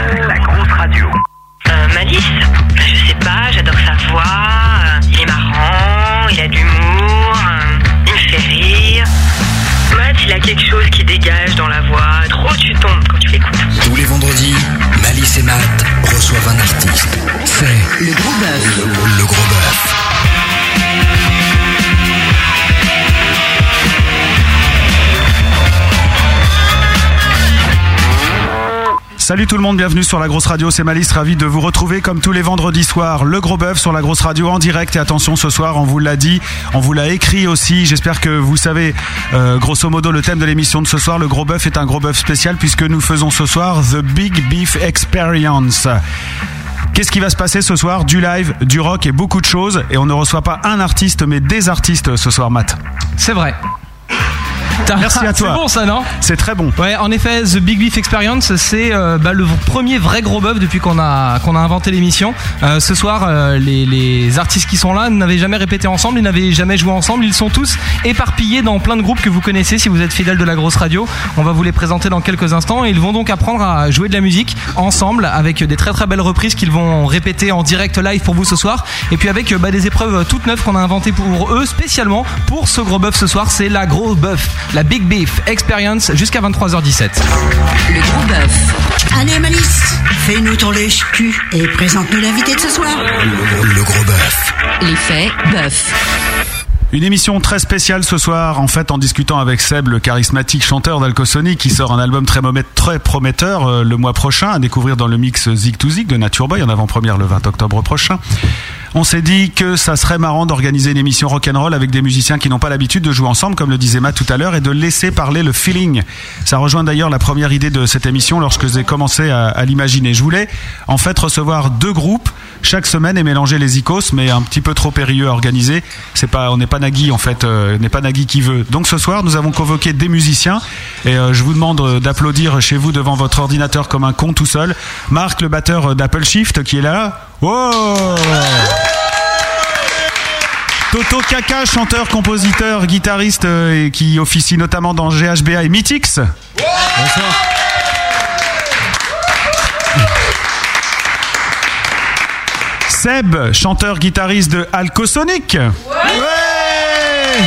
euh, euh, a quelque chose qui dégage dans la voix. Trop tu tombes quand tu l'écoutes. Tous les vendredis, Malice et Matt reçoivent un artiste. C'est Le gros bœuf. le, le gros bœuf. Salut tout le monde, bienvenue sur la grosse radio, c'est Malice, ravi de vous retrouver comme tous les vendredis soirs, le gros bœuf sur la grosse radio en direct et attention ce soir on vous l'a dit, on vous l'a écrit aussi, j'espère que vous savez euh, grosso modo le thème de l'émission de ce soir, le gros bœuf est un gros bœuf spécial puisque nous faisons ce soir The Big Beef Experience. Qu'est-ce qui va se passer ce soir Du live, du rock et beaucoup de choses et on ne reçoit pas un artiste mais des artistes ce soir Matt. C'est vrai. Merci à toi. C'est bon ça, non C'est très bon. Ouais, en effet, The Big Beef Experience, c'est euh, bah, le premier vrai gros bœuf depuis qu'on a, qu'on a inventé l'émission. Euh, ce soir, euh, les, les artistes qui sont là n'avaient jamais répété ensemble, ils n'avaient jamais joué ensemble, ils sont tous éparpillés dans plein de groupes que vous connaissez si vous êtes fidèle de la grosse radio. On va vous les présenter dans quelques instants et ils vont donc apprendre à jouer de la musique ensemble avec des très très belles reprises qu'ils vont répéter en direct live pour vous ce soir. Et puis avec euh, bah, des épreuves toutes neuves qu'on a inventées pour eux spécialement pour ce gros bœuf ce soir, c'est la gros bœuf, la Big Beef Experience jusqu'à 23h17. Le gros bœuf. Allez, Malice, fais-nous ton lèche-cul et présente-nous l'invité de ce soir. Le, le gros bœuf. L'effet bœuf. Une émission très spéciale ce soir, en fait, en discutant avec Seb, le charismatique chanteur d'Alcosony, qui sort un album très, momè- très prometteur euh, le mois prochain, à découvrir dans le mix Zig to Zig de Nature Boy, en avant-première le 20 octobre prochain. On s'est dit que ça serait marrant d'organiser une émission rock'n'roll avec des musiciens qui n'ont pas l'habitude de jouer ensemble, comme le disait Matt tout à l'heure, et de laisser parler le feeling. Ça rejoint d'ailleurs la première idée de cette émission lorsque j'ai commencé à, à l'imaginer. Je voulais, en fait, recevoir deux groupes chaque semaine et mélanger les icos, mais un petit peu trop périlleux à organiser. C'est pas, on n'est pas Nagui en fait, euh, on n'est pas Nagui qui veut. Donc ce soir, nous avons convoqué des musiciens et euh, je vous demande euh, d'applaudir chez vous devant votre ordinateur comme un con tout seul. Marc, le batteur euh, d'Apple Shift, qui est là. Wow Toto Kaka, chanteur, compositeur, guitariste euh, et qui officie notamment dans GHBA et Mythix. Seb, chanteur guitariste de Alcosonic. Ouais.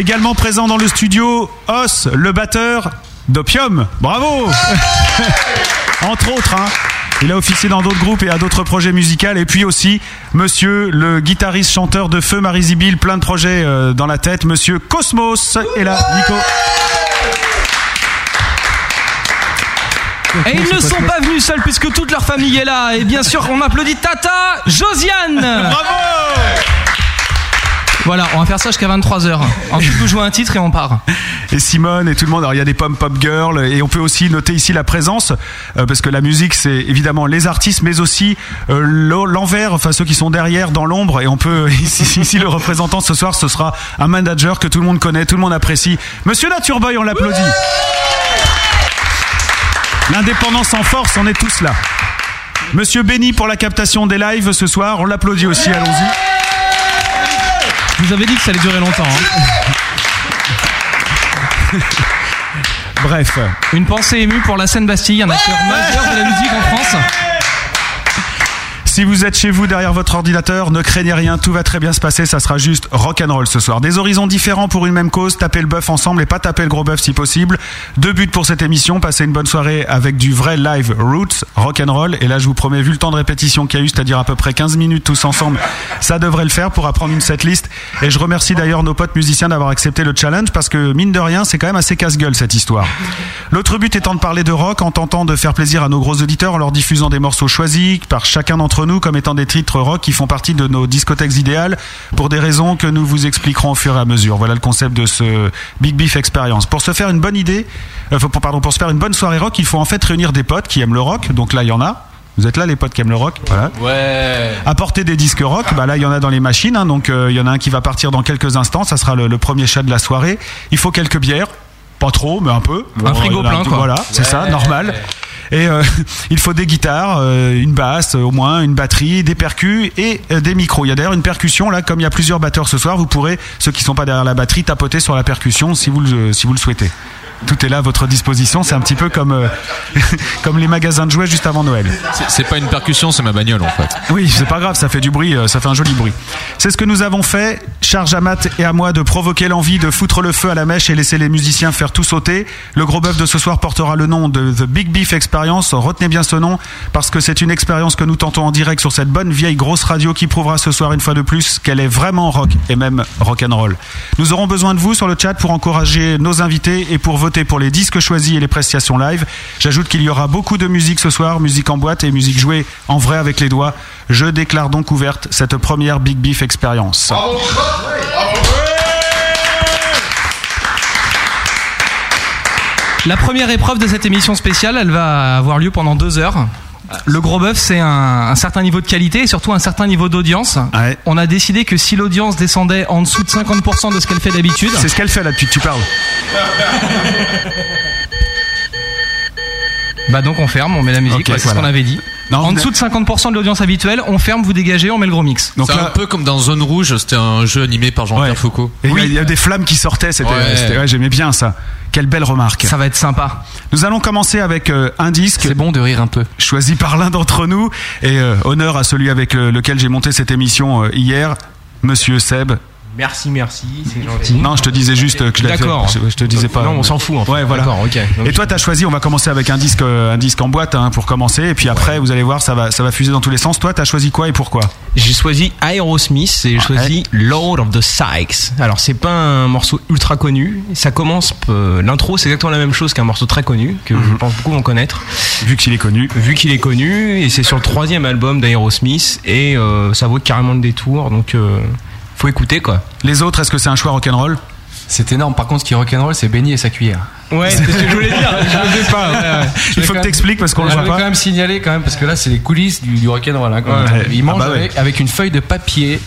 Également présent dans le studio, Os, le batteur d'Opium. Bravo Entre autres, hein. Il a officié dans d'autres groupes et à d'autres projets musicaux. Et puis aussi, monsieur le guitariste chanteur de Feu Marie-Zibyl, plein de projets euh, dans la tête. Monsieur Cosmos est là, Nico. Et ils ne sont pas venus seuls puisque toute leur famille est là. Et bien sûr, on applaudit Tata Josiane. Bravo Voilà, on va faire ça jusqu'à 23h. Ensuite, vous jouez un titre et on part. et Simone et tout le monde. Alors il y a des pom pop girls et on peut aussi noter ici la présence euh, parce que la musique c'est évidemment les artistes mais aussi euh, l'o- l'envers, enfin ceux qui sont derrière dans l'ombre et on peut ici, ici, le représentant ce soir ce sera un manager que tout le monde connaît, tout le monde apprécie. Monsieur Nature Boy, on l'applaudit. L'indépendance en force, on est tous là. Monsieur Benny pour la captation des lives ce soir, on l'applaudit aussi, allons-y. Je vous avais dit que ça allait durer longtemps. hein. Bref. Une pensée émue pour la scène Bastille, un acteur majeur de la musique en France. Si vous êtes chez vous derrière votre ordinateur, ne craignez rien, tout va très bien se passer, ça sera juste rock'n'roll ce soir. Des horizons différents pour une même cause, tapez le bœuf ensemble et pas taper le gros bœuf si possible. Deux buts pour cette émission, passer une bonne soirée avec du vrai live roots rock'n'roll. Et là, je vous promets, vu le temps de répétition qu'il y a eu, c'est-à-dire à peu près 15 minutes tous ensemble, ça devrait le faire pour apprendre une setlist. Et je remercie d'ailleurs nos potes musiciens d'avoir accepté le challenge parce que mine de rien, c'est quand même assez casse-gueule cette histoire. L'autre but étant de parler de rock en tentant de faire plaisir à nos gros auditeurs en leur diffusant des morceaux choisis par chacun d'entre nous comme étant des titres rock qui font partie de nos discothèques idéales pour des raisons que nous vous expliquerons au fur et à mesure. Voilà le concept de ce Big Beef Experience. Pour se faire une bonne idée, euh, faut- pardon, pour se faire une bonne soirée rock, il faut en fait réunir des potes qui aiment le rock. Donc là, il y en a. Vous êtes là les potes qui aiment le rock Voilà apporter des disques rock. Bah là, il y en a dans les machines. hein. donc, euh, il y en a un qui va partir dans quelques instants. Ça sera le, le premier chat de la soirée. Il faut quelques bières. Pas trop, mais un peu. Un frigo il y en a plein, petit- quoi. Voilà, c'est ça, normal. Et euh, il faut des guitares, euh, une basse, euh, au moins une batterie, des percus et euh, des micros. Il y a d'ailleurs une percussion là, comme il y a plusieurs batteurs ce soir, vous pourrez ceux qui sont pas derrière la batterie tapoter sur la percussion si vous le, si vous le souhaitez. Tout est là à votre disposition. C'est un petit peu comme, euh, comme les magasins de jouets juste avant Noël. C'est- C'est pas une percussion, c'est ma bagnole en fait. Oui, c'est pas grave, ça fait du bruit, euh, ça fait un joli bruit. C'est ce que nous avons fait. Charge à Matt et à moi de provoquer l'envie de foutre le feu à la mèche et laisser les musiciens faire tout sauter. Le gros bœuf de ce soir portera le nom de The Big Beef Experience. Retenez bien ce nom parce que c'est une expérience que nous tentons en direct sur cette bonne vieille grosse radio qui prouvera ce soir une fois de plus qu'elle est vraiment rock et même rock and roll. Nous aurons besoin de vous sur le chat pour encourager nos invités et pour voter pour les disques choisis et les prestations live. J'ajoute qu'il y aura beaucoup de musique ce soir, musique en boîte et musique jouée en vrai avec les doigts. Je déclare donc ouverte cette première Big Beef expérience. La première épreuve de cette émission spéciale, elle va avoir lieu pendant deux heures. Le gros bœuf, c'est un, un certain niveau de qualité et surtout un certain niveau d'audience. Ouais. On a décidé que si l'audience descendait en dessous de 50% de ce qu'elle fait d'habitude, C'est ce qu'elle fait là depuis que tu parles. bah donc on ferme, on met la musique, Ok, ouais, c'est voilà. ce qu'on avait dit. Non, en vous dessous de 50% de l'audience habituelle, on ferme, vous dégagez, on met le gros mix. Donc C'est là- un peu comme dans Zone Rouge, c'était un jeu animé par Jean-Pierre Ouais. Foucault. Et il y a- il y a des flammes qui sortaient, c'était, Ouais. c'était- ouais, j'aimais bien ça. Quelle belle remarque. Ça va être sympa. Nous allons commencer avec euh, un disque. C'est bon de rire un peu. choisi par l'un d'entre nous et euh, honneur à celui avec le- lequel j'ai monté cette émission euh, hier, Monsieur Seb. Merci, merci, c'est gentil. Non, je te disais juste euh, que je l'avais D'accord. fait. Je, je te disais pas. Euh, Non, on s'en fout, en fait. Ouais, voilà. D'accord, ok. Donc, et toi, t'as choisi. On va commencer avec un disque, euh, un disque en boîte hein, pour commencer. Et puis après, vous allez voir, ça va, ça va fuser dans tous les sens. Toi, t'as choisi quoi et pourquoi J'ai choisi Aerosmith Ah, et j'ai choisi Lord of the Sykes. Alors, c'est pas un morceau ultra connu. Ça commence, euh, l'intro, c'est exactement la même chose qu'un morceau très connu, que je pense beaucoup vont connaître. Mhm. Vu qu'il est connu. vu qu'il est connu et c'est sur le troisième album d'Aerosmith et euh, ça vaut carrément le détour donc euh, faut écouter quoi. Les autres, est-ce que c'est un choix rock'n'roll C'est énorme. Par contre, ce qui est rock'n'roll, c'est Benny et sa cuillère. Ouais, c'est ce que je voulais dire. Je sais pas. Ah Il faut que t'expliques parce qu'on le Je voit vais quand pas. même signaler quand même parce que là c'est les coulisses du, du rock'n'roll. hein, quand Ouais. même. Ah Il mange bah ouais. avec, avec une feuille de papier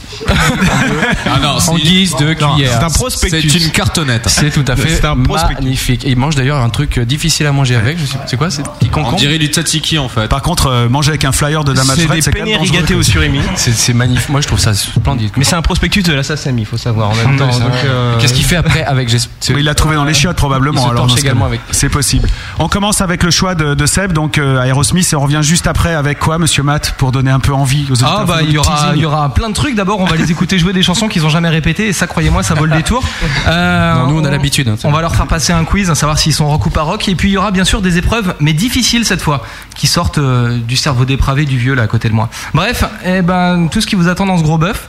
Ah non, en guise de cuillère. C'est une cartonnette. C'est tout à fait C'est un prospectus. magnifique. Et il mange d'ailleurs un truc euh, difficile à manger avec. je sais- C'est quoi C'est petit On concombre dirait du tzatziki en fait. Par contre, euh, manger avec un flyer de Damas C'est Red, des c'est quand même penne dangereux. rigatées au surimi. C'est c'est magnifique. Moi je trouve ça splendide. Mais c'est un prospectus de l'Assassin, il faut savoir en même temps. Ouais, ça donc, va. euh, Qu'est-ce qu'il fait après avec Jes- Oui, il l'a trouvé dans les chiottes probablement. Il se alors, torche dans ce également cas-là. avec. C'est possible. On commence avec le choix de, de Seb, donc euh, Aerosmith, et on revient juste après avec quoi, Monsieur Matt, pour donner un peu envie aux auditeurs. Ah bah Faut il y nous aura teaser. il y aura plein de trucs. D'abord on va les écouter jouer des chansons qu'ils ont jamais répétées et ça croyez-moi ça vaut le détour. Euh, Non, nous, on a l'habitude, hein, c'est on vrai. va leur faire passer un quiz, à savoir s'ils sont rock ou pas rock. Et puis il y aura bien sûr des épreuves, mais difficiles cette fois, qui sortent euh, du cerveau dépravé du vieux là à côté de moi. Bref, eh ben tout ce qui vous attend dans ce gros bœuf.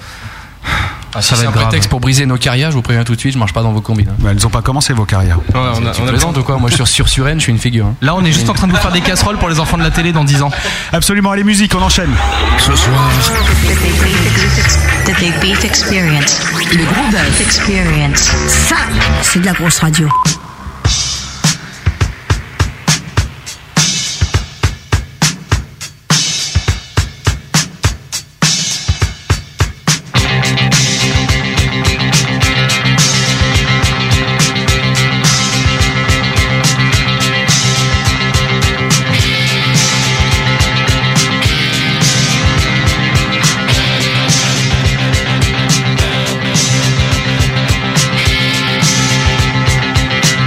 Ah, si Ça va c'est être un grave. prétexte pour briser nos carrières. Je vous préviens tout de suite, je marche pas dans vos combines. hein. Bah, elles n'ont pas commencé vos carrières. ouais, on a- Tu on a- plaisantes ou quoi Moi je suis sur Suren, je suis une figure. hein. Là on est juste en train de vous faire des casseroles pour les enfants de la télé dans 10 ans. Absolument. Allez, musique, on enchaîne. Ce soir, The Big Beef, the Big Beef Experience. Le gros bœuf. Experience. Ça, c'est de la grosse radio. Big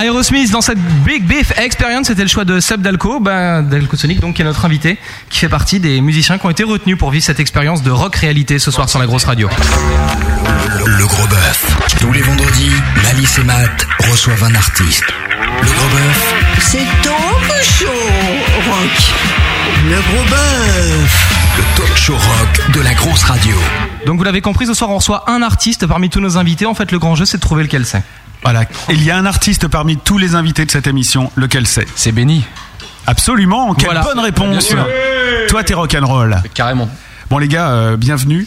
Aerosmith dans cette Big Beef Experience, c'était le choix de Seb Dalco, ben, Dalco Sonic, donc, qui est notre invité, qui fait partie des musiciens qui ont été retenus pour vivre cette expérience de rock réalité ce soir sur la grosse radio. Le gros bœuf. Tous les vendredis, Malice et Matt reçoivent un artiste. Le gros bœuf, C'est donc chaud, rock. Le gros bœuf. le talk show rock de la grosse radio. Donc vous l'avez compris, ce soir on reçoit un artiste parmi tous nos invités. En fait, le grand jeu, c'est de trouver lequel c'est. Voilà. Il y a un artiste parmi tous les invités de cette émission, lequel c'est C'est béni. Absolument, quelle Voilà. bonne réponse Bien sûr. Toi, t'es rock'n'roll. Carrément. Bon, les gars, euh, bienvenue.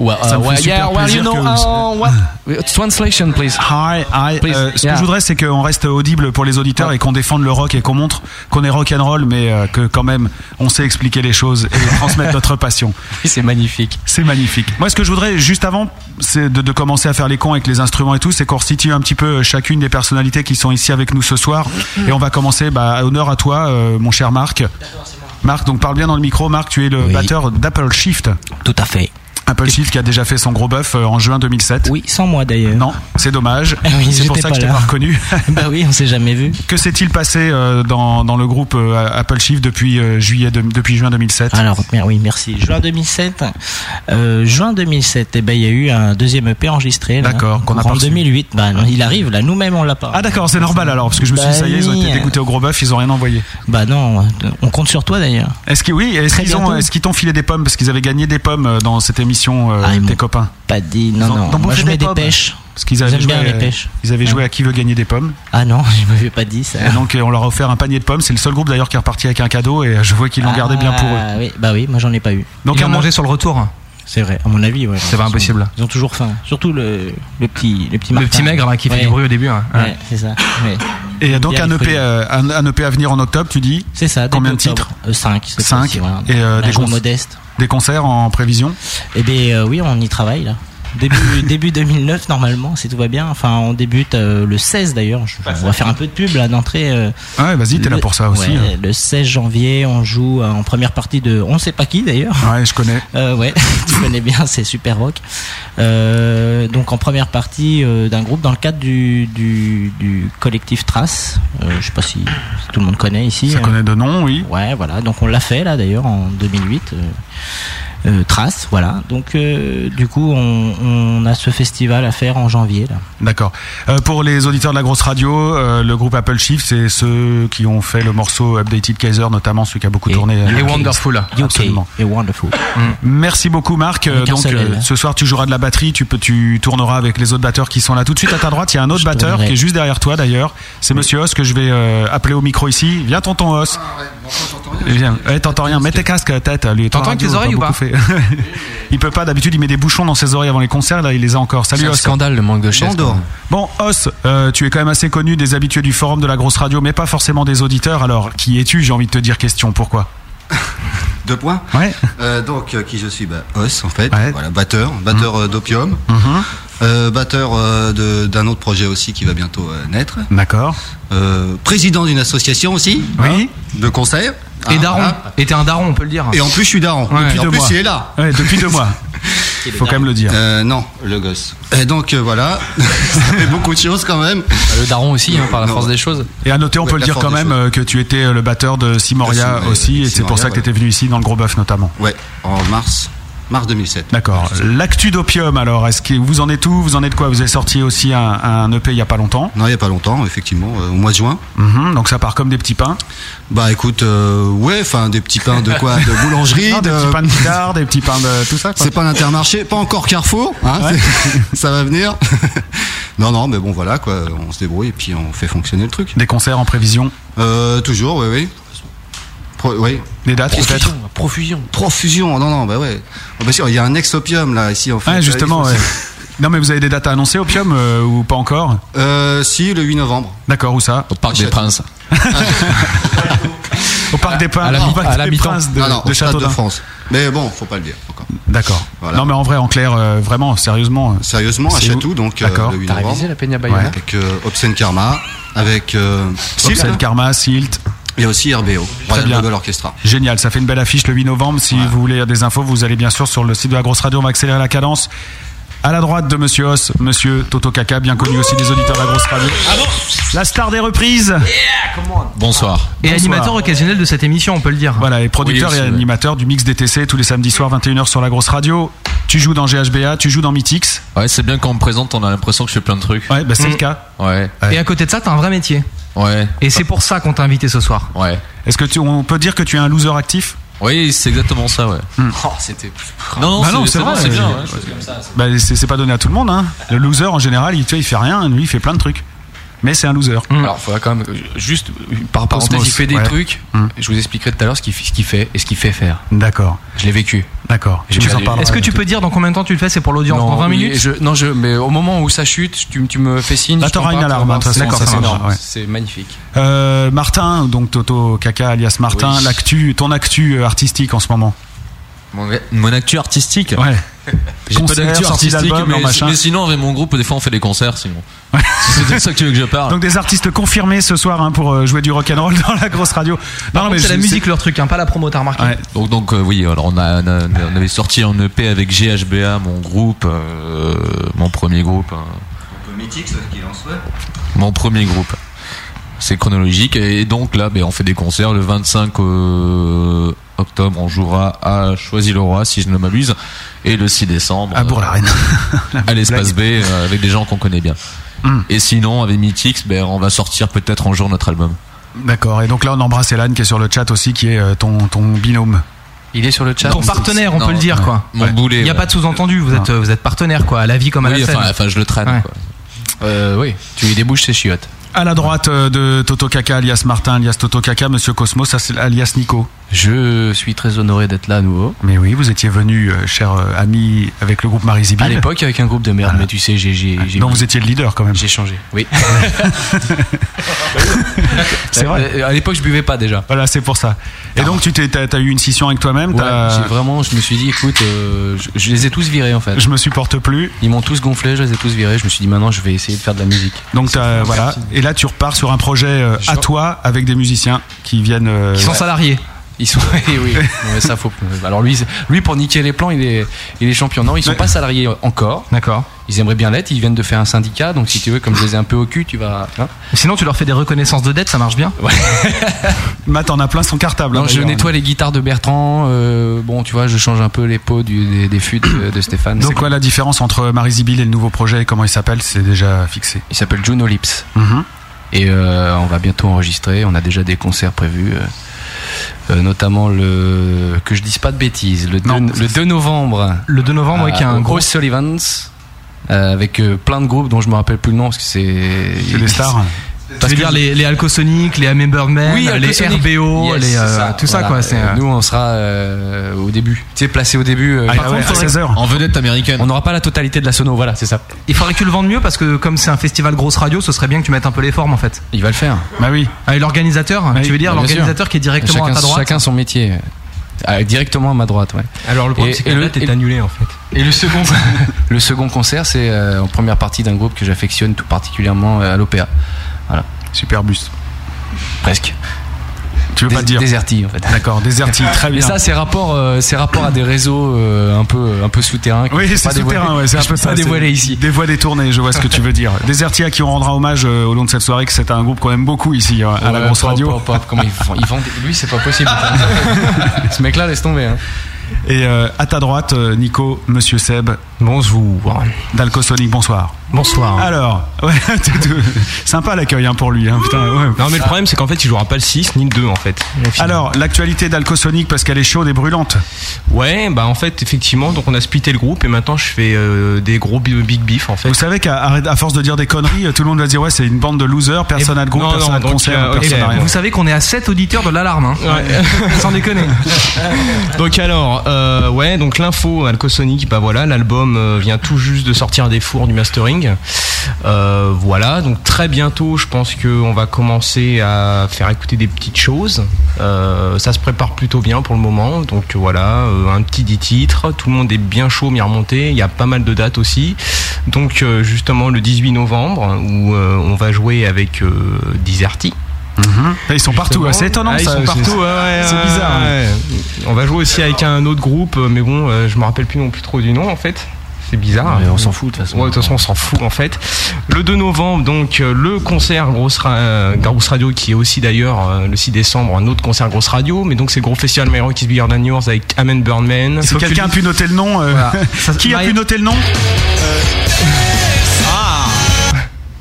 Ouais, Ça me fait ouais, super yeah, well, plaisir you know, que vous- uh, what? Translation, please. Hi, hi. Please, Euh, ce yeah. que je voudrais, c'est qu'on reste audible pour les auditeurs Ouais. et qu'on défende le rock et qu'on montre qu'on est rock'n'roll, mais euh, que quand même, on sait expliquer les choses et transmettre notre passion. C'est magnifique. C'est magnifique. Moi, ce que je voudrais, juste avant c'est de, de commencer à faire les cons avec les instruments et tout, c'est qu'on resitue un petit peu euh, chacune des personnalités qui sont ici avec nous ce soir. Et on va commencer, bah, honneur à toi, euh, mon cher Marc. Marc, donc parle bien dans le micro. Marc, tu es le Oui. batteur d'Apple Shift. Tout à fait. Apple Shift qui a déjà fait son gros bœuf euh, en juin 2007. Oui, sans moi d'ailleurs. Non, c'est dommage. Ah oui, c'est pour j'étais ça pas que je t'ai là. pas reconnu. bah oui, on s'est jamais vu. que s'est-il passé euh, dans, dans le groupe euh, Apple Shift depuis, euh, juillet de- depuis juin 2007 Alors, bien, oui, merci. Juin 2007. euh, juin 2007, eh ben, il y a eu un deuxième EP enregistré. là. D'accord, qu'on n'a pas En reçu. 2008. Bah, non, il arrive là, nous-mêmes on l'a pas. Ah d'accord, c'est normal alors, parce que je me suis dit, ça y est, ils ont été Bah, dégoûtés au gros bœuf, ils ont rien envoyé. Bah non, on compte sur toi d'ailleurs. Est-ce qu'ils oui, est-ce Très qu'ils ont, bientôt. est-ce qu'ils t'ont filé des pommes parce qu'ils avaient gagné des pommes euh, dans cette émission euh, Ah, ils tes m'ont- copains Pas dit, non, Ils ont- t'en non. Moi bouffé je mets des des pommes. pêches. parce qu'ils avaient J'aime joué, bien les euh, pêches. ils avaient joué Ouais. à qui veut gagner des pommes Ah non, je m'avais pas dit ça. et donc euh, on leur a offert un panier de pommes, c'est le seul groupe d'ailleurs qui est reparti avec un cadeau et euh, je vois qu'ils l'ont gardé bien pour eux. Ah oui, bah oui, moi j'en ai pas eu. Donc Donc un à manger sur le retour. C'est vrai, à mon avis, ouais. C'est pas Ils ont- impossible. Ils ont toujours faim. Surtout le, le petit le petit Le Martin. petit maigre là, qui fait Ouais. du bruit au début. hein. Ouais, c'est ça. ouais. Et donc Bien, un il faut EP, dire. euh, un, un EP à venir en octobre, tu dis C'est ça. Euh, Combien de titres 5. Cinq. Et, euh, des cons- modeste. Des concerts en prévision Eh bien oui, on y travaille là. Début, début 2009 normalement, si tout va bien. Enfin, on débute euh, le 16 d'ailleurs. Bah, Je- On va faire un peu de pub là d'entrée. euh, Ah Ouais, vas-y, t'es là le- pour ça aussi. hein. ouais, euh. le 16 janvier, on joue euh, en première partie de on sait pas qui d'ailleurs. Ouais, je connais. Euh, ouais, tu connais bien, c'est super rock. Euh, donc en première partie euh, d'un groupe dans le cadre du, du, du collectif Trace. Euh, je sais pas si tout le monde connaît ici. Ça Euh, connaît de nom, oui. Ouais, voilà. Donc on l'a fait là d'ailleurs en 2008. euh, euh, trace, voilà. Donc euh, du coup, on, on a ce festival à faire en janvier là. D'accord. Euh, pour les auditeurs de la grosse radio, euh, le groupe Apple Shift, c'est ceux qui ont fait le morceau Updated Kaiser, notamment celui qui a beaucoup Et- tourné. Et euh, Wonderful. UK Absolument. et Wonderful. Mm. Merci beaucoup Marc. Euh, Avec un Donc seul euh, L. ce soir tu joueras de la batterie, tu peux tu tourneras avec les autres batteurs qui sont là tout de suite à ta droite, il y a un autre Je batteur tournerai. qui est juste derrière toi d'ailleurs. C'est monsieur Os que je vais euh, appeler au micro ici. Viens tonton Os. Ah, Viens, Ouais, t'entends rien, mets tes casques à tête, lui. T'entends avec avec tes oreilles ou Il peut pas d'habitude, il met des bouchons dans ses oreilles avant les concerts, là il les a encore. C'est Salut un Os. scandale le manque de chaises. Bandor. quoi. Bon, Os, euh, tu es quand même assez connu des habitués du forum de la grosse radio, mais pas forcément des auditeurs. Alors, qui es-tu J'ai envie de te dire question. Pourquoi Deux points. Ouais. Euh, donc, euh, qui je suis bah, Os, en fait. Ouais. Mhm. Voilà, batteur. Batteur euh, d'Opium. Euh, batteur euh, de- d'un autre projet aussi qui va bientôt euh, naître. D'accord. Euh, président d'une association aussi. hein, Oui. De concert. Et Hein, daron. voilà. Et t'es un daron, on peut le dire. Et en plus, je suis daron. Ouais. Et en Depuis deux plus, mois. il est là. Ouais, depuis deux mois. Faut quand même le dire. Euh, non, le gosse. Et donc, euh, voilà. Ça fait beaucoup de choses quand même. Le daron aussi, hein, par la Non. force des choses. Et à noter, on Ouais, peut le la dire force quand des même choses. euh, que tu étais euh, le batteur de Simoria De Sim- aussi, euh, et c'est pour Simoria, ça que tu étais venu ici dans le Gros Bœuf notamment. Ouais, en mars. Mars 2007. D'accord. L'actu d'Opium, alors, est-ce que vous en êtes où Vous en êtes quoi Vous avez sorti aussi un, un EP il y a pas longtemps. Non, il n'y a pas longtemps, effectivement, euh, au mois de juin. Mhm, donc ça part comme des petits pains. Bah écoute, euh, ouais, enfin des petits pains de quoi De boulangerie, Non, des de- petits pains de guitare, des petits pains de tout ça. quoi. C'est pas l'intermarché, pas encore Carrefour, hein, c'est- ça va venir. non, non, mais bon, voilà, quoi, on se débrouille et puis on fait fonctionner le truc. Des concerts en prévision. Euh, toujours, oui, oui. Pro- oui. Des dates peut-être Profusion. Profusion, non, non, bah ouais. Oh, bah sûr, il y a un ex-opium là, ici, en fait. Ouais, justement, Euh, ouais. Non, mais vous avez des dates à annoncer, Opium, euh, ou pas encore euh, si, le 8 novembre. D'accord, où ça Au Parc des Princes. Au Parc des Pins, à la au mi- Parc à la des mi-temps. Princes de, non, non, de au Stade de Châteaudun. France. Mais bon, faut pas le dire encore. D'accord. Voilà. Non, mais en vrai, en clair, euh, vraiment, sérieusement. euh, Sérieusement, à C'est où Château, donc euh, D'accord. le 8 T'as novembre. révisé la Peña Bayona Avec euh, Obscene Karma, avec euh, Silk. Obscene Karma, Silt. Il y a aussi RBO, Royal bien. Double Orchestra. Génial, ça fait une belle affiche le 8 novembre. Si vous voulez des infos, vous allez bien sûr sur le site de la Grosse Radio, on va accélérer la cadence. À la droite de Monsieur Os, Monsieur Toto Kaka, bien connu aussi des auditeurs de la grosse radio. La star des reprises. Bonsoir. Et animateur occasionnel de cette émission, on peut le dire. Voilà, et producteur Oui, aussi, et ouais. animateur du Mix DTC tous les samedis soirs 21h sur la grosse radio. Tu joues dans GHBA, tu joues dans Mythix. Ouais, c'est bien quand on me présente, on a l'impression que je fais plein de trucs. Ouais, bah c'est Mm. le cas. Ouais. Et à côté de ça, t'as un vrai métier. Ouais. Et c'est pour ça qu'on t'a invité ce soir. Ouais. Est-ce que tu, on peut dire que tu es un loser actif Hmm. Oui, c'est exactement ça, ouais. Oh, c'était. Non, non, Bah non, c'est c'est bon, vrai, c'est bien. euh, ouais, c'est comme ça. Bah, c'est c'est pas donné à tout le monde. Hein. Le loser en général, il, tu vois, il fait rien, lui il fait plein de trucs. Mais c'est un loser. Hmm. Alors, faudra quand même euh, juste euh, par parenthèse, Osmose, il fait des ouais. Hmm. trucs. Je vous expliquerai tout à l'heure ce qu'il f- ce qu'il fait et ce qu'il fait faire. D'accord. Je l'ai vécu. D'accord. J'ai perdu. Est-ce que tu peux dire dans combien de temps tu le fais C'est pour l'audience Non, En 20 oui, minutes je- Non, je, mais au moment où ça chute, tu, tu me fais signe. Là, je t'en t'auras une parle, alarme, t'en hein, de toute parles. façon, D'accord, ça, c'est c'est énorme. genre, ouais. C'est magnifique. Euh, Martin, donc Toto Kaka alias Martin, Oui. l'actu, ton actu euh, artistique en ce moment. Mon, mon actu artistique Ouais. J'ai pas Concert, d'actu sortie artistique, d'album, mais, non, machin. mais sinon, avec mon groupe, des fois, on fait des concerts, sinon. c'est de ça que tu veux que je parle. Donc des artistes confirmés ce soir hein, pour euh, jouer du rock and roll dans la grosse radio. Par contre, mais c'est la je- musique leur truc, hein, pas la promo, t'as remarqué. Donc, donc euh, oui, alors on, a, on a- on avait sorti en EP avec GHBA, mon groupe, euh, mon premier groupe, hein, Mythique, qui en soit. mon premier groupe. C'est chronologique et donc là, ben, on fait des concerts le 25 euh, octobre, on jouera à Choisy-le-Roi si je ne m'abuse, et le 6 décembre à Bourg-la-Reine, à l'espace B euh, avec des gens qu'on connaît bien. Hmm. Et sinon, avec Mythix, ben, on va sortir peut-être un jour notre album. Ah, D'accord. Et donc là, on embrasse Elan qui est sur le chat aussi, qui est euh, ton, ton binôme. Il est sur le chat. Ton partenaire, on peut le dire, quoi. Mon boulet. Il n'y a pas de sous-entendu, vous êtes, euh, vous êtes partenaire, quoi, à la vie comme à Oui, la scène. enfin, enfin, je le traîne. Ouais. quoi. Euh, oui, tu lui débouches ses chiottes. À la droite euh, de Toto Kaka, alias Martin, alias Toto Kaka, Monsieur Cosmos, ça, c'est alias Nico. Je suis très honoré d'être là à nouveau. Mais oui, vous étiez venu, euh, cher euh, ami, avec le groupe Marie-Zibil. À euh, l'époque, avec un groupe de merde, mais tu sais, j'ai. j'ai- j'ai- Donc Ah. vous étiez le leader quand même. J'ai changé. Oui. C'est vrai. Euh, À l'époque, je buvais pas déjà. Voilà, c'est pour ça. Et donc tu t'es- t'as as eu une scission avec toi-même. Ouais, t'as- j'ai vraiment, je me suis dit, écoute, euh, je, je les ai tous virés en fait. Je me supporte plus. Ils m'ont tous gonflé, je les ai tous virés. Je me suis dit, maintenant, je vais essayer de faire de la musique. Donc t'as- voilà. Et là, tu repars sur un projet euh, à toi avec des musiciens qui viennent. euh, Qui sont salariés. Ils sont, oui, oui. Non, mais ça faut. Alors lui, c'est- lui pour niquer les plans, il est, il est champion. Non, ils sont pas salariés encore. D'accord. Ils aimeraient bien l'être. Ils viennent de faire un syndicat, donc si tu veux, comme je les ai un peu au cul, tu vas. hein Sinon, tu leur fais des reconnaissances de dette, ça marche bien. Matt en a plein son cartable. non, hein, je d'ailleurs. nettoie les guitares de Bertrand. euh, bon, tu vois, je change un peu les pots du- des, des fûts de, de Stéphane. Donc C'est- quoi la différence entre Marie Zibil et le nouveau projet et comment il s'appelle C'est déjà fixé. Il s'appelle Juno Lips. Mhm. Et euh, on va bientôt enregistrer. On a déjà des concerts prévus. euh, euh, notamment le. Que je dise pas de bêtises. Le, Non. 2, le 2 novembre. Le 2 novembre, avec avec un Ah, gros. gros Sullivans. euh, avec euh, plein de groupes dont je me rappelle plus le nom parce que c'est. C'est des stars. Tu Parce veux que dire les, les Alcosonic, les Amemberman, Oui, les Alcosonic. RBO, Yes, les, euh, c'est tout ça, Voilà. quoi. C'est, Euh, euh, nous, on sera euh, au début. Tu sais, placé au début. euh, Ah, par ah contre, ouais, à faudrait- 16 heures. En vedette américaine. on n'aura pas la totalité de la sono, voilà, c'est ça. Il faudrait que tu le vendes mieux parce que, comme c'est un festival grosse radio, ce serait bien que tu mettes un peu les formes en fait. Il va le faire. Bah oui. Bah Ah, et l'organisateur, Oui, tu veux dire bah, bien sûr. l'organisateur qui est directement chacun, à ta droite chacun son métier. Ah, directement à ma droite, ouais. Alors le problème, c'est que la date est annulée en fait. Et le second, le second concert, c'est euh, en première partie d'un groupe que j'affectionne tout particulièrement euh, à l'OPA. Voilà, Super buste. presque. Tu veux pas Dés- te dire Déserti, en fait. D'accord, Déserti, très Et bien. ça, c'est rapport, euh, c'est rapport à des réseaux euh, un peu, un peu souterrains. que je oui, peux c'est pas dévoiler. souterrain, ouais, c'est un Je peu peux ça. Pas c'est- dévoilé ici. Dévoiler tourner, je vois ce que tu veux dire. Déserti à qui on rendra hommage euh, au long de cette soirée, que c'est un groupe qu'on aime beaucoup ici euh, à la Ouais, grosse pop, radio. pop, pop, comment ils font- ils vendent- Lui, c'est pas possible. Ce mec-là, laisse tomber. hein. Et euh, à ta droite, euh, Nico, Monsieur Seb, Bonjour. d'Alcosonic, bonsoir. Bonsoir. Alors, ouais, tout- tout- sympa l'accueil hein, pour lui. hein, putain, ouais. Non, mais le problème, c'est qu'en fait, il jouera pas le 6 ni le 2, en fait. Alors, l'actualité d'Alcosonic, parce qu'elle est chaude et brûlante. Ouais, bah en fait, effectivement, donc on a splitté le groupe et maintenant je fais euh, des gros bi- big beef, en fait. Vous savez qu'à à- à force de dire des conneries, euh, tout le monde va se dire ouais, c'est une bande de losers, personne n'a de groupe, non, personne non, n'a de donc, concert, euh, ok, personne n'a rien. Vous savez qu'on est à 7 auditeurs de l'alarme, hein Sans déconner. Donc alors, euh, ouais, donc l'info Alcosonic, bah voilà, l'album euh, vient tout juste de sortir des fours du mastering. Euh, voilà, donc très bientôt, je pense qu'on va commencer à faire écouter des petites choses. Euh, ça se prépare plutôt bien pour le moment, donc voilà, euh, un petit 10 titres, tout le monde est bien chaud, bien remonté, il y a pas mal de dates aussi. Donc euh, justement le 18 novembre, où euh, on va jouer avec euh, Dizerti. Mhm. Ils sont partout, Justement. hein, c'est étonnant Ah, ils ça. sont c'est- partout, ouais, ouais, c'est ouais, bizarre, hein. ouais. On va jouer aussi avec un autre groupe, euh, mais bon, euh, je me rappelle plus non plus trop du nom en fait. C'est- c'est bizarre. Mais on s'en fout de toute façon. Ouais, de toute façon, on s'en fout en fait. Le 2 novembre, donc euh, le concert Grosse, Ra- euh, Grosse Radio, qui est aussi d'ailleurs euh, le 6 décembre un autre concert Grosse Radio, mais donc c'est le gros festival My Rock is Bigger Than Yours avec Amen Burnman. Si quelqu'un a pu noter le nom, euh, qui a pu noter le nom Euh, Ah.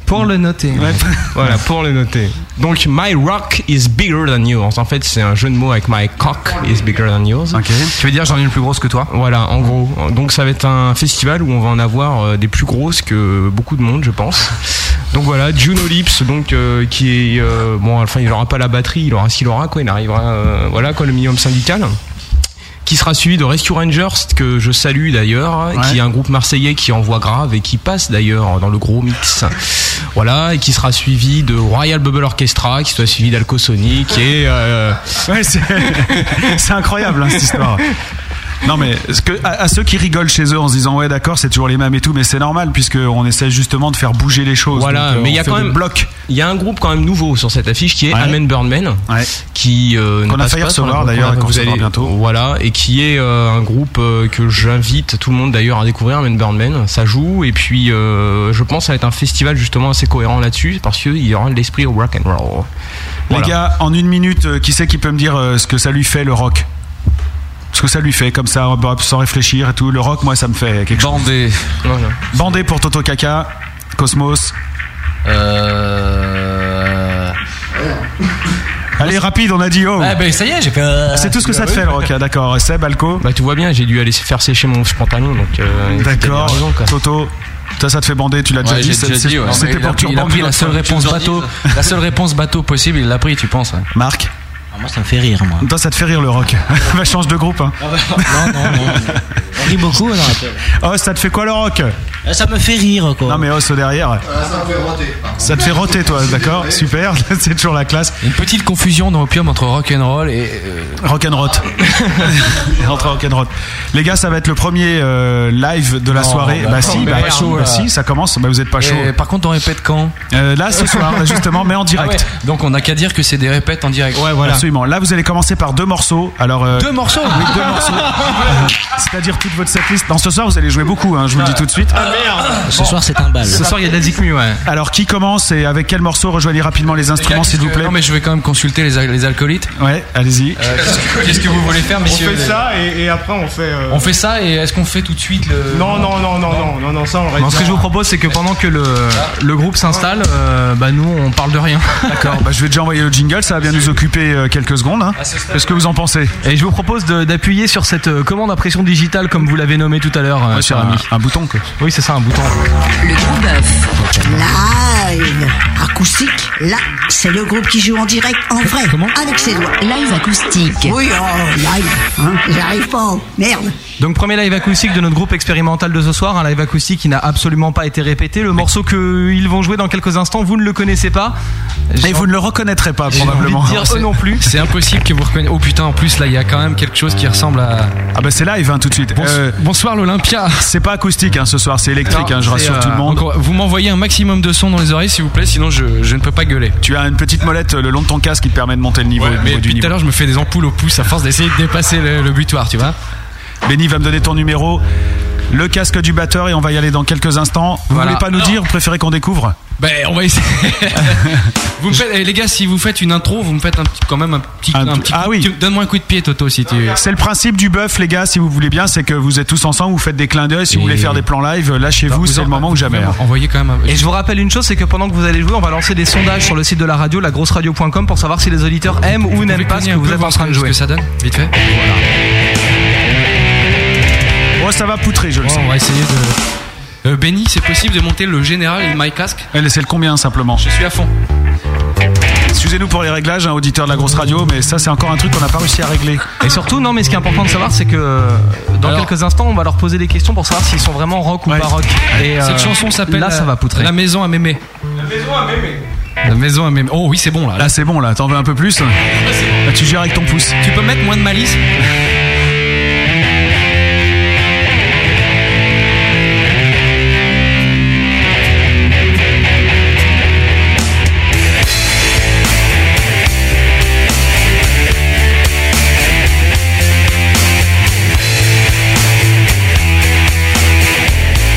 Pour le noter. Voilà, pour le noter. Donc, My Rock is bigger than yours. En fait, c'est un jeu de mots avec My cock is bigger than yours. Tu veux dire, j'en ai une plus grosse que toi Voilà, en gros. Donc, ça va être un festival où on va en avoir euh, des plus grosses que beaucoup de monde, je pense. Donc, voilà, Juno Lips, donc, euh, qui est. euh, bon, enfin, il n'aura pas la batterie, il aura ce qu'il aura, quoi. Il arrivera, euh, voilà, quoi, le minimum syndical qui sera suivi de Rescue Rangers que je salue d'ailleurs, hein, qui est un groupe marseillais qui envoie grave et qui passe d'ailleurs dans le gros mix. Voilà, et qui sera suivi de Royal Bubble Orchestra, qui sera suivi d'Alco Sonic et euh, c'est c'est incroyable hein, cette histoire. Bah, Non mais ce que, à, à ceux qui rigolent chez eux en se disant ouais d'accord c'est toujours les mêmes et tout mais c'est normal puisque on essaie justement de faire bouger les choses. Voilà, Donc, euh, mais il on y a fait quand des même blocs. Il y a un groupe quand même nouveau sur cette affiche qui est Ouais. Amen Burnman, qui euh, ne Qu'on a passe failli pas sur la- recevoir, qu'on a- d'ailleurs, et qu'on vous recevra allez- bientôt. Voilà, et qui est euh, un groupe euh, que j'invite tout le monde d'ailleurs à découvrir. Amen Burnman, ça joue et puis euh, je pense que ça va être un festival justement assez cohérent là-dessus parce qu'il y aura de l'esprit rock and roll. Les gars en une minute euh, qui c'est qui peut me dire euh, ce que ça lui fait le rock ce que ça lui fait comme ça bah, sans réfléchir et tout le rock moi ça me fait quelque chose. Bandé. Bandé pour Toto Kaka Cosmos. Allez rapide on a dit oh. Euh, Ah ben ça y est, j'ai fait. euh, C'est tout ce que ça te fait le rock, ah, d'accord. Seb, Alco Bah, tu vois bien, j'ai dû aller faire sécher mon pantalon, donc. euh, D'accord. t'as raison, quoi. Toto, ça, ça te fait bander, tu l'as déjà Ouais, dit. j'ai déjà c'est- dit, ouais. c'est- C'était Il pour a- il a Turban pris la Pilote. seule réponse bateau, la seule réponse bateau possible, il l'a pris, tu penses. Marc Ah, Moi, ça me fait rire, moi. Ah, Toi, ça te fait rire le rock. Va change de groupe. hein. bah, On rit beaucoup, non Oh, ça te fait quoi le rock Ça me fait rire, quoi. Non, mais os au derrière. Ah, Ça me fait roter. Ça te fait roter, toi, d'accord Super, c'est toujours la classe. Une petite confusion dans Opium entre rock'n'roll et. euh, Rock'n'rot. Entre rock'n'rot. Les gars, ça va être le premier euh, live de la Non, soirée. bah Bah, non, si, mais bah, pas chaud, bah là. si, ça commence. Bah, vous êtes pas chaud. et par contre, on répète quand Euh, là, ce soir, là, justement, mais en direct. Ah ouais, Donc on n'a qu'à dire que c'est des répètes en direct. Ouais, voilà. Absolument. Là, vous allez commencer par deux morceaux. Alors, euh, Deux morceaux Oui, deux morceaux. C'est-à-dire toute votre setlist. Dans ce soir, vous allez jouer beaucoup, hein, je vous le dis tout de suite. Ah merde Ce soir, c'est un bal. Ce soir, il y a de la Zikmu, ouais. Alors, qui commence et avec quel morceau Rejoignez rapidement les instruments, s'il vous plaît. Non, mais je vais quand même consulter les, al- les alcoolites. Euh, Ouais, allez-y. Qu'est-ce que vous voulez faire, messieurs et, et après on fait. euh, On fait ça et est-ce qu'on fait tout de suite euh, le. Non, non, non, non, non, non, non, ça on reste. Bon, ce que je vous propose, c'est que pendant que le, le groupe s'installe, euh, bah nous on parle de rien. D'accord, bah, je vais déjà envoyer le jingle, ça va bien nous occuper euh, quelques secondes. hein. Qu'est-ce que vous en pensez Et je vous propose de- d'appuyer sur cette euh, commande à pression digitale, comme vous l'avez nommé tout à l'heure, euh, cher un- ami. Un bouton, quoi. Oui, c'est ça, un bouton. Le gros bœuf. Live acoustique. Là, c'est le groupe qui joue en direct, en vrai. Avec ses doigts. Live acoustique. Oui, oh, live. Hein, J'arrive pas. Merde. Donc premier live acoustique de notre groupe expérimental de ce soir, un live acoustique qui n'a absolument pas été répété. Le morceau qu'ils vont jouer dans quelques instants, vous ne le connaissez pas. Et vous ne le reconnaîtrez pas, J'ai envie de Ah, probablement. dire eux non plus. C'est impossible que vous reconnaissiez. Oh putain, en plus là, il y a quand même quelque chose qui ressemble à. Ah, bah, c'est live, hein, tout de suite. Euh, Bonsoir l'Olympia. c'est pas acoustique hein, ce soir, c'est électrique, Non, hein, je c'est, rassure euh, tout le monde. encore- vous m'envoyez un maximum de son dans les oreilles, s'il vous plaît, sinon je, je ne peux pas gueuler. Tu as une petite molette euh, le long de ton casque qui te permet de monter le niveau. le mais niveau du depuis tout à l'heure, je me fais des ampoules au pouce à force d'essayer de dépasser le, le butoir, tu vois. Benny va me donner ton numéro, le casque du batteur et on va y aller dans quelques instants. Vous Voilà. voulez pas nous dire, vous préférez qu'on découvre Ben, on va essayer. vous me faites- eh, les gars, si vous faites une intro, vous me faites un petit, quand même un petit, un petit Ah coup- tu- Donne-moi un coup de pied, Toto, si tu. C'est le principe du bœuf, les gars, si vous voulez bien, c'est que vous êtes tous ensemble, vous faites des clins d'œil, si vous voulez faire des plans live, là chez vous, c'est le moment ou jamais. hein. Envoyez quand même. un- Et je vous rappelle une chose, c'est que pendant que vous allez jouer, on va lancer des sondages sur le site de la radio, lagrosseradio.com, pour savoir si les auditeurs aiment ou n'aiment pas ce que vous êtes en train de Ce jouer. que ça donne, vite fait. Oh, ça va poutrer, je le Bon, sens. on va essayer de. Euh, Benny, c'est possible de monter le général et my casque Elle, C'est le combien simplement Je suis à fond. Excusez-nous pour les réglages, hein, auditeurs de la grosse radio, mais ça c'est encore un truc qu'on n'a pas réussi à régler. Et surtout, non, mais ce qui est important de savoir, c'est que euh, dans quelques instants, on va leur poser des questions pour savoir s'ils sont vraiment rock ou pas rock. Et, euh, Cette chanson s'appelle Là, la- ça va poutrer. La maison à mémé. La maison à mémé. Oh oui, c'est bon là. Là c'est bon, là t'en veux un peu plus Là, Tu gères avec ton pouce. Tu peux mettre moins de malice Maison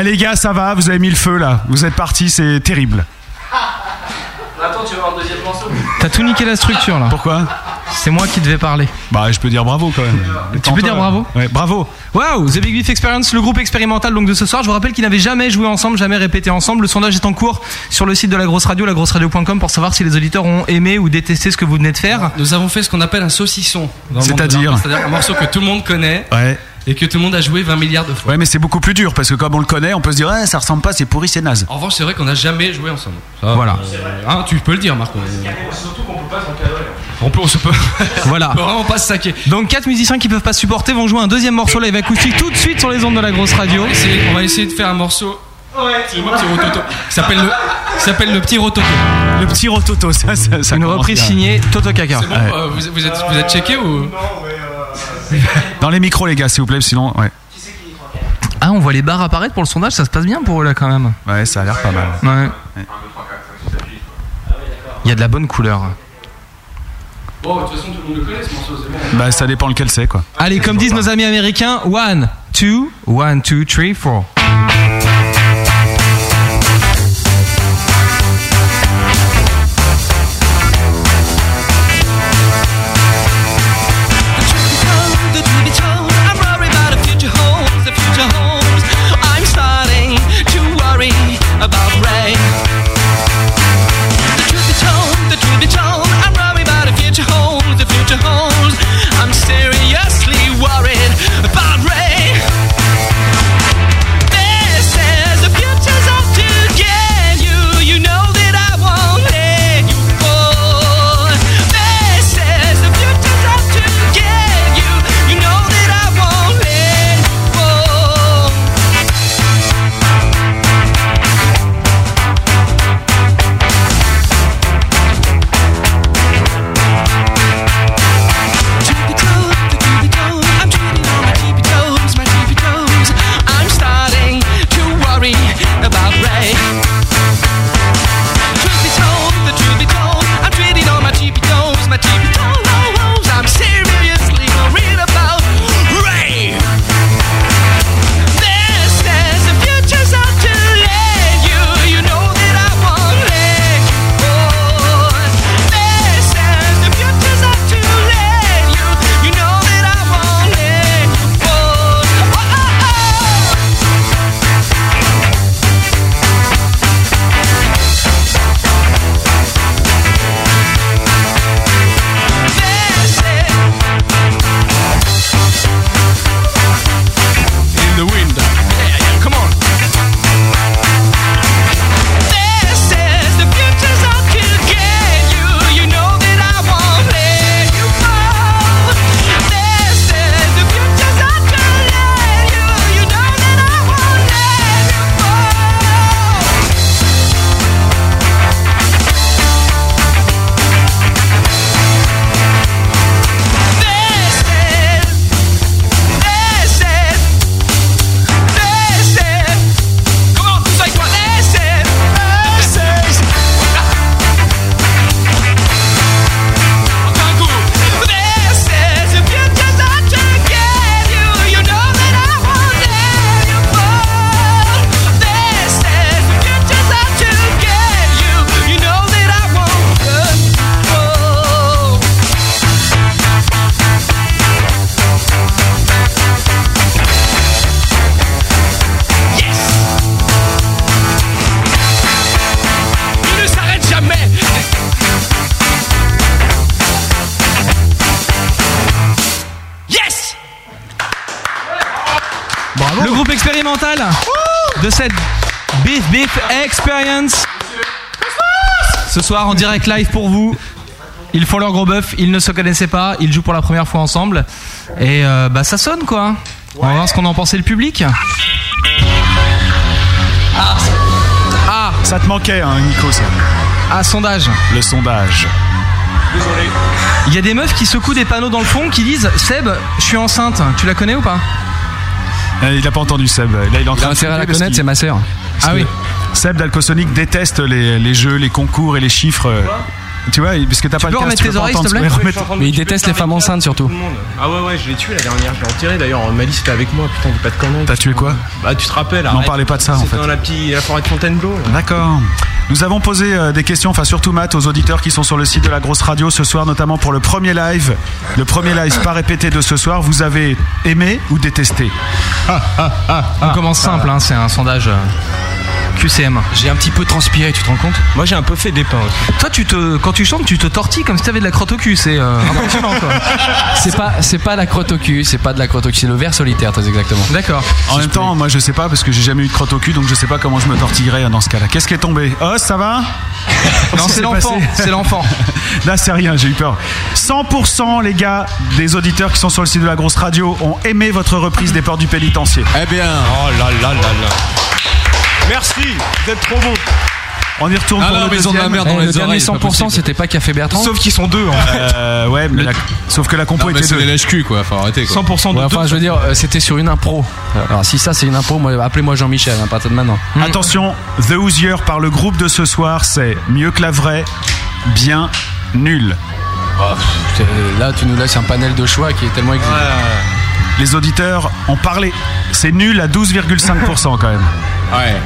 Eh les gars, ça va, vous avez mis le feu là. Vous êtes partis, c'est terrible. Attends, tu vas voir le deuxième morceau T'as tout niqué la structure là. Pourquoi C'est moi qui devais parler. Bah, je peux dire bravo quand même. Tu peux dire bravo Ouais, bravo. Waouh, The Big Beef Experience, le groupe expérimental donc de ce soir. Je vous rappelle qu'ils n'avaient jamais joué ensemble, jamais répété ensemble. Le sondage est en cours sur le site de la grosse radio, lagrosseradio.com, pour savoir si les auditeurs ont aimé ou détesté ce que vous venez de faire. Nous avons fait ce qu'on appelle un saucisson. dans le monde de C'est-à-dire l'art. C'est-à-dire un morceau que tout le monde connaît Ouais. et que tout le monde a joué 20 milliards de fois. Ouais, mais c'est beaucoup plus dur parce que comme on le connaît, on peut se dire ah, ça ressemble pas, c'est pourri, c'est naze. En revanche, c'est vrai qu'on n'a jamais joué ensemble. Ah. Voilà. Euh, hein, tu peux le dire, Marco. Surtout qu'on peut pas s'encadrer. On peut, on se peut. Voilà. vraiment pas se saquer. Donc quatre musiciens qui peuvent pas supporter vont jouer un deuxième morceau live acoustique tout de suite sur les ondes de la grosse radio. On va essayer, on va essayer de faire un morceau. Ouais. C'est moi, petit rototo. Il s'appelle le, il s'appelle le petit rototo. Le petit rototo, ça, ça, ça Une commence reprise bien. signée Toto Kaka. C'est bon, euh, vous, vous êtes, vous êtes checké ou Dans les micros, les gars, s'il vous plaît, sinon, ouais. Ah, on voit les barres apparaître pour le sondage, ça se passe bien pour eux là quand même. Ouais, ça a l'air pas mal. Ouais. Il y a de la bonne couleur. Bon, de toute façon, tout le monde le connaît ce morceau, c'est bon. Bah, ça dépend lequel c'est, quoi. Allez, comme disent nos amis américains, one, two, one, two, three, four. The truth be told, I'm worried about the future holds, the future holds. I'm starting to worry about rain. The truth be told, the truth be told, I'm worried about the future holds, the future holds. I'm seriously worried about rain. This is the future's up to get you. You know that I won't let you go. This is the future's up to get you. You know that I won't let you go. I'm starting to worry about Ray. Truth be told, the truth be told, I'm treating all my cheapy toes, my cheapy toes. I'm seriously worried about Ray. This is the future's out to let you. You know that I won't let you go. This is the future's out to let you. You know that I won't let you go. Oh, oh, oh. In the wind. Yeah, yeah, come on. This is the future's out to get you. You know that I won't let you go. This is the future's out to let you. You know that I won't let you go. This is, this is, this is. Come on, say what this is. This is. This is the future's out to get you. You know that I won't let you go. This is the future's out to get you. You know that I won't let go. Il ne s'arrête jamais. Yes! Le groupe expérimental de cette Beef Beef Experience. Ce soir en direct live pour vous. Ils font leur gros bœuf, ils ne se connaissaient pas, ils jouent pour la première fois ensemble. Et euh, bah ça sonne quoi. On va voir ce qu'on en pensait le public. Ah Ça te manquait, hein, Nico, ça. Ah, sondage. Le sondage. Désolé. Il y a des meufs qui secouent des panneaux dans le fond qui disent Seb, je suis enceinte, tu la connais ou pas Euh, Il n'a pas entendu Seb. Là, il est en train de intérêt à la souffler parce connaître, qu'il- c'est ma sœur. parce Ah que oui. Seb d'Alcosonic déteste les, les jeux, les concours et les chiffres. euh, Tu vois, parce que t'as pas le peux casque, remettre tu peux tes pas oreilles, entendre s'il te ce plaît que- Ouais, je suis en train de- Mais il je vais déteste les femmes enceintes, surtout. Tout le monde. Ah ouais, ouais, je l'ai tué la dernière, je l'ai enterré d'ailleurs. Malice était avec moi, putain, dis pas de conneries. T'as tué quoi Bah, tu te rappelles, N'en arrête. parlez pas de ça, en C'était fait. dans la, petite, la forêt de Fontainebleau. là. D'accord. Nous avons posé euh, des questions, enfin surtout Matt, aux auditeurs qui sont sur le site de la grosse radio ce soir, notamment pour le premier live. Le premier live pas répété de ce soir. Vous avez aimé ou détesté On commence simple, hein, c'est un sondage euh, QCM. J'ai un petit peu transpiré, tu te rends compte Moi j'ai un peu fait des pains aussi. Toi, tu te, quand tu chantes, tu te tortilles comme si t'avais de la crotte au cul, c'est euh, impressionnant quoi. C'est pas, c'est pas la crotte au cul, c'est pas de la crotte au cul, c'est le verre solitaire, très exactement. D'accord. En même temps, moi je sais pas parce que j'ai jamais eu de crotte au cul, donc je sais pas comment je me tortillerais euh, dans ce cas-là. Qu'est-ce qui est tombé Oh, ça va Non, Qu'est-ce qui c'est s'est l'enfant, passé c'est l'enfant. Là, c'est rien, j'ai eu peur. 100% les gars des auditeurs qui sont sur le site de la grosse radio ont aimé votre reprise des ports du pénitencier. Eh bien, oh là là là là. Merci, vous êtes trop beau. On y retourne Ah pour non, le mais ils ont de la deuxième. merde dans Eh, le les dernier oreilles, c'est pas 100%, possible. c'était pas Café Bertrand Sauf qu'ils sont deux en fait. Euh, ouais, mais la- sauf que la compo Non, mais était c'est deux. les lèche-cul quoi, faut arrêter quoi. Ouais, enfin, je veux dire, euh, c'était sur une impro. Alors, si ça, c'est une impro, moi, appelez-moi Jean-Michel, hein, à partir de maintenant. Attention, The Hoosier par le groupe de ce soir, c'est mieux que la vraie, bien nul. Bah, là, tu nous laisses un panel de choix qui est tellement exigeant. Les auditeurs ont parlé. C'est nul à 12,5% quand même. Ouais.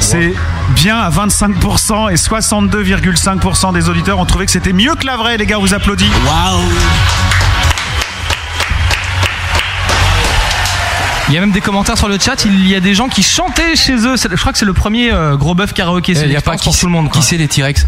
C'est bien à 25% et 62,5% des auditeurs ont trouvé que c'était mieux que la vraie. Les gars, on vous applaudit. Il y a même des commentaires sur le chat, il y a des gens qui chantaient chez eux. C'est- Je crois que c'est le premier euh, gros bœuf karaoké. Eh, c'est y a l'expérience pas pour qui- tout le monde. Qui c'est les T-Rex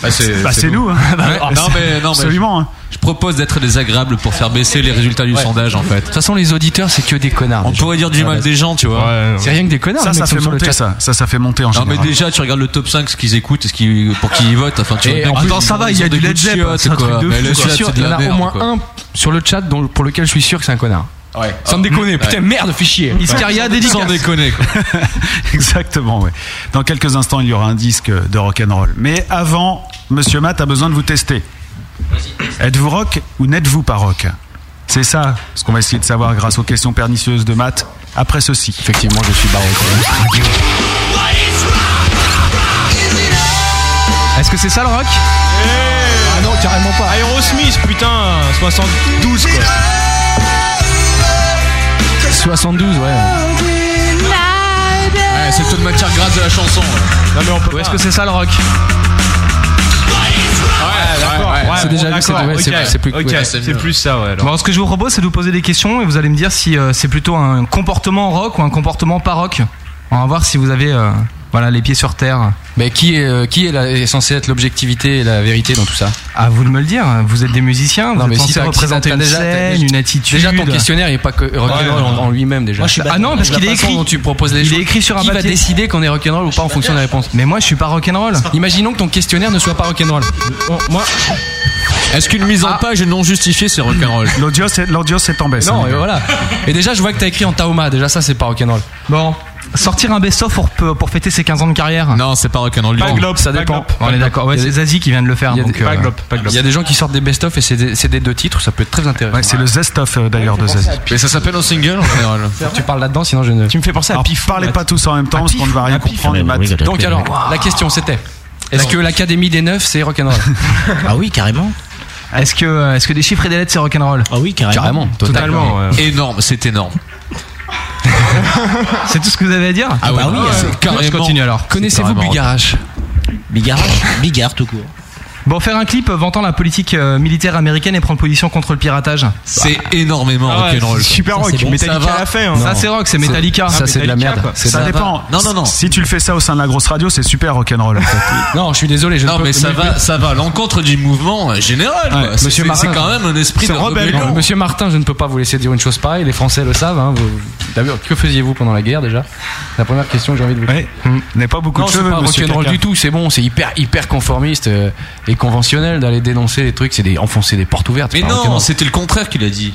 Bah, c'est, Bah, c'est nous. hein. Ouais. Ah, non, c'est- mais, non, mais absolument. hein. Je, je propose d'être désagréable pour faire baisser les résultats du sondage en fait. De toute façon, les auditeurs, c'est que des connards. On déjà. pourrait dire du À la mal base. des gens, tu vois. C'est rien que des connards. Ça, les mecs ça qui fait sont sur le monter chat. ça. Ça, ça fait monter en Non mais général. déjà tu regardes le top 5 ce qu'ils écoutent et ce qu'ils pour qui ils votent enfin tu Et vois, en plus, plus, ils ça va, ont il y a des du goûts Led de Zepp, chiottes, c'est un quoi. truc de Mais fou, le quoi. chiotte, Sûr, c'est de Il y en la a au merde, moins quoi. un sur le chat dont- pour lequel je suis sûr que c'est un connard. Ouais. Ah. Sans me déconner, Ouais. putain, merde, fais chier. Iscaria dédicace. Sans déconner quoi. Exactement, ouais. Dans quelques instants, il y aura un disque de rock'n'roll. Mais avant, Monsieur Matt a besoin de vous tester. Êtes-vous rock ou n'êtes-vous pas rock C'est ça ce qu'on va essayer de savoir grâce aux questions pernicieuses de Matt après ceci. Effectivement, je suis baroque. Est-ce que c'est ça le rock Ah non, carrément pas. Aerosmith, putain, 72 quoi. 72, ouais. Ouais, c'est le taux de matière grasse de la chanson. ouais. Non mais on peut Ou est-ce pas. que c'est ça le rock D'accord, ouais, c'est bon, déjà vu, c'est- d'accord, ouais, c'est ok, plus- c'est plus- ok, ouais, c'est plus ça, ouais. alors. Bon, ce que je vous propose, c'est de vous poser des questions et vous allez me dire si euh, c'est plutôt un comportement rock ou un comportement pas rock. On va voir si vous avez euh, voilà, les pieds sur terre. Mais qui est, euh, qui est, la- est censé être l'objectivité et la vérité dans tout ça À vous de me le dire, vous êtes des musiciens, vous Non, êtes mais si censés t'as- si représenter t'as une déjà- t'as- scène, une attitude. Déjà, ton questionnaire, il est pas que rock'n'roll Ouais, en, en lui-même déjà. Moi, je suis Ah batteur, non, parce donc qu'il est la façon écrit. Dont tu proposes les Il choses. est écrit sur un Qui va papier. décider qu'on est rock'n'roll ou pas en fonction des réponses Mais moi, je suis pas rock'n'roll. Imaginons que ton questionnaire ne soit pas rock'n'roll. Moi, Ah. Est-ce qu'une mise en page non justifiée c'est rock'n'roll L'audio, c'est l'audio, c'est en baisse. hein, Non, les et gars. voilà. Et déjà, je vois que t'as écrit en Taoma. Déjà, ça, c'est pas rock'n'roll. bon, sortir un best-of pour, pour fêter ses 15 ans de carrière. Non, c'est pas rock'n'roll du Pas tout. Glop, ça pas dépend. Glop. On est d'accord, ouais, c'est Zazie qui vient de le faire. Il y a donc, des- euh, Pas Glop, pas Glop. Il y a des gens qui sortent des best-of et c'est des, c'est des deux titres. Ça peut être très intéressant. Ouais, c'est le zest-off euh, d'ailleurs de Zazie. Mais ça s'appelle un single en général. Tu parles là-dedans, sinon je ne. Tu me fais penser à Alors, Pif. parlez pas tous en même temps parce qu'on ne va rien Ah, comprendre. et Matt- Donc alors, la question c'était est-ce que l'Académie des Neufs c'est rock'n'roll Ah oui, carrément. Est-ce que, euh, est-ce que des chiffres et des lettres c'est rock'n'roll Ah oui, carrément. Totalement, ouais. Énorme, c'est énorme. C'est tout ce que vous avez à dire hein. Ah ouais, bah oui, non, c'est ouais. carrément. Je continue alors. Connaissez-vous carrément Bugarache Bigard, Bigard tout court. Bon, faire un clip vantant la politique euh, militaire américaine et prendre position contre le piratage. C'est énormément Ah ouais, rock'n'roll. c'est super Ça, rock, c'est bon, Metallica ça va. l'a fait. hein. Ça, c'est rock, c'est Metallica. Ça c'est de la Metallica, merde. quoi. C'est de Ça la- dépend. Non, non, non. Si tu le fais ça au sein de la grosse radio, c'est super rock'n'roll. En fait. Non, je suis désolé, je ne Non peux- mais ça va, ça va à l'encontre du mouvement général. quoi. Ouais, Ah C'est- Monsieur c'est, c'est Martin. quand même un esprit Bah, C'est de rebelle. Non, rébellion. Monsieur Martin, je ne peux pas vous laisser dire une chose pareille. Les Français le savent. hein, vous- D'abord, que faisiez-vous pendant la guerre déjà C'est La première question que j'ai envie de vous. Hmm. Ouais. N'est pas beaucoup Non, de c'est cheveux, pas monsieur. rock'n'roll Caca. du tout. C'est bon, c'est hyper hyper conformiste euh, et conventionnel d'aller dénoncer les trucs, c'est des enfoncer des portes ouvertes. c'est Mais pas non, rock'n'roll. c'était le contraire qu'il a dit.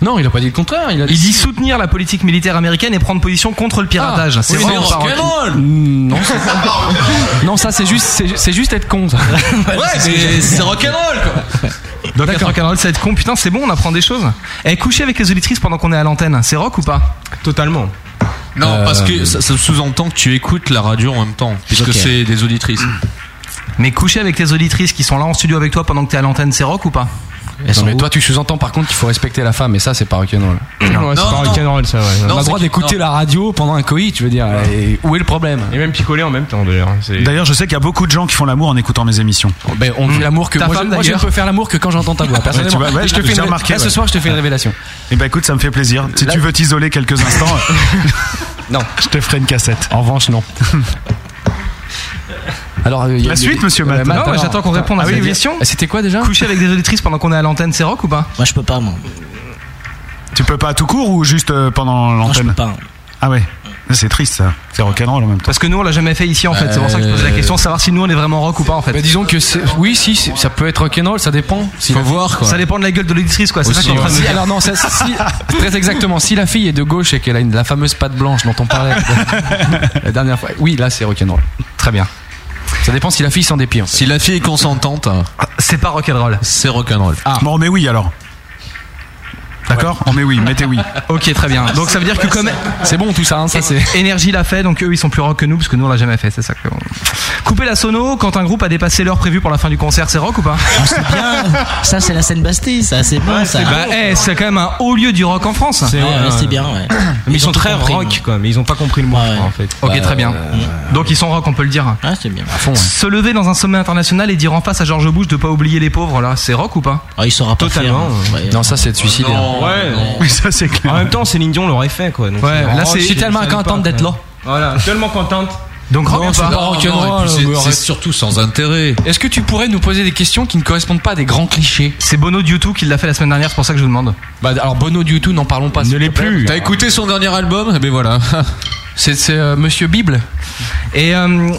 non, il a pas dit le contraire. Il a Il dit soutenir la politique militaire américaine et prendre position contre le Ah, piratage. Ah, c'est oui, vrai. c'est vraiment pas rock'n'roll. Hmm, Non, c'est- non, ça c'est juste, c'est c'est juste être con. ça. Ouais, mais c'est rock'n'roll quoi. Donc être rock'n'roll, ça va être con. Putain, c'est bon, on apprend des choses. Et coucher avec les auditrices pendant qu'on est à l'antenne, c'est rock ou pas Totalement. Non, parce que ça, ça sous-entend que tu écoutes la radio en même temps, puisque Ok. c'est des auditrices. Mais coucher avec les auditrices qui sont là en studio avec toi pendant que t'es à l'antenne, c'est rock ou pas Attends, mais toi, tu sous-entends par contre qu'il faut respecter la femme, et ça, c'est pas rock'n'roll. Non, ouais, c'est pas rock'n'roll, ça, ouais. On Non, a le c'est droit qui- d'écouter non. la radio pendant un coït, tu veux dire. et où est le problème Et même picoler en même temps, d'ailleurs. hein, C'est- D'ailleurs, je sais qu'il y a beaucoup de gens qui font l'amour en écoutant mes émissions. Mm. Ben, on fait l'amour que Mmh. Ta moi, je- femme, moi, je ne d'ailleurs. peux faire l'amour que quand j'entends ta voix. Personnellement, Ouais, tu vois, ouais, je te j'ai fais une remarqué, Là, ce ouais. soir, je te fais une révélation. Eh ben écoute, ça me fait plaisir. Si tu veux t'isoler quelques instants, euh, non, je te ferai une cassette. En revanche, non. Alors, euh, il y a- La il y a- suite, monsieur Euh, Matt. Non, mais alors- j'attends qu'on réponde à Ah oui, cette oui. question. C'était quoi déjà Coucher avec des auditrices pendant qu'on est à l'antenne, c'est rock ou pas Moi, je peux pas, moi. Tu peux pas tout court ou juste euh, pendant l'antenne Ah ouais. C'est triste ça. C'est rock'n'roll en même temps. Parce que nous, on l'a jamais fait ici en fait. C'est pour ça que je pose Euh. la question, savoir si nous on est vraiment rock ou pas en fait. Mais disons que c'est- oui, si, c'est- ça peut être rock'n'roll, ça dépend. Si Faut la- hein. voir, quoi. Ça dépend de la gueule de l'auditrice quoi. C'est ça que je suis en train de Si- me dire. alors non, ça- si- très exactement. Si la fille est de gauche et qu'elle a une, la fameuse patte blanche dont on parlait la dernière fois, oui, là c'est rock'n'roll. Très bien. Ça dépend si la fille s'en dépire. Si la fille est consentante, hein. Ah, c'est pas rock'n'roll. C'est rock'n'roll. Bon, mais oui alors. D'accord On met oui, mettez oui. Ok, très bien. Donc ça veut dire que comme c'est bon tout ça, hein, ça c'est. Énergie l'a fait, donc eux ils sont plus rock que nous parce que nous on l'a jamais fait, c'est ça que. Couper la sono quand un groupe a dépassé l'heure prévue pour la fin du concert, c'est rock ou pas C'est bien. ça, c'est la scène Bastille, ça, c'est bon, ça. C'est bah, eh, c'est quand même un haut lieu du rock en France. C'est- Ouais, ouais, ouais. c'est bien, ouais. euh, Mais ils, Ils ont sont tout très compris, rock, ouais. quand même. Ils ont pas compris le mot, je crois, en fait. Ok, très bien. Donc ils sont rock, on peut le dire. Ah, c'est bien. Se lever dans un sommet international et dire en face à George Bush de pas oublier les pauvres, là, c'est rock ou pas Ah, il saura pas Totalement. faire, hein. Ouais. Non, ça c'est de suicider. ouais. Oui, ça c'est clair. En même temps, Céline Dion l'aurait fait, quoi. Donc, Ouais, c'est- là, Oh, c'est- je je suis tellement savais pas, contente d'être quoi. là. Voilà, tellement contente. Donc rock Non, ou c'est pas pas rock and roll, mais c'est arrête. surtout sans intérêt. Est-ce que tu pourrais nous poser des questions qui ne correspondent pas à des grands clichés C'est Bono du tout qui l'a fait la semaine dernière, c'est pour ça que je vous demande. Bah alors Bono du tout, n'en parlons pas. Ne l'est plus. T'as écouté son dernier album Eh ben voilà. C'est c'est, euh, Monsieur Bible. Et euh,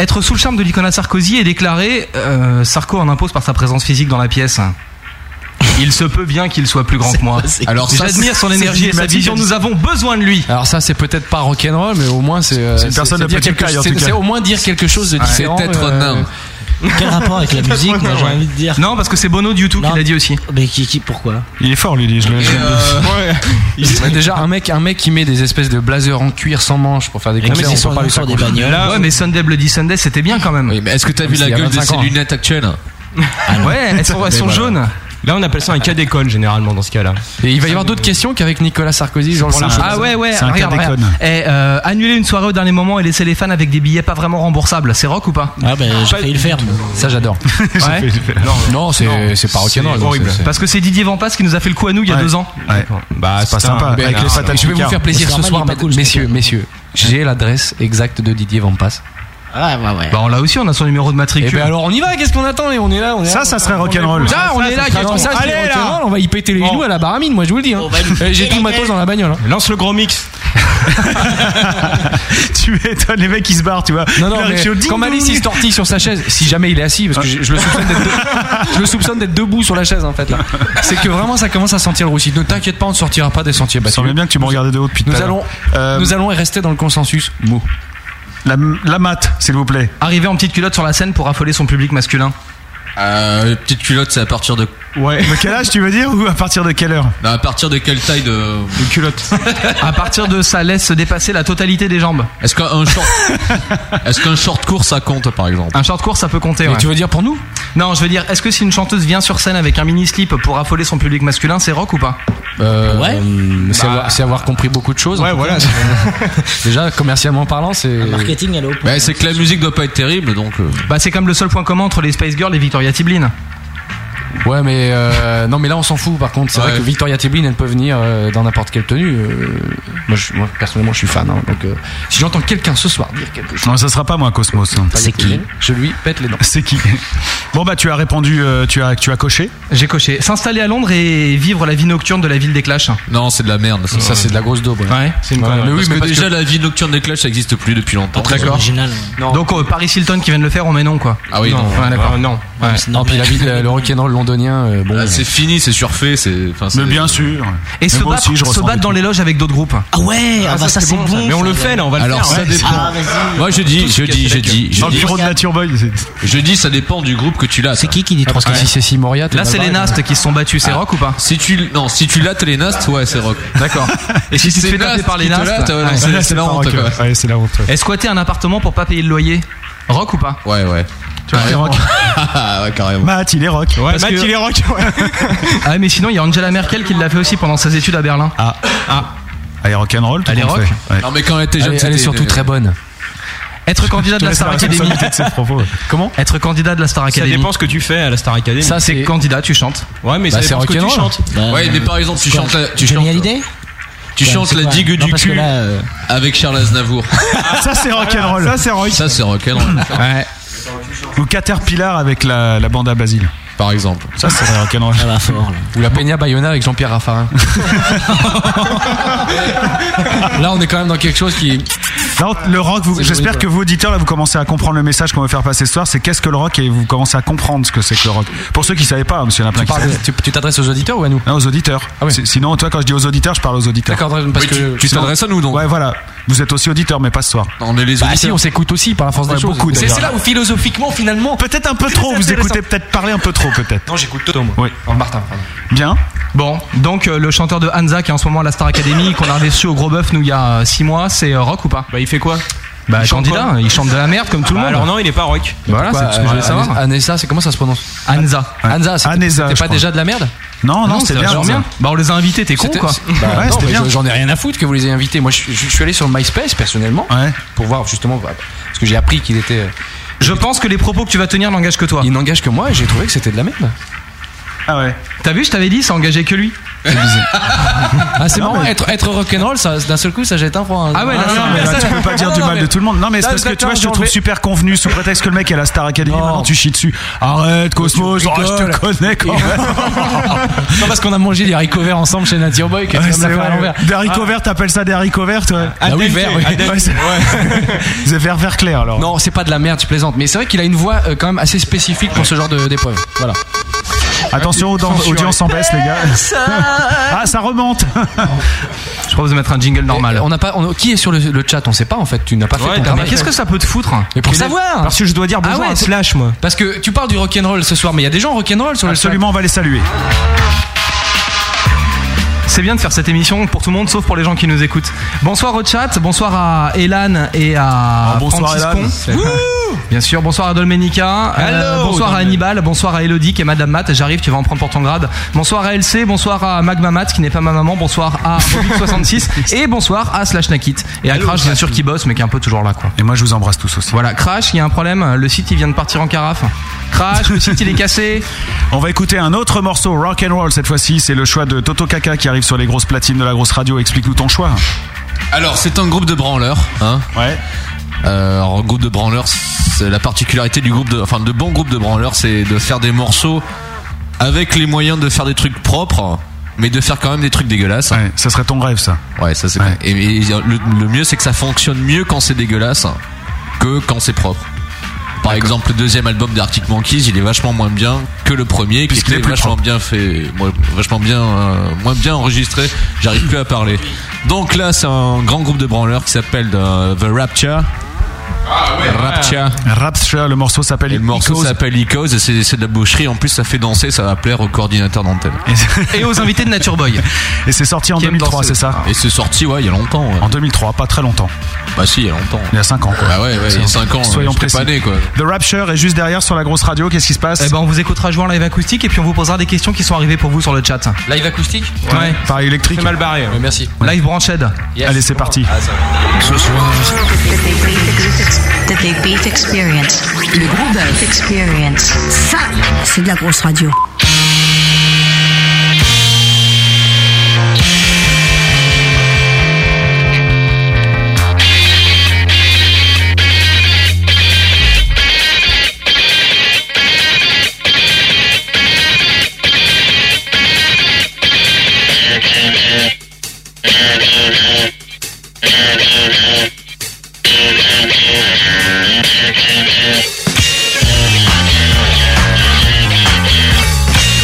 être sous le charme de l'icône à Sarkozy est déclaré euh, Sarko en impose par sa présence physique dans la pièce. Il se peut bien qu'il soit plus grand que moi. Alors ça, j'admire c'est- son c'est énergie et sa climatique. vision. Nous avons besoin de lui. Alors ça c'est peut-être pas rock'n'roll, mais au moins c'est. euh, C'est une personne de dire petite quelque- taille, en c'est- tout cas. C'est au moins dire quelque chose de euh, Ouais. différent. C'est peut-être nain. euh, Quel rapport avec la musique, moi, j'ai envie de dire. Non, parce que c'est Bono du tout qui Non. l'a dit aussi. Mais qui, qui pourquoi Il est fort, lui, je le- je l'aime euh, bien. Ouais, déjà un mec, un mec qui met des espèces de blazers en cuir sans manches pour faire des Les mecs, concerts, ils on sont peut pas ils lui sont faire des confiance. bagnoles. Ouais, mais Sunday Bloody Sunday, c'était bien quand même. Oui, mais est-ce que t'as Comme vu la s'il y a gueule de 25 ses ans. lunettes actuelles Ouais, elles sont, elles sont jaunes. Là, on appelle ça un cas d'école, généralement, dans ce cas-là. Et il va y avoir d'autres questions qu'avec Nicolas Sarkozy, Jean Voilà. le Ah ouais, ouais, C'est un regarde, cas regarde. déconne. Eh, euh, annuler une soirée au dernier moment et laisser les fans avec des billets pas vraiment remboursables, c'est rock ou pas Ah, ben, j'ai failli le faire. moi. Ça j'adore. Ouais. Non, c'est c'est pas rock'n'roll. donc c'est- c'est- Parce que c'est Didier Vampas qui nous a fait le coup à nous il y a Ouais. deux ans. Ouais. Bah, C'est pas sympa. un bel Avec les art. fatales Je vais vous Picard. faire plaisir ce Norman, il soir, est pas cool, ce messieurs, mec-là. messieurs. J'ai l'adresse exacte de Didier Vampas. Ah, bah, ouais. Bah on l'a aussi, on a son numéro de Et matricule. ben alors on y va, qu'est-ce qu'on attend et on est là, on est Ça, là. ça serait rock'n'roll. Ça, on est là, qu'est-ce qu'on- ça, c'est Allez, là. rock'n'roll, on va y péter les genoux à la baramine, moi je vous le dis. hein. Euh, J'ai tout le matos dans la bagnole. hein. Lance le gros mix. tu m'étonnes, les mecs ils se barrent, tu vois. Non, non, Leur mais show, ding, quand Malice dong. il se tortille sur sa chaise, si jamais il est assis, parce que je, je le soupçonne d'être de- je le soupçonne d'être debout sur la chaise en fait là, c'est que vraiment ça commence à sentir le roussi. Ne t'inquiète pas, on ne sortira pas des sentiers Ça battus. semblait bien que tu me regardais de haut depuis tout Nous à l'heure. allons, Euh, nous allons rester dans le consensus. Mot. La, la mat, s'il vous plaît. Arriver en petite culotte sur la scène pour affoler son public masculin. euh, Petite culotte, c'est à partir de Ouais. De quel âge tu veux dire ou à partir de quelle heure Non, à partir de quelle taille de Une culotte. À partir de ça, laisse se dépasser la totalité des jambes. Est-ce qu'un short Est-ce qu'un short court ça compte par exemple Un short court, ça peut compter. Mais ouais. tu veux dire pour nous Non, je veux dire, est-ce que si une chanteuse vient sur scène avec un mini slip pour affoler son public masculin, c'est rock ou pas Euh, Ouais. euh, C'est avoir, c'est avoir compris beaucoup de choses. Ouais, voilà. Déjà commercialement parlant, c'est. Le Marketing, elle est au point. Bah, c'est que la musique doit pas être terrible donc. euh, Bah c'est comme le seul point commun entre les Space Girls et Victoria Tiblin. Ouais, mais euh, non, mais là on s'en fout. Par contre, c'est Ouais. vrai que Victoria Tibin, elle peut venir euh, dans n'importe quelle tenue. euh, moi, je- moi, personnellement, je suis fan. hein, donc, euh, si j'entends quelqu'un ce soir dire quelque chose, Non, ça sera pas moi, Cosmos. hein. c'est qui Je lui pète les dents. C'est qui Bon, bah, tu as répondu, euh, tu, as, tu as coché. J'ai coché. S'installer à Londres et vivre la vie nocturne de la ville des Clash. Non, c'est de la merde. Ça, Ça, c'est de la grosse daube. ouais. Ouais. C'est une connerie. mais oui, parce mais que parce déjà la vie nocturne des Clash ça existe plus depuis longtemps. Ah, C'est original. ouais. Donc euh, Paris Hilton qui vient de le faire, on met non quoi. Ah oui, non. Ouais, d'accord. Ah, non. Mais c'est Non, puis la normal. vie, le, le rock'n'roll londonien, euh, bon. Ah, c'est fini, c'est surfait, c'est. enfin, c'est- Mais bien sûr. Et Mais se moi battre, aussi, je se ressens battre des dans les loges avec d'autres groupes. Ah ouais, ah bah ça c'est bon. Mais on le ça, fait, là, on va le Alors faire. ça hein. ouais. dépend. Ah, vas-y. Moi je dis, je dis, je dis, trucs. je Dans le dis, bureau de Nature Boy. c'est- je dis, ça dépend du groupe que tu l'as. C'est qui qui dit Ah, trois parce que si c'est Simoria, t'es Là mal c'est les barré, Nastes qui se sont battus, c'est rock ou pas Ah. Si tu non, si tu l'as, t'es les nastes, ouais, c'est rock. D'accord. Et si tu te fais taper par les Nastes Ouais, là, c'est la pas honte. rock, quoi. ouais, c'est la honte. ouais. Et squatter un appartement pour pas payer le loyer Rock ou pas Ouais, ouais. Tu Matt est rock. Ah ouais, carrément. Matt, il est rock. Ouais, Matt, il est rock, ah, mais sinon, il y a Angela Merkel qui l'a fait aussi pendant ses études à Berlin. Ah, ah. Elle est rock'n'roll, tout Elle est compte rock fait. Ouais. Non, mais quand elle était jeune, Elle, elle est c'était surtout des- très bonne. Être candidat de la Star Academy. Comment Être candidat de la Star Ça Academy. dépend ce que tu fais à la Star Academy. Ça, c'est Bah, candidat, tu chantes. Ouais, Bah, mais ça dépend ce que tu chantes. Bah, ouais, mais par exemple, tu chantes la, tu chantes, tu Ouais, chantes c'est la quoi digue Non, du parce que cul là, euh, avec Charles Aznavour. Ah, ça c'est rock'n'roll. Ça c'est rock. Ça c'est rock'n'roll. Ouais. Ou Caterpillar avec la, la bande à Basile. Par exemple. Ça c'est vrai, rock'n'roll. Ça va fort. Ou la Peña Bayona avec Jean-Pierre Raffarin. Là, on est quand même dans quelque chose qui. Non, le rock, vous- C'est j'espère joli, que vous auditeurs, là, vous commencez à comprendre le message qu'on veut faire passer ce soir. C'est qu'est-ce que le rock et vous commencez à comprendre ce que c'est que le rock. Pour ceux qui savaient pas, monsieur, il y en a plein Tu qui parles- savent. Tu tu t'adresses aux auditeurs ou à nous Ah Non, aux auditeurs. Si- Sinon, toi, quand je dis aux auditeurs, je parle aux auditeurs. D'accord, parce Oui, que- tu- tu sinon- t'adresses à nous, donc. Ouais, voilà. Vous êtes aussi auditeurs, mais pas ce soir. On est les Bah si, on s'écoute aussi par la force Ouais, des choses. beaucoup, C'est d'ailleurs. c'est là où philosophiquement, finalement. Peut-être un peu trop. Vous écoutez peut-être parler un peu trop, peut-être. Non, j'écoute Toto, moi. Oui. Martin, pardon. Bien. Bon, donc euh, le chanteur de Hanza qui est en ce moment à la Star Academy, qu'on a reçu au Gros Bœuf nous il y a 6 mois, c'est euh, rock ou pas Bah il fait quoi Bah Il chante candidat, quoi il chante de la merde comme tout le Bah monde. alors non, il est pas rock. Bah, Voilà, c'est ce que je voulais savoir. Anessa, c'est comment ça se prononce Anza. Anza, c'est- Anesa, c'était je pas crois. déjà de la merde Non, non, c'était c'était bien. genre bien. Bah on les a invités, t'es con C'était- quoi. Bah, Ouais, non, c'était mais bien. je- J'en ai rien à foutre que vous les ayez invités. Moi, je, je- je suis allé sur le MySpace personnellement pour voir justement bah, parce que j'ai appris qu'il était. euh, Je pense que les propos que tu vas tenir n'engagent que toi. Il n'engage que moi et j'ai trouvé que c'était de la merde. Ah ouais. T'as vu, je t'avais dit, ça engageait que lui. Ah, c'est Non, marrant, mais- être, être rock'n'roll, ça, d'un seul coup, ça jette un froid. hein. Ah ouais, non, non, Mais là, tu peux pas dire du mal de tout le monde. Non, mais c'est Là, parce que tu d'accord, vois, je te j'en trouve vais- super convenu sous prétexte que le mec est à la Star Academy. Maintenant, tu chies dessus. Arrête, Cosmo, je Oh, rigoles. te connais quand même. Non, parce qu'on a mangé des haricots verts ensemble chez Nature Boy, que tu Ouais, vas me c'est la faire à vrai. l'envers. Des haricots verts, t'appelles ça des haricots verts, toi Ah oui, vert, oui. Ouais, c'est- C'est vert, vert clair, alors. Non, c'est pas de la merde, tu plaisantes. Mais c'est vrai qu'il a une voix euh, quand même assez spécifique pour ce genre de- d'épreuve. Voilà. Attention, auden- audience en baisse, les gars. Ah, ça remonte. Je propose de mettre un jingle normal. On n'a pas, on- qui est sur le, le chat On sait pas en fait. Tu n'as pas fait. ton mais travail. qu'est-ce que ça peut te foutre Mais pour savoir. Parce que je dois dire bonjour Ah ouais, à c'est- Slash, moi. Parce que tu parles du rock'n'roll ce soir, mais il y a des gens rock'n'roll sur Absolument, on va les saluer. C'est bien de faire cette émission pour tout le monde, sauf pour les gens qui nous écoutent. Bonsoir au chat, bonsoir à Elan et à Ah, bonsoir, Franciscon. Elan. C'est- Wouh Bien sûr, bonsoir à Dolmenica, euh, Hello, bonsoir à Dolmen. Hannibal, bonsoir à Elodie qui est Madame Matt, j'arrive, tu vas en prendre pour ton grade. Bonsoir à LC, bonsoir à Magma Matt qui n'est pas ma maman, bonsoir à Robic66 et bonsoir à Slash Nakit. Et à Crash, bien sûr, qui bosse mais qui est un peu toujours là quoi. Et moi, je vous embrasse tous aussi. Voilà, Crash, il y a un problème, le site il vient de partir en carafe. Crash, le site il est cassé. On va écouter un autre morceau rock and roll cette fois-ci. C'est le choix de Toto Kaka qui arrive sur les grosses platines de la grosse radio. Explique-nous ton choix. Alors, c'est un groupe de branleurs, hein Ouais. Euh, alors, un groupe de branleurs, c'est la particularité du groupe de, enfin, de bons groupes de branleurs, c'est de faire des morceaux avec les moyens de faire des trucs propres, mais de faire quand même des trucs dégueulasses. Ouais, ça serait ton rêve, ça. Ouais, ça c'est. Et, et le, le mieux, c'est que ça fonctionne mieux quand c'est dégueulasse que quand c'est propre. Par exemple, le deuxième album d'Arctic Monkeys, il est vachement moins bien que le premier, qui Puisqu'il était est plus vachement bien fait, moi, vachement bien, euh, moins bien enregistré. J'arrive plus à parler. Donc là, c'est un grand groupe de branleurs qui s'appelle euh, The Rapture. Rapture. Rapture, le morceau s'appelle Et le morceau Echoes. s'appelle Icos et c'est c'est de la boucherie. En plus, ça fait danser, ça va plaire au coordinateur d'antenne. Et aux invités de Nature Boy. Et c'est sorti en Qui aime 2003, danser. c'est ça Et c'est sorti, ouais, il y a longtemps. ouais. En 2003, pas très longtemps. Bah si, il y a longtemps. Il y a 5 ans, quoi. Bah ouais, ouais, il y a 5 ans. Soyons j'étais précis. pas né, quoi. The Rapture est juste derrière sur la grosse radio. Qu'est-ce qui se passe Eh ben on vous écoutera jouer en live acoustique et puis on vous posera des questions qui sont arrivées pour vous sur le chat. Live acoustique Ouais. Pareil électrique. mal barré. hein. Ouais, Merci. Live branched. Allez, c'est parti. Ah, Ce soir, The Big Beef Experience. Le gros bœuf. Experience. Ça, c'est de la grosse radio. Thank you.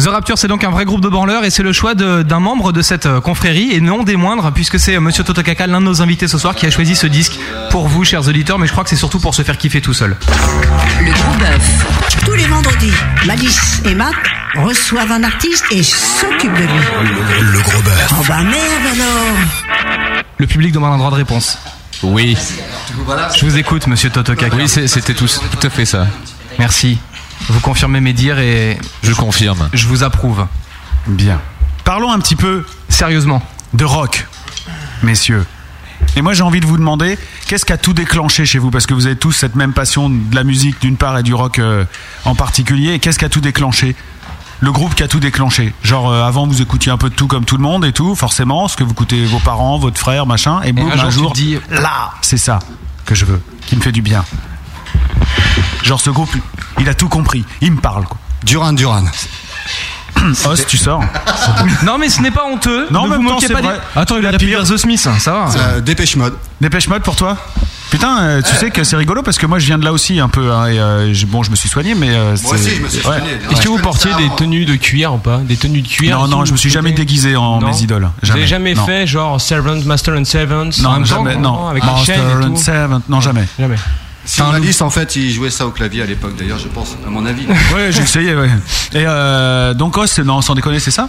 The Rapture, c'est donc un vrai groupe de branleurs et c'est le choix de- d'un membre de cette euh, confrérie et non des moindres, puisque c'est euh, Monsieur Totokaka, l'un de nos invités ce soir, qui a choisi ce disque pour vous, chers auditeurs, mais je crois que c'est surtout pour se faire kiffer tout seul. Le gros bœuf. Tous les vendredis, Malice et Matt reçoivent un artiste et s'occupent de lui. Le gros bœuf. Oh bah merde alors Le public demande un droit de réponse. Oui. Je vous écoute, monsieur Totokaka. Oui, c'était tout, à fait ça. Merci. Vous confirmez mes dires et. Je confirme. Je vous approuve. Bien. Parlons un petit peu. Sérieusement. De rock, messieurs. Et moi, j'ai envie de vous demander, qu'est-ce qui a tout déclenché chez vous Parce que vous avez tous cette même passion de la musique d'une part et du rock euh, en particulier. Et qu'est-ce qui a tout déclenché Le groupe qui a tout déclenché. Genre, euh, avant, vous écoutiez un peu de tout comme tout le monde et tout, forcément, ce que vous écoutez vos parents, votre frère, machin. Et, boum, un jour, tu te dis, Bah. là, c'est ça que je veux, qui me fait du bien. Genre, ce groupe, il a tout compris. Il me parle, quoi. Duran Duran. Os, tu sors. non, mais ce n'est pas honteux. Non, ne mais vous non, moquez c'est pas vrai. des- Attends, il a pire The Smith, hein, ça va. Euh, Dépêche mode. Dépêche mode pour toi Putain, euh, tu sais que c'est rigolo parce que moi je viens de là aussi un peu. hein, et, euh, je- bon, je me suis soigné, mais. euh, c'est- ouais. Est-ce que vous portiez des tenues de cuir ou pas Des tenues de cuir Non, et non, tout, je me suis vous jamais portiez déguisé en Non. mes idoles. Vous avez Jamais. jamais Non. fait genre Servant, Master and Servant en Non, même temps, jamais. quoi, Non, avec la Master chaîne et and tout Servant, non, jamais. Jamais. Si Malice, en fait, il jouait ça au clavier à l'époque, d'ailleurs, je pense, à mon avis. Ouais, j'ai essayé, ouais. Et euh, donc, Os, c'est- non, sans déconner, c'est ça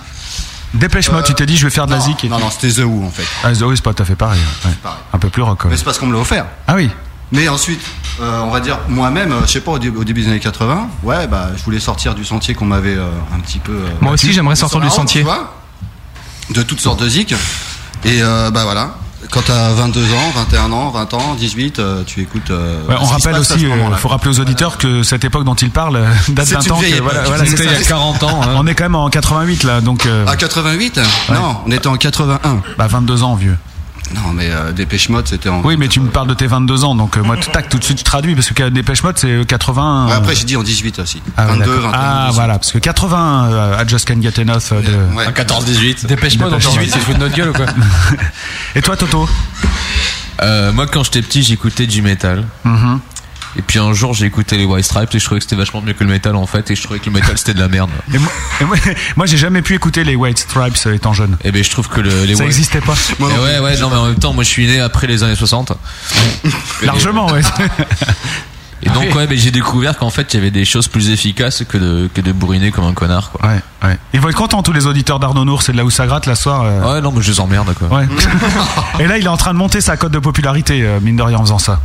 Dépêche mode, tu t'es dit, je vais faire de la zik. Euh, Non, non, c'était The Who en fait. Ah, The Who, c'est pas tout à fait pareil. ouais. Un peu plus rock. ouais. Mais c'est parce qu'on me l'a offert. Ah oui Mais ensuite, euh, on va dire, moi-même, euh, je sais pas, au, dé- au début des années 80, ouais, bah, je voulais sortir du sentier qu'on m'avait euh, un petit peu. euh, Moi aussi, battu. j'aimerais Sur sortir la du route, sentier. tu vois, de toutes sortes de zik. Et euh, bah voilà. Quand t'as 22 ans, 21 ans, 20 ans, 18, euh, tu écoutes. euh, Ouais, on ce qui se rappelle passe à ce aussi, il moment-là. faut rappeler aux auditeurs que cette époque dont il parle euh, date C'est d'un une temps. vieille que- époque. voilà, voilà, C'était c'est ça. il y a 40 ans, hein. On est quand même en 88 là, donc. euh, À 88 Non, on était en 81. Bah 22 ans, vieux. Non, mais euh, Dépêche Mode, c'était en. Oui, mais tu me parles de tes 22 ans, donc euh, moi, tac, tout de suite, je traduis, parce que Dépêche Mode, c'est 80. Ouais, euh, après, j'ai dit en 18 aussi. ah, ouais, 22, 21. d'accord. Ah, voilà, parce que 80 euh, à Just Can Get Enough euh, de. Ouais. 14-18. Dépêche-moi, dans 18, c'est foutu de notre gueule ou quoi Et toi, Toto Euh, moi, quand j'étais petit, j'écoutais du métal. Mhm. Et puis un jour, j'ai écouté les White Stripes et je trouvais que c'était vachement mieux que le métal en fait. Et je trouvais que le métal c'était de la merde. Et moi, et moi- moi, j'ai jamais pu écouter les White Stripes euh, étant jeune. Et ben, je trouve que le- les Ça White- existait pas. Eh ouais, ouais, non, mais en même temps, moi je suis né après les années 60. Largement, Ah ouais. Et donc, ouais, ben, j'ai découvert qu'en fait, il y avait des choses plus efficaces que de, que de bourriner comme un connard, quoi. Ouais, ouais. Ils vont être contents, tous les auditeurs d'Arnaud Nour, c'est de là où ça gratte la soirée. Ouais, non, mais je les emmerde, quoi. Ouais. et là, il est en train de monter sa cote de popularité, euh, mine de rien, en faisant ça.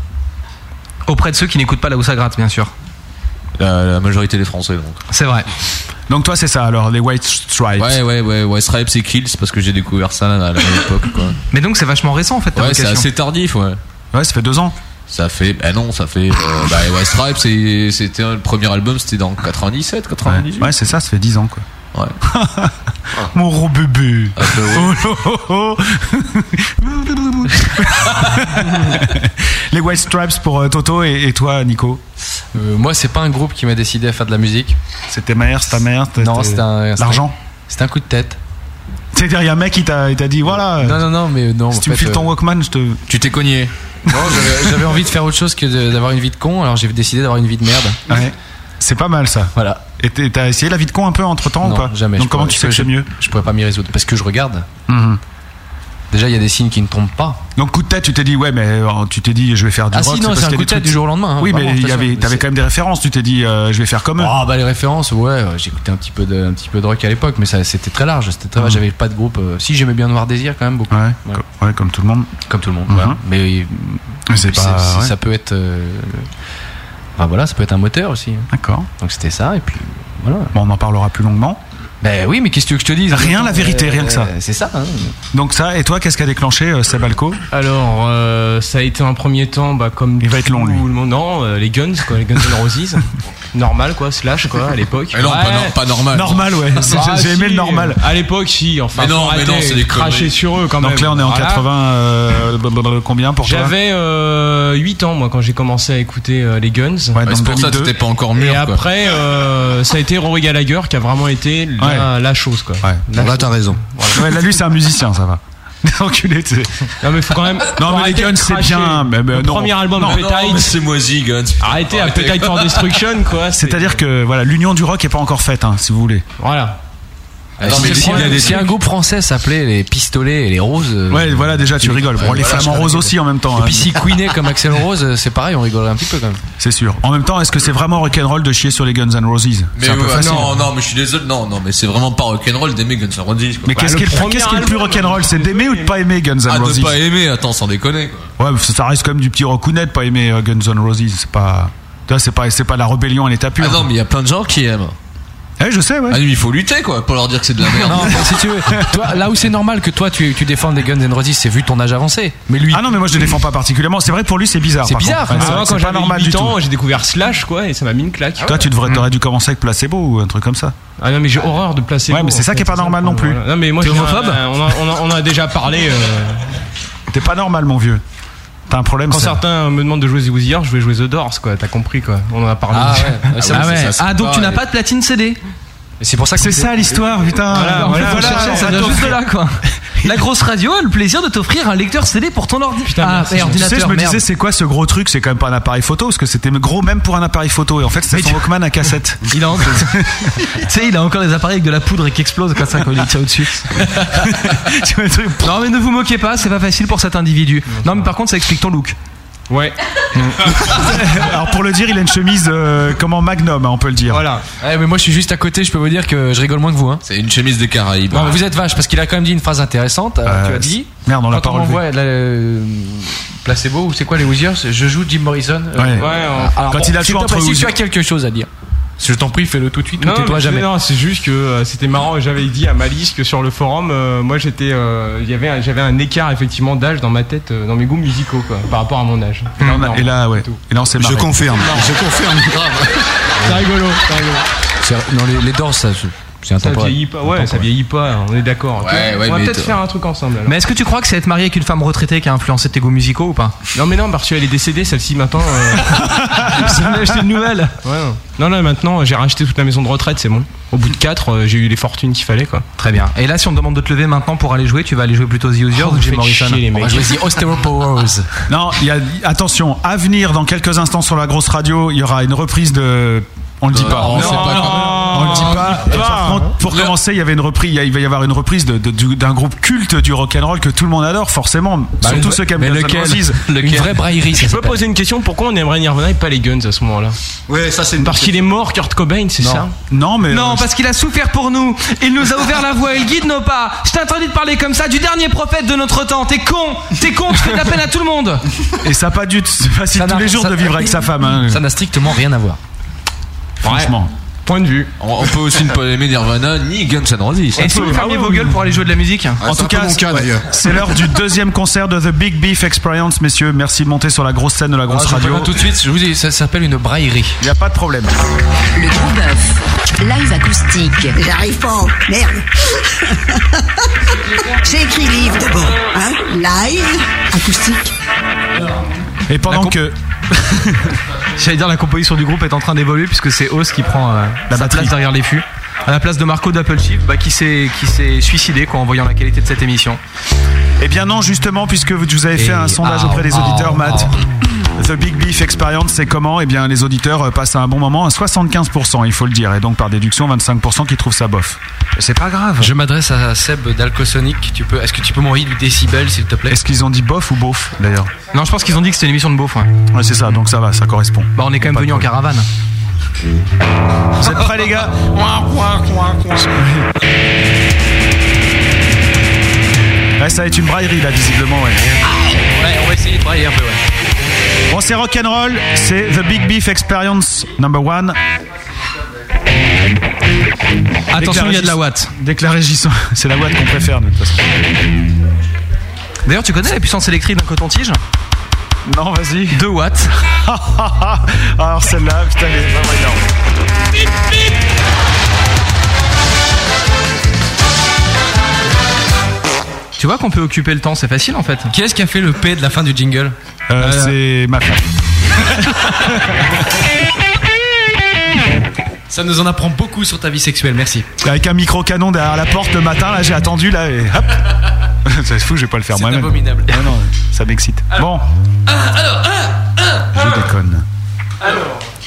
Auprès de ceux qui n'écoutent pas là où ça gratte, bien sûr. La, la majorité des Français, donc. C'est vrai. Donc, toi, c'est ça, alors, les White Stripes. Ouais, ouais, ouais, White Stripes et Kills, parce que j'ai découvert ça à l'époque, quoi. Mais donc, c'est vachement récent en fait. ta Ouais, c'est vocation. assez tardif, ouais. Ouais, ça fait deux ans. Ça fait, bah non, ça fait. euh, bah, White Stripes, c'est- c'était le premier album, c'était dans 97, 98. Ouais, c'est ça, ça fait 10 ans, quoi. Ouais. Ah, bah Mon gros bébé. Euh, Oh, oh, oh. Les White Stripes pour euh, Toto et, et toi, Nico Euh, moi, c'est pas un groupe qui m'a décidé à faire de la musique. C'était ma mère, c'est ta mère Non, c'était- c'était un. l'argent C'était un coup de tête. C'est-à-dire, il y a un mec qui t'a il t'a dit voilà. euh, Non, non, non, mais non. Si en tu me fait, files ton euh, Walkman, je te. Tu t'es cogné. Non, j'avais- j'avais envie de faire autre chose que de- d'avoir une vie de con, alors j'ai décidé d'avoir une vie de merde. Ouais. C'est pas mal ça. Voilà. Et t'es- t'as essayé la vie de con un peu entre temps ou Non, pas jamais. Donc Je comment pourrais- tu sais que je- c'est mieux Je pourrais pas m'y résoudre parce que je regarde. Mhm. Déjà, il y a des signes qui ne tombent pas. Donc coup de tête, tu t'es dit ouais, mais euh, tu t'es dit je vais faire du Ah rock. si, non, parce c'est un qu'il y a coup des de tête trucs- du jour au lendemain, hein, Oui, vraiment, mais il y attention, avait, mais t'avais c'est- quand même des références. Tu t'es dit euh, je vais faire comme eux. Ah bah les références, ouais, euh, j'écoutais un petit peu de, un petit peu de rock à l'époque, mais ça c'était très large, c'était très Mhm. large, j'avais pas de groupe. euh, si j'aimais bien Noir Désir quand même beaucoup. Ouais, co- ouais, comme tout le monde. Comme tout le monde, Mhm. voilà. Mais euh, Mais c'est pas- c'est- ouais. ça peut être, euh, le- enfin voilà, ça peut être un moteur aussi. hein. D'accord. Donc c'était ça et puis voilà. Bon, on en parlera plus longuement. Ben oui, mais qu'est-ce que tu veux que je te dise Rien, la vérité, Euh, rien que ça. C'est ça. hein. Donc ça, et toi, qu'est-ce qui a déclenché euh, Sebalco Alors, euh, ça a été un premier temps, bah, comme Il va être long, tout lui. le monde, non, euh, les Guns, quoi, les Guns N' Roses, normal quoi, slash quoi, à l'époque. Ah, Mais non, pas nor- pas normal. Normal, ouais. C'est- j'ai- j'ai aimé le normal. À l'époque, si, enfin, Mais non, faut mais non, arrêter c'est de des cracher conneries. sur eux quand même. Donc là, on est en Voilà. 80. euh, blablabla, combien pour toi J'avais euh, 8 ans moi quand j'ai commencé à écouter euh, les Guns. Ouais, donc c'est pour ça que 2002. t'étais pas encore mûr, Et quoi. après, euh, ça a été Rory Gallagher qui a vraiment été la, la chose quoi. La Là, t'as raison. Ouais, là, lui, c'est un musicien, ça va. Enculé, tu sais. Non mais faut quand même. Non, mais les Guns, c'est bien. Mais, mais le non. premier album Non, Appetite. mais c'est hein, moisi, Guns. Arrêtez, Arrêtez. Appetite for Destruction quoi. c'est- C'est-à-dire que voilà, l'union du rock est pas encore faite, hein, si vous voulez. Voilà. Ah, si le problème, si un groupe français s'appelait les pistolets et les roses. euh, Ouais, voilà, déjà, tu c'est- rigoles. Bon, Ouais, les voilà, flamants je roses rigole. aussi en même temps. Et hein. puis si Queené comme Axel Rose, euh, c'est pareil, on rigolerait un petit peu quand même. C'est sûr. En même temps, est-ce que c'est vraiment rock'n'roll de chier sur les Guns N' Roses Mais C'est un peu ouais, facile. non, non, mais je suis désolé, non, non, mais c'est vraiment pas rock'n'roll d'aimer Guns N' Roses. quoi. Mais Bah, qu'est-ce qui est le, qu'est-ce qui est le plus rock'n'roll C'est d'aimer ou de pas aimer Guns Ah, N' Roses de pas aimer, attends, sans déconner. quoi. Ouais, mais ça ça reste quand même du petit rocounet de pas aimer euh, Guns N' Roses. C'est pas. tu vois, C'est pas, c'est pas la rébellion à l'état pur. Ah non, mais il y a plein de gens qui aiment. Eh, je sais, ouais. Ah, mais il faut lutter, quoi, pour leur dire que c'est de la merde. Non, mais si tu veux. Toi, là où c'est normal que toi tu, tu défendes les Guns N' Roses, c'est vu ton âge avancé. Mais lui. Ah non, mais moi je les défends pas particulièrement. C'est vrai, pour lui, c'est bizarre. C'est par bizarre. contre. Ouais, Ah, c'est moi, vrai que quand c'est pas j'avais normal 8 du tout. ans, j'ai découvert Slash, quoi, et ça m'a mis une claque. Toi, tu devrais, t'aurais dû commencer avec Placebo ou un truc comme ça. Ah non, mais j'ai horreur de placer. Ouais, mais c'est ça qui est pas normal non plus. Non, mais moi, T'es j'ai un- homophobe on, en- on en- on en a déjà parlé. euh, T'es pas normal, mon vieux. T'as un problème. Quand ça. certains me demandent de jouer The Wizard, je vais jouer The Doors, quoi. T'as compris, quoi. On en a parlé. Ah ouais. Ah ouais. Ah, donc tu n'as pas de platine CD C'est pour ça que C'est ça l'histoire, putain. Voilà, En fait, voilà, faut chercher, voilà, ça ça vient doit juste de offrir- là quoi. La grosse radio a le plaisir de t'offrir un lecteur CD pour ton ordi. ah, et Tu sais, je ordinateur, me merde. disais, c'est quoi ce gros truc C'est quand même pas un appareil photo, parce que c'était gros même pour un appareil photo. Et en fait, c'est son Walkman à cassette. Il a encore, tu sais, il a encore des appareils avec de la poudre et qui explose comme ça quand il les tient au-dessus. Tu vois, le truc- non mais ne vous moquez pas, c'est pas facile pour cet individu. Non mais par contre, ça explique ton look. Ouais. Alors pour le dire, il a une chemise euh, comment Magnum, hein, on peut le dire. Voilà. Eh, Ouais, mais moi je suis juste à côté, je peux vous dire que je rigole moins que vous. Hein. C'est une chemise des Caraïbes. Non, mais vous êtes vache parce qu'il a quand même dit une phrase intéressante. euh, Euh, tu as dit. Merde, on l'a pas quand on relevé. m'envoie la- euh, placebo ou c'est quoi les Wizards Je joue Jim Morrison. euh, Ouais. euh, alors, Quand bon, il a le s'il choix te entre plaît, Si Wizards- tu as quelque chose à dire, je t'en prie, fais-le tout de suite. Non, ou tais-toi mais jamais. c'est- non, c'est juste que euh, c'était marrant. J'avais dit à Malice que sur le forum, euh, moi j'étais, euh, il y avait, un- j'avais un écart effectivement d'âge dans ma tête, euh, dans mes goûts musicaux, quoi, par rapport à mon âge. Et là, on a- et là, ouais. Et là, on s'est marré. Je confirme. Je confirme. C'est rigolo, c'est rigolo. C'est- Non, les, les danses, ça, c'est- c'est Ça intemporel. vieillit pas, ouais, ça vieillit pas. On est d'accord. Ouais, ouais, on va mais peut-être t'as- faire un truc ensemble. alors. Mais est-ce que tu crois que c'est être marié avec une femme retraitée qui a influencé tes goûts musicaux ou pas Non mais non, parce qu'elle est décédée celle-ci maintenant. euh. J'en ai acheté une nouvelle. Ouais. Non là maintenant, j'ai racheté toute la maison de retraite, c'est bon. Au bout de 4 j'ai eu les fortunes qu'il fallait, quoi. Très bien. Et là, si on te demande de te lever maintenant pour aller jouer, tu vas aller jouer plutôt The Oh, User vous ou Jim faites Morrison chier, les mecs. On va jouer The Osteoporose. Non, il y a, attention, à venir dans quelques instants sur la grosse radio, il y aura une reprise de. On le dit Euh, pas. on sait pas quand on le dit pas. Et par contre, pour commencer, il y avait une reprise. Il y a- il va y avoir une reprise de- de- du- d'un groupe culte du rock and roll que tout le monde adore, forcément. Bah, Surtout ceux qui aiment Guns N' Roses. Une vraie braillerie, ça Je peux s'appelle. poser une question, pourquoi on aimerait Nirvana et pas les Guns à ce moment-là Ouais, ça c'est une Parce qu'il est mort, Kurt Cobain, c'est ça Non, mais. Non, euh, parce qu'il a souffert pour nous. Il nous a ouvert la voie, il guide nos pas. Je t'ai interdit de parler comme ça du dernier prophète de notre temps. T'es con, t'es con, tu fais de la peine à tout le monde. Et ça n'a pas du tout. C'est facile Ça tous n'a- les jours ça- de vivre avec sa femme, hein, Ça n'a strictement rien à voir. franchement. Point de vue. On, on peut aussi ne pas aimer Nirvana ni Guns N' Roses. Ah, Et si vous fermiez vos gueules pour aller jouer de la musique En tout cas, c'est- ouais, c'est l'heure du deuxième concert de The Big Beef Experience, messieurs. Merci de monter sur la grosse scène de la grosse Ah, je vous radio. préviens tout de suite, je vous dis, ça s'appelle une braillerie. Il n'y a pas de problème. Le gros bœuf. Live acoustique. J'arrive pas, merde. J'ai écrit livre d'abord, hein, live, acoustique. Et pendant que J'allais dire la composition du groupe est en train d'évoluer puisque c'est Os qui prend euh, sa batterie. place derrière les fûts. À la place de Marco d'Apple Chip, bah, qui s'est qui s'est suicidé quoi, en voyant la qualité de cette émission. Eh bien non, justement, puisque vous- je vous avez fait Et- un sondage ah, auprès des auditeurs, ah, Matt. The Big Beef Experience, c'est comment Eh bien, les auditeurs euh, passent un bon moment à 75%, il faut le dire. Et donc, par déduction, 25% qui trouvent ça bof. C'est pas grave. Je m'adresse à Seb d'Alcosonic. Tu peux, est-ce que tu peux m'envoyer du décibel, s'il te plaît Est-ce qu'ils ont dit bof ou beauf, d'ailleurs Non, je pense qu'ils ont dit que c'était une émission de beauf. Ouais. Ouais, c'est ça, donc ça va, ça correspond. Bah, on est quand même Pas de venu en caravane. Vous êtes prêts, les gars Ouais, ça va être une braillerie, là, visiblement, ouais. Ouais, on va essayer de brailler un peu, ouais. Bon, c'est rock'n'roll, c'est The Big Beef Experience number one. Attention, il y a de la watt. Déclaré Gisson, c'est la ouate qu'on préfère, nous, de toute façon. D'ailleurs, tu connais la puissance électrique d'un coton-tige Non, vas-y. 2 watts. Alors celle-là, putain, elle est vraiment énorme. Tu vois qu'on peut occuper le temps, c'est facile en fait. Qui est-ce qui a fait le P de la fin du jingle Euh, c'est ma femme. Ça nous en apprend beaucoup sur ta vie sexuelle, merci. Avec un micro-canon derrière la porte le matin, là j'ai attendu, là et hop. C'est fou, je vais pas le faire C'est moi-même. abominable. Ouais, euh, Ah. non, ça m'excite. Bon. Je déconne.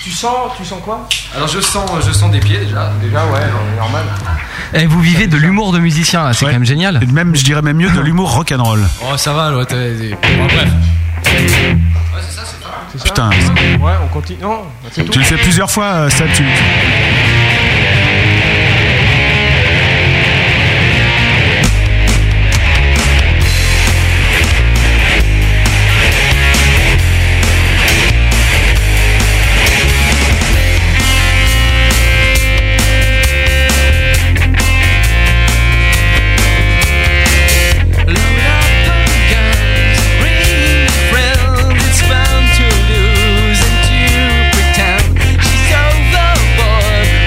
Tu sens, tu sens quoi Alors je sens, je sens des pieds déjà. Déjà, ouais, normal. Et Eh, vous vivez de l'humour de musicien, là, c'est quand même génial. Même, je dirais même mieux de l'humour rock'n'roll. Oh, ça va, l'autre. bref. Putain. Ouais, on continue. Non, c'est tout. Tu le fais plusieurs fois, euh, Seb, tu. She's overboard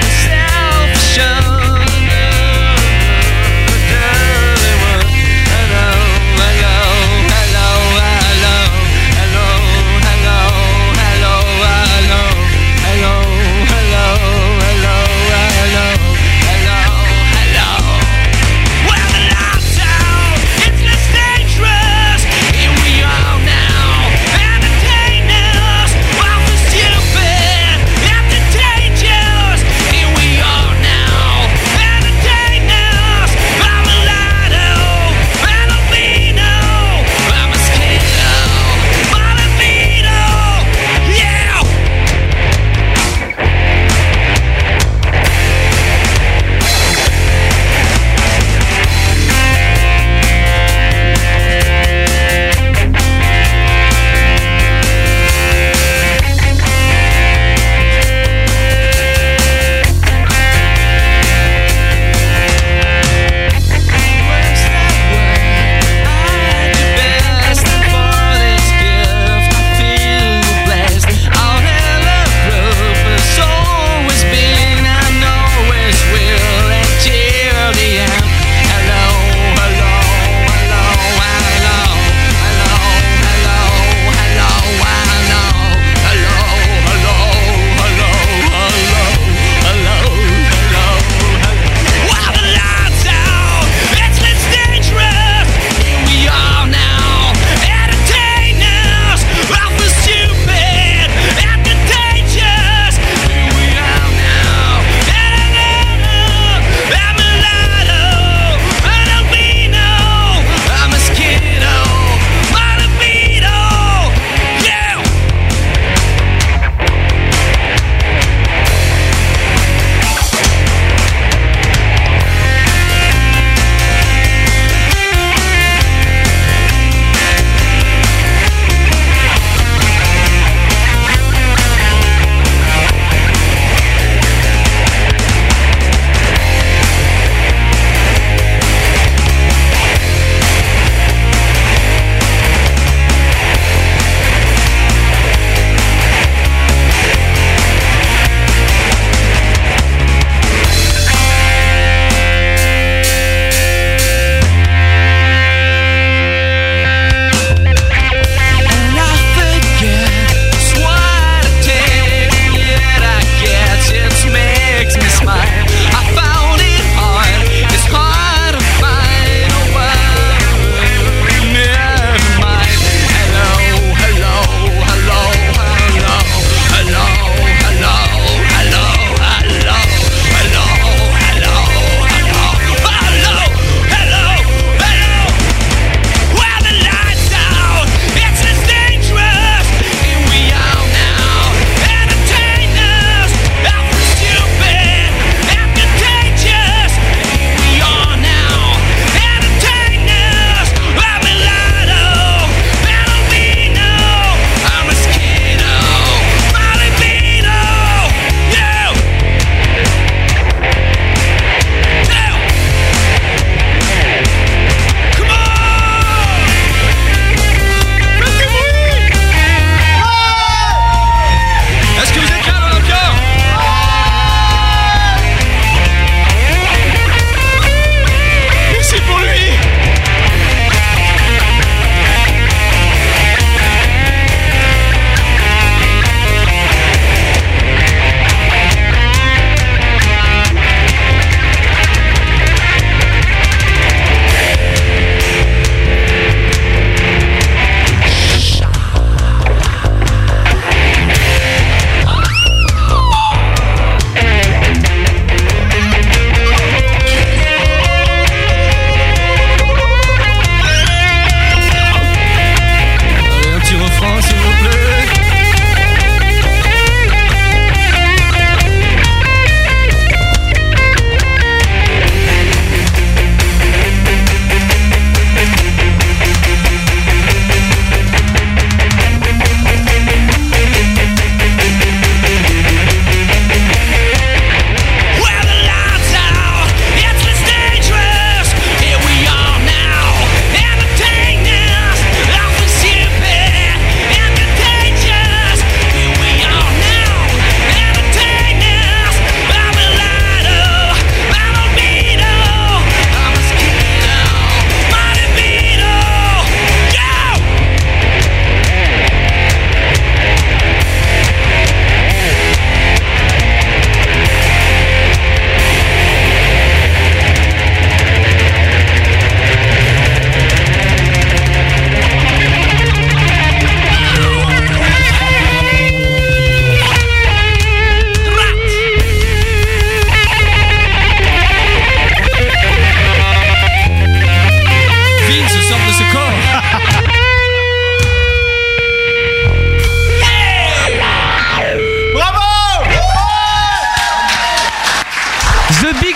euh,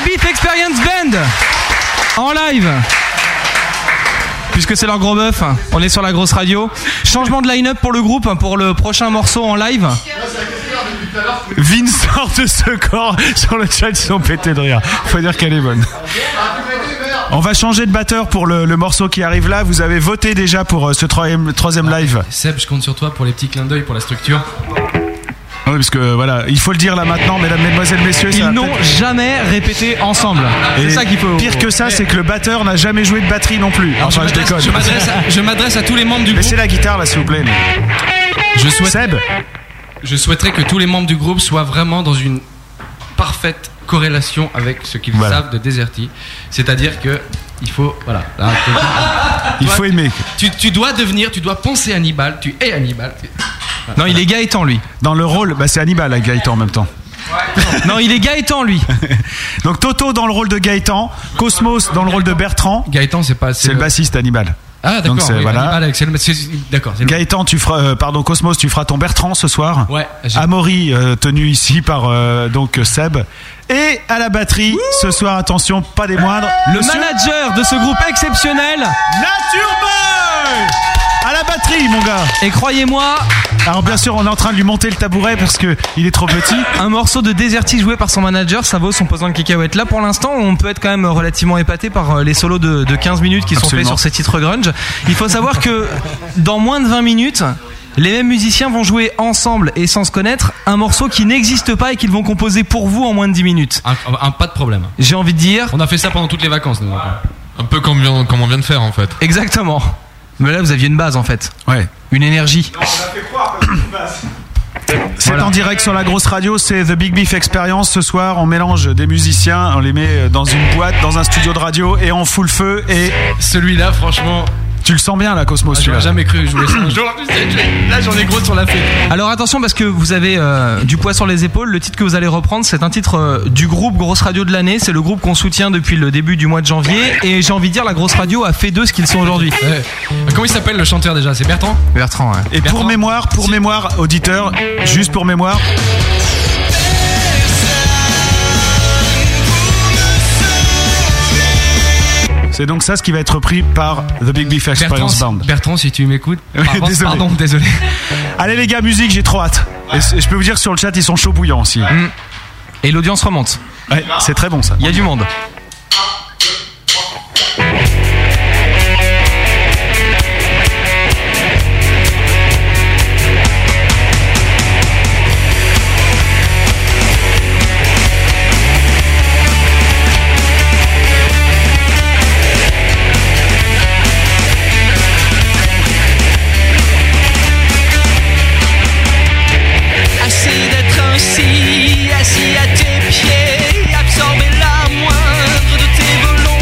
Experience Band en live. Puisque c'est leur gros bœuf, on est sur la grosse radio. Changement de line-up pour le groupe, hein, pour le prochain morceau en live. Vin sort de ce corps sur le chat, ils sont pétés de rire. Faut dire qu'elle est bonne. On va changer de batteur pour le, le morceau qui arrive là. Vous avez voté déjà pour euh, ce troisième, troisième live. Seb, je compte sur toi pour les petits clins d'œil pour la structure. Oui, parce que voilà, il faut le dire là maintenant, mesdames, mesdemoiselles, messieurs. Ils n'ont jamais répété ensemble. C'est ça qu'il faut. Pire que ça, c'est que le batteur n'a jamais joué de batterie non plus. Alors, Enfin, je, je m'adresse- déconne. je m'adresse à- je m'adresse à tous les membres du Laissez la guitare là, s'il vous plaît. Je souhaite- Seb Je souhaiterais que tous les membres du groupe soient vraiment dans une parfaite corrélation avec ce qu'ils savent de Deserti. C'est-à-dire que il faut voilà. là, Il faut aimer. tu, tu dois devenir, tu dois penser Hannibal, tu es Hannibal. tu- Non, il est Gaëtan lui. Dans le rôle, bah, c'est Hannibal là, Gaëtan en même temps. non, il est Gaëtan lui. Donc Toto dans le rôle de Gaëtan, Cosmos dans le rôle de Bertrand. Gaëtan, c'est pas. C'est le bassiste Hannibal. Ah Donc d'accord. c'est oui, voilà. Hannibal avec- c'est le- c'est- c'est- D'accord. c'est le- Gaëtan, tu feras, euh, pardon Cosmos, tu feras ton Bertrand ce soir. Ouais, j'ai- Amaury euh, tenu ici par euh, donc Seb et à la batterie ce soir. Attention, pas des moindres. Le manager de ce groupe exceptionnel, Nature Boy à la batterie, mon gars. Et croyez-moi. Alors bien sûr, on est en train de lui monter le tabouret parce que il est trop petit. Un morceau de Deserti joué par son manager, ça vaut son posant de cacahuète. Là, pour l'instant, on peut être quand même relativement épaté par euh, les solos de, de 15 minutes qui Absolument. sont faits sur ces titres grunge. Il faut savoir que dans moins de 20 minutes, les mêmes musiciens vont jouer ensemble et sans se connaître un morceau qui n'existe pas et qu'ils vont composer pour vous en moins de 10 minutes. Un, un pas de problème. J'ai envie de dire. On a fait ça pendant toutes les vacances. Nous, après. Un peu comme, on- comme on vient de faire en fait. Exactement. Mais là, vous aviez une base en fait. Ouais. Une énergie. C'est en direct sur la grosse radio, c'est The Big Beef Experience. Ce soir, on mélange des musiciens, on les met dans une boîte, dans un studio de radio et on fout le feu. Et celui-là, franchement. Ah, Tu le sens bien là, Cosmos, celui-là. J'aurais jamais cru jouer ça. un jour. Là, j'en ai gros sur la fête. Alors attention parce que vous avez euh, du poids sur les épaules. Le titre que vous allez reprendre, c'est un titre euh, du groupe Grosse Radio de l'année. C'est le groupe qu'on soutient depuis le début du mois de janvier. Et j'ai envie de dire, la Grosse Radio a fait d'eux ce qu'ils sont aujourd'hui. Euh, Comment il s'appelle le chanteur déjà C'est Bertrand Bertrand, ouais. Et pour mémoire, pour mémoire, auditeur, juste pour mémoire. C'est donc ça ce qui va être repris par The Big Beef Bertrand, Experience si- Band. Bertrand, si tu m'écoutes. Oui, pardon, désolé. pardon, désolé. Allez les gars, musique, j'ai trop hâte. Et c- je peux vous dire que sur le chat, ils sont chauds bouillants aussi. Mm. Et l'audience remonte. Ouais, c'est très bon ça. Il y a du monde. Assez d'être ainsi, assis à tes pieds, absorbez la moins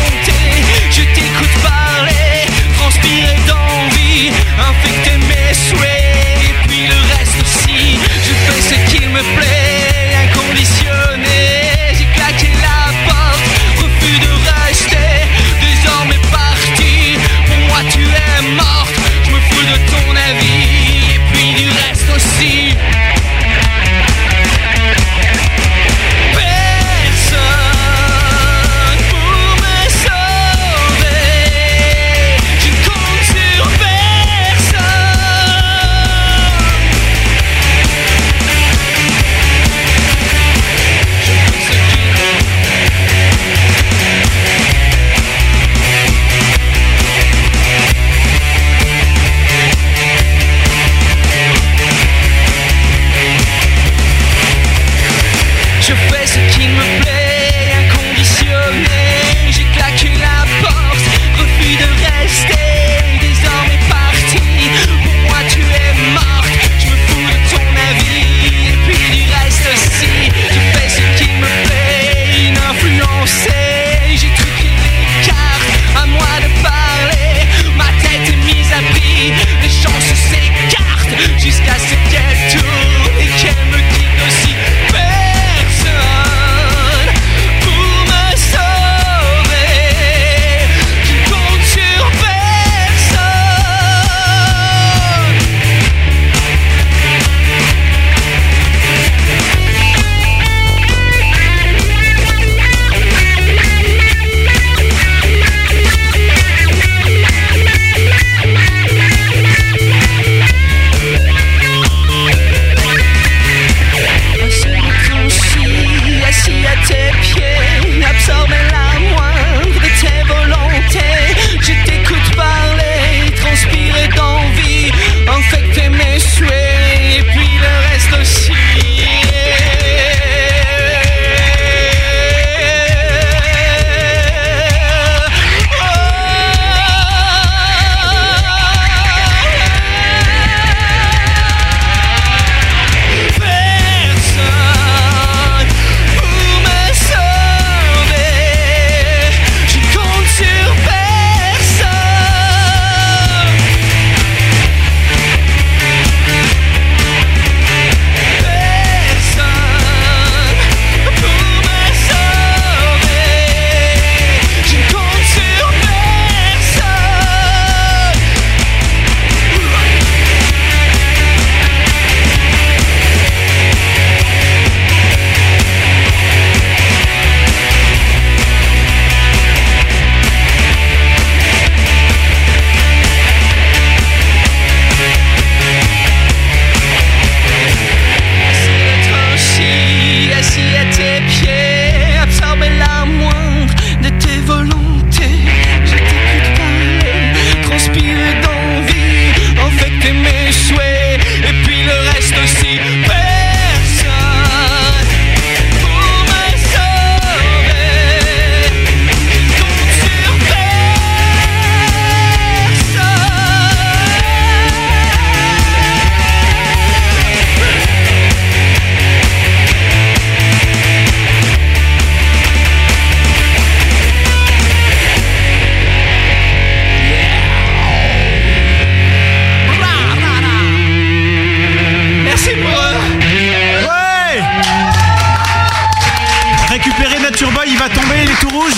il va tomber, il est tout rouge.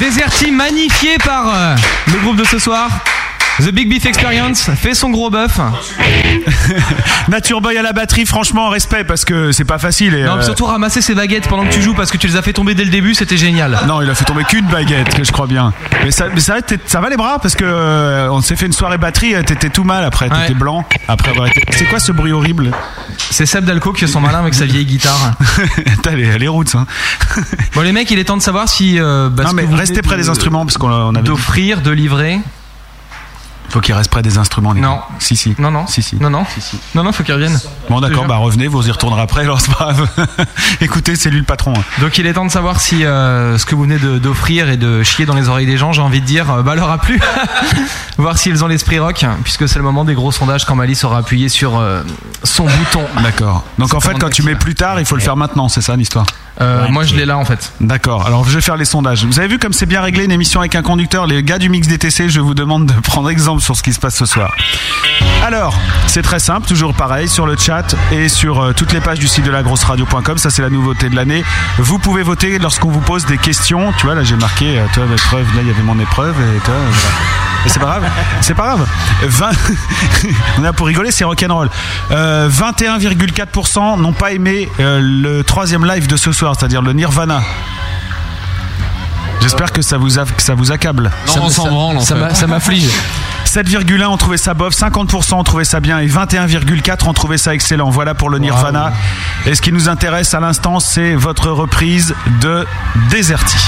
Deserti magnifié par euh, le groupe de ce soir. The Big Beef Experience fait son gros bœuf. Nature Boy à la batterie, franchement, respect parce que c'est pas facile. Et, Non, euh, surtout ramasser ses baguettes pendant que tu joues parce que tu les as fait tomber dès le début, c'était génial. Non, il a fait tomber qu'une baguette, que je crois bien. Mais ça, mais ça, t'es- ça va les bras parce que euh, on s'est fait une soirée batterie, euh, t'étais tout mal après, t'étais blanc après avoir été. C'est quoi ce bruit horrible C'est Seb Dalco qui sont malins avec sa vieille guitare. T'as les, les routes, hein. Bon, les mecs, il est temps de savoir si. euh, bah, non ce mais que vous restez venez près de- des instruments parce qu'on a- on avait. D'offrir, de livrer. Faut qu'ils restent près des instruments. Les non. Si si. Non non. Si si. Non, non. Non, non, faut qu'ils reviennent. Bon d'accord, bah revenez, vous y retournerez après, alors c'est pas grave. Écoutez, c'est lui le patron. hein. Donc il est temps de savoir si euh, ce que vous venez de- d'offrir et de chier dans les oreilles des gens, j'ai envie de dire, euh, bah leur a plu. Voir s'ils ont l'esprit rock, puisque c'est le moment des gros sondages quand Malice aura appuyé sur euh, son bouton. D'accord. Donc Sa en fait, commande quand tu mets plus tard, il faut le faire maintenant, c'est ça l'histoire Euh, Moi, je l'ai là en fait. D'accord. Alors je vais faire les sondages. Vous avez vu comme c'est bien réglé une émission avec un conducteur Les gars du Mix DTC, je vous demande de prendre exemple sur ce qui se passe ce soir. Alors, c'est très simple, toujours pareil, sur le chat et sur euh, toutes les pages du site de la grosse radio.com. Ça, c'est la nouveauté de l'année. Vous pouvez voter lorsqu'on vous pose des questions. Tu vois, là, j'ai marqué, euh, toi, l'épreuve, là, il y avait mon épreuve et toi, euh, voilà. Mais c'est pas grave, c'est pas grave. 20... On est là pour rigoler, c'est rock'n'roll. Euh, 21,4% n'ont pas aimé euh, le troisième live de ce soir, c'est-à-dire le Nirvana. J'espère que ça vous, a- que ça vous accable. Non, Ça on me- s'en ça- branle, en ça fait. m'a- ça m'afflige. 7,1 ont trouvé ça bof, 50% ont trouvé ça bien et 21,4 ont trouvé ça excellent. Voilà pour le Nirvana. Et ce qui nous intéresse à l'instant, c'est votre reprise de Déserti.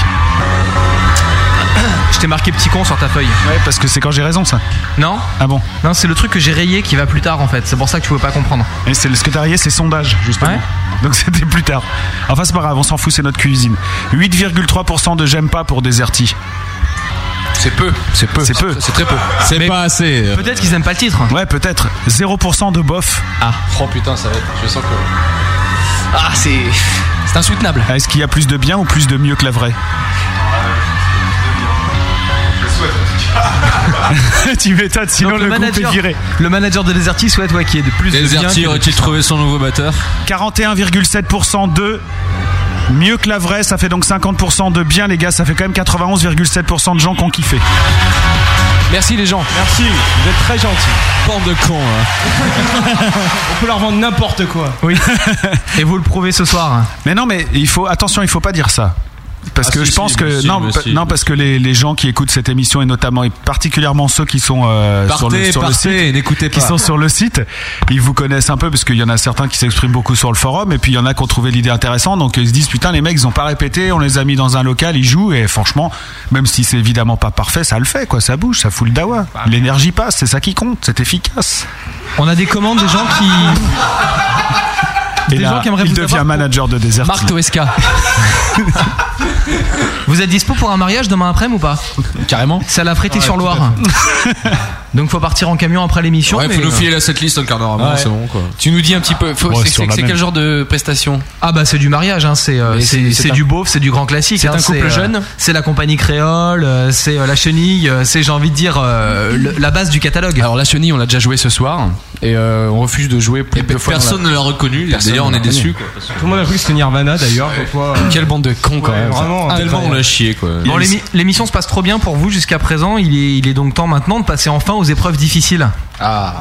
Je t'ai marqué petit con sur ta feuille. Ouais, parce que c'est quand j'ai raison ça. Non Ah bon Non, c'est le truc que j'ai rayé qui va plus tard en fait. C'est pour ça que tu peux pas comprendre. Et c'est ce que t'as rayé, c'est sondage, justement. Donc c'était plus tard. Enfin, c'est pas grave, on s'en fout, c'est notre cuisine. 8,3% de j'aime pas pour Déserti. C'est peu. C'est peu. C'est peu. C'est très peu. C'est pas assez. euh, Peut-être qu'ils aiment pas le titre. Ouais, peut-être. 0% de bof. Ah. Oh putain, ça va être. Je sens que. Ah, c'est. C'est insoutenable. Est-ce qu'il y a plus de bien ou plus de mieux que la vraie Tu m'étonnes, sinon Donc, le, groupe est viré. Le manager de Deserti souhaite ouais, qu'il y ait de plus de bien Deserti que de aurait-il titre. trouvé son nouveau batteur 41,7% de mieux que la vraie, ça fait donc 50% de bien, les gars. Ça fait quand même 91,7% de gens qui ont kiffé. Merci les gens. Merci, vous êtes très gentils. Bande de cons. hein. On peut leur vendre n'importe quoi. Oui. Et vous le prouvez ce soir. Mais non, mais il faut attention, il faut pas dire ça. Parce Ah, que si, je si, pense mais que si, non, mais pa- si, non mais parce que les, les gens qui écoutent cette émission et notamment et particulièrement ceux qui sont euh, sur Partez, le, sur le partez, site, n'écoutez qui pas. sont sur le site, ils vous connaissent un peu parce qu'il y en a certains qui s'expriment beaucoup sur le forum et puis il y en a qui ont trouvé l'idée intéressante donc ils se disent putain les mecs ils ont pas répété, on les a mis dans un local, ils jouent et franchement même si c'est évidemment pas parfait, ça le fait quoi, ça bouge, ça fout le dawa, l'énergie passe, c'est ça qui compte, c'est efficace. Bah, On a des commandes des gens qui. Et Des là, gens qui aimeraient il vous devient avoir pour- manager de désert. Marc Toesca. Vous êtes dispo pour un mariage demain après-midi ou pas Carrément. C'est à la frétée sur Ouais, tout à Loire. Donc faut partir en camion après l'émission. Ouais, mais, faut nous euh, filer la setlist en quart d'heure avant, Ouais. c'est bon quoi. Tu nous dis un petit peu. faut- Ouais, c'est- sur c'est la c'est même. quel genre de prestation Ah bah c'est du mariage, hein, c'est euh, Mais c'est c'est- c'est c'est un- du beauf, c'est du grand classique. C'est hein, un couple euh, jeune C'est la compagnie créole, euh, c'est euh, la chenille, euh, c'est j'ai envie de dire euh, le- la base du catalogue. Alors la chenille, on l'a déjà joué ce soir et euh, on refuse de jouer Eh plus de ben, deux fois. personne ne l'a reconnu, d'ailleurs, on est déçus, quoi. Tout le monde a cru que c'était Nirvana d'ailleurs. parfois, euh, Quelle bande de cons quand Ouais, même. vraiment, Ah, Tellement on incroyable. l'a chié quoi. Bon, l'émi- l'émission se passe trop bien pour vous jusqu'à présent. Il est, il est donc temps maintenant de passer enfin aux épreuves difficiles. Ah.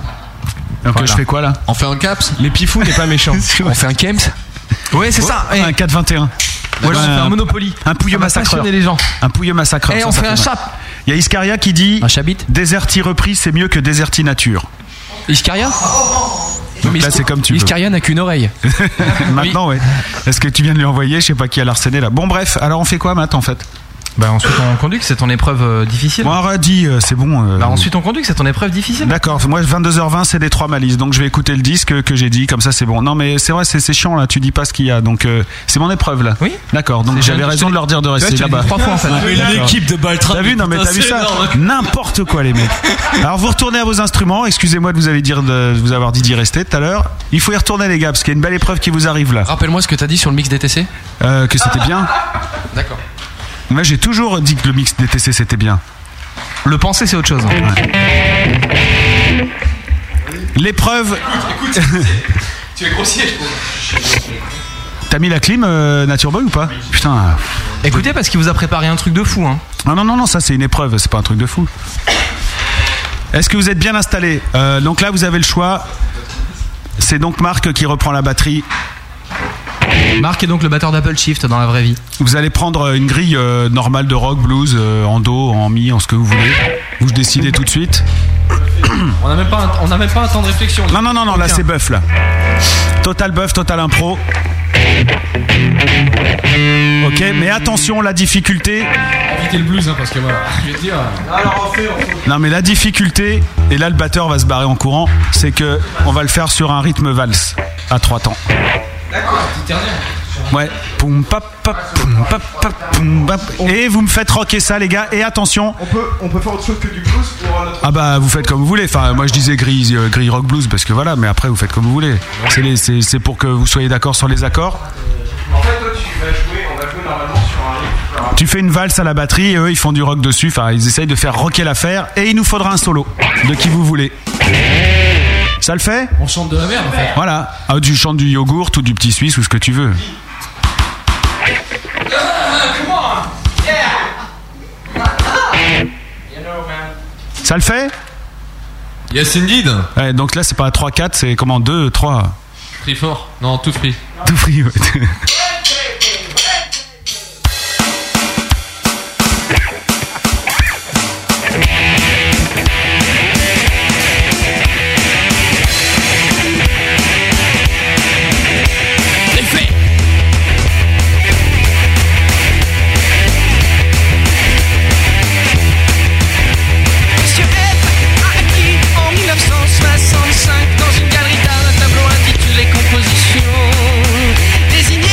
Donc je fais quoi là On fait un caps Les pifous n'est pas méchant. On fait un kems Ouais, c'est ça. Un 4-21. Ou alors on Ouais, fait un Monopoly. Un pouilleux Ça va massacreur. passionner les gens. Un pouilleux massacreur. Eh, ça, on ça fait un mal. chap. Il y a Iscaria qui dit Un chabit Déserti repris, c'est mieux que déserti nature. Iscaria Donc là, c'est comme tu veux. Iscaria n'a qu'une oreille. Maintenant, ouais. Est-ce que tu viens de lui envoyer Je sais pas qui a l'arsené là. Bon, bref, alors on fait quoi maintenant en fait Bah ensuite on conduit, c'est ton épreuve euh, difficile. Bon, Ara dit, euh, c'est bon. euh, Bah ensuite on conduit, c'est ton épreuve difficile. D'accord, moi 22h20 c'est des trois malices, donc je vais écouter le disque que j'ai dit, comme ça c'est bon. Non mais c'est vrai, c'est c'est chiant là, tu dis pas ce qu'il y a, donc euh, c'est mon épreuve là. Oui. D'accord, donc C'est j'avais bien, raison je te de leur dire de l'ai- rester tu vois, tu l'as là-bas. dit trois fois, en fait. Ouais, Oui, d'accord. l'équipe de Baltrap, T'as vu, non mais putain, t'as vu c'est ça énorme. N'importe quoi les mecs. Alors vous retournez à vos instruments, excusez-moi de vous, avez dire de vous avoir dit d'y rester tout à l'heure. Il faut y retourner les gars, parce qu'il y a une belle épreuve qui vous arrive là. Rappelle-moi ce que t'as dit sur le mix DTC. Euh, que c'était bien. D'accord. Moi j'ai toujours dit que le mix DTC c'était bien. Le penser c'est autre chose. L'épreuve... Tu es grossier, je trouve. T'as mis la clim euh, Nature Boy ou pas Putain. Écoutez, parce qu'il vous a préparé un truc de fou. Hein. Non, non, non, non, ça c'est une épreuve, c'est pas un truc de fou. Est-ce que vous êtes bien installé Euh, Donc là, vous avez le choix. C'est donc Marc qui reprend la batterie. Marc est donc le batteur d'Apple Shift dans la vraie vie. Vous allez prendre une grille euh, normale de rock, blues, euh, en do, en mi, en ce que vous voulez. Vous décidez tout de suite. On n'a même, pas un- on a même pas un temps de réflexion. Non, non, non, non, là c'est bœuf là. Total bœuf, total impro. Ok, mais attention, la difficulté. Évitez le blues, hein, parce que voilà. Je vais te dire. Alors on fait, on fait. Non, mais la difficulté, et là le batteur va se barrer en courant, c'est que on va le faire sur un rythme valse à trois temps. Ouais. Poum, pap, pap, poum, pap, pap, poum, pap. Et vous me faites rocker ça, les gars. Et attention. On peut, on peut faire autre chose que du blues pour euh, notre. Ah bah vous faites comme vous voulez. Enfin moi je disais gris, euh, gris rock blues parce que voilà, mais après vous faites comme vous voulez. C'est les- C'est c'est pour que vous soyez d'accord sur les accords. En fait, toi, tu vas jouer, on va jouer normalement sur un rythme. Alors, Tu fais une valse à la batterie et eux ils font du rock dessus. Enfin ils essayent de faire rocker l'affaire et il nous faudra un solo de qui vous voulez. Ça le fait On chante de la merde en fait. Voilà. Ah, tu chantes du yogourt ou du petit suisse ou ce que tu veux. Ça le fait Yes indeed Ouais, donc là, c'est pas 3-4, c'est comment 2, 3 Free fort Non, tout free. Tout free, ouais. Monsieur F a acquis en 1965 dans une galerie d'art un tableau intitulé Composition, désigné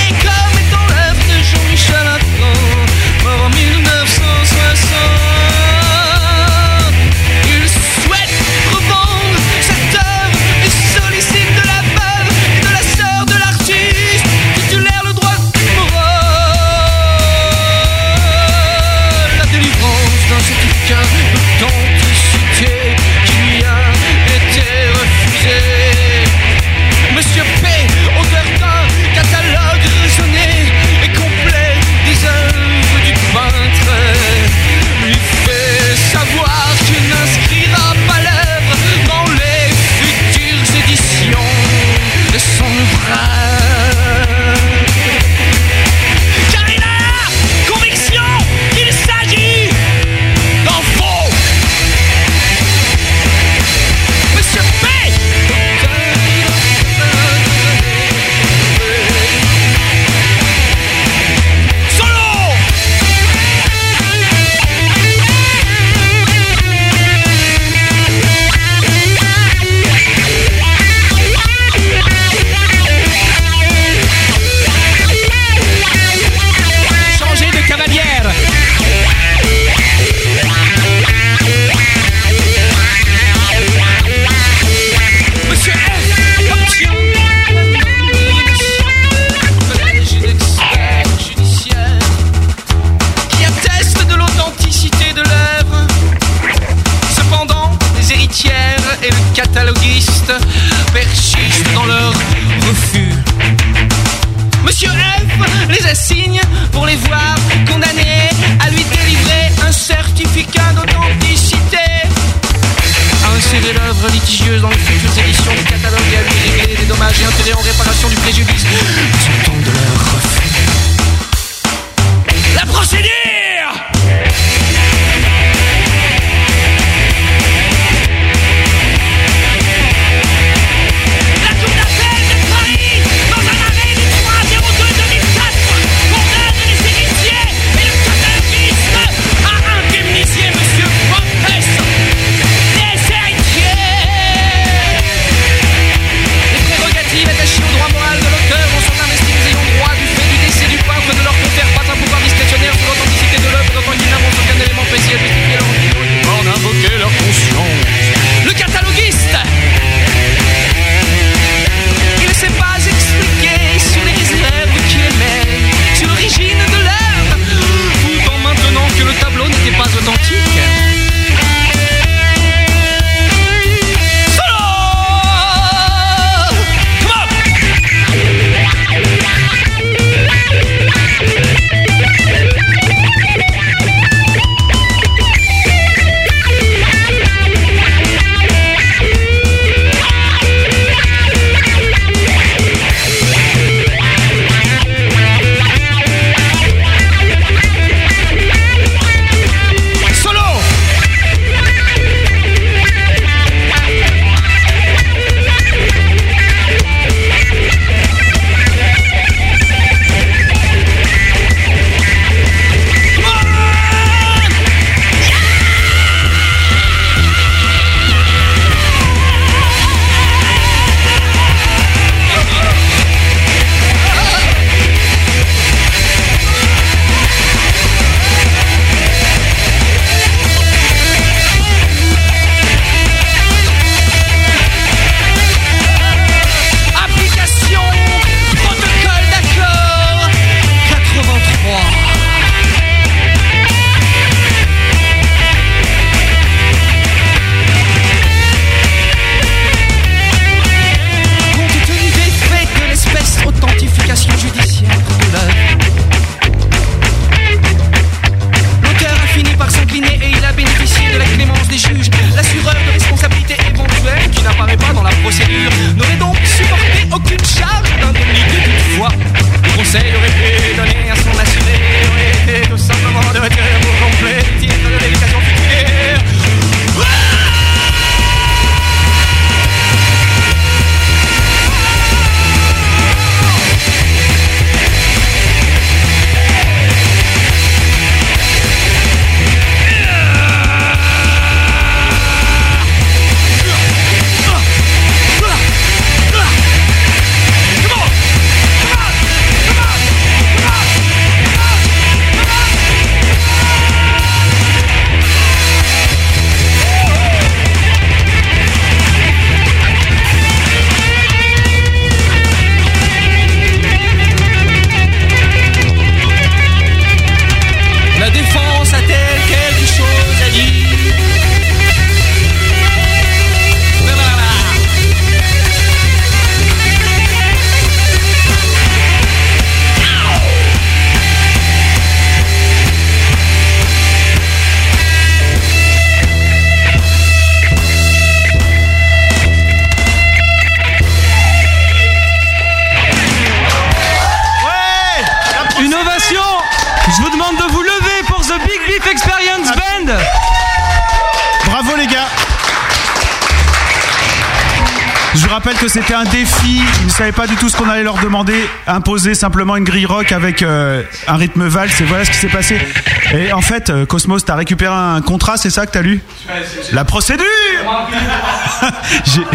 The Big Beef Experience Band Bravo les gars je vous rappelle que c'était un défi. Ils ne savaient pas du tout ce qu'on allait leur demander. Imposer simplement une grille rock avec euh, un rythme valse. Et voilà ce qui s'est passé. Et en fait, euh, Cosmos, t'as récupéré un contrat, c'est ça que t'as lu La procédure J'ai-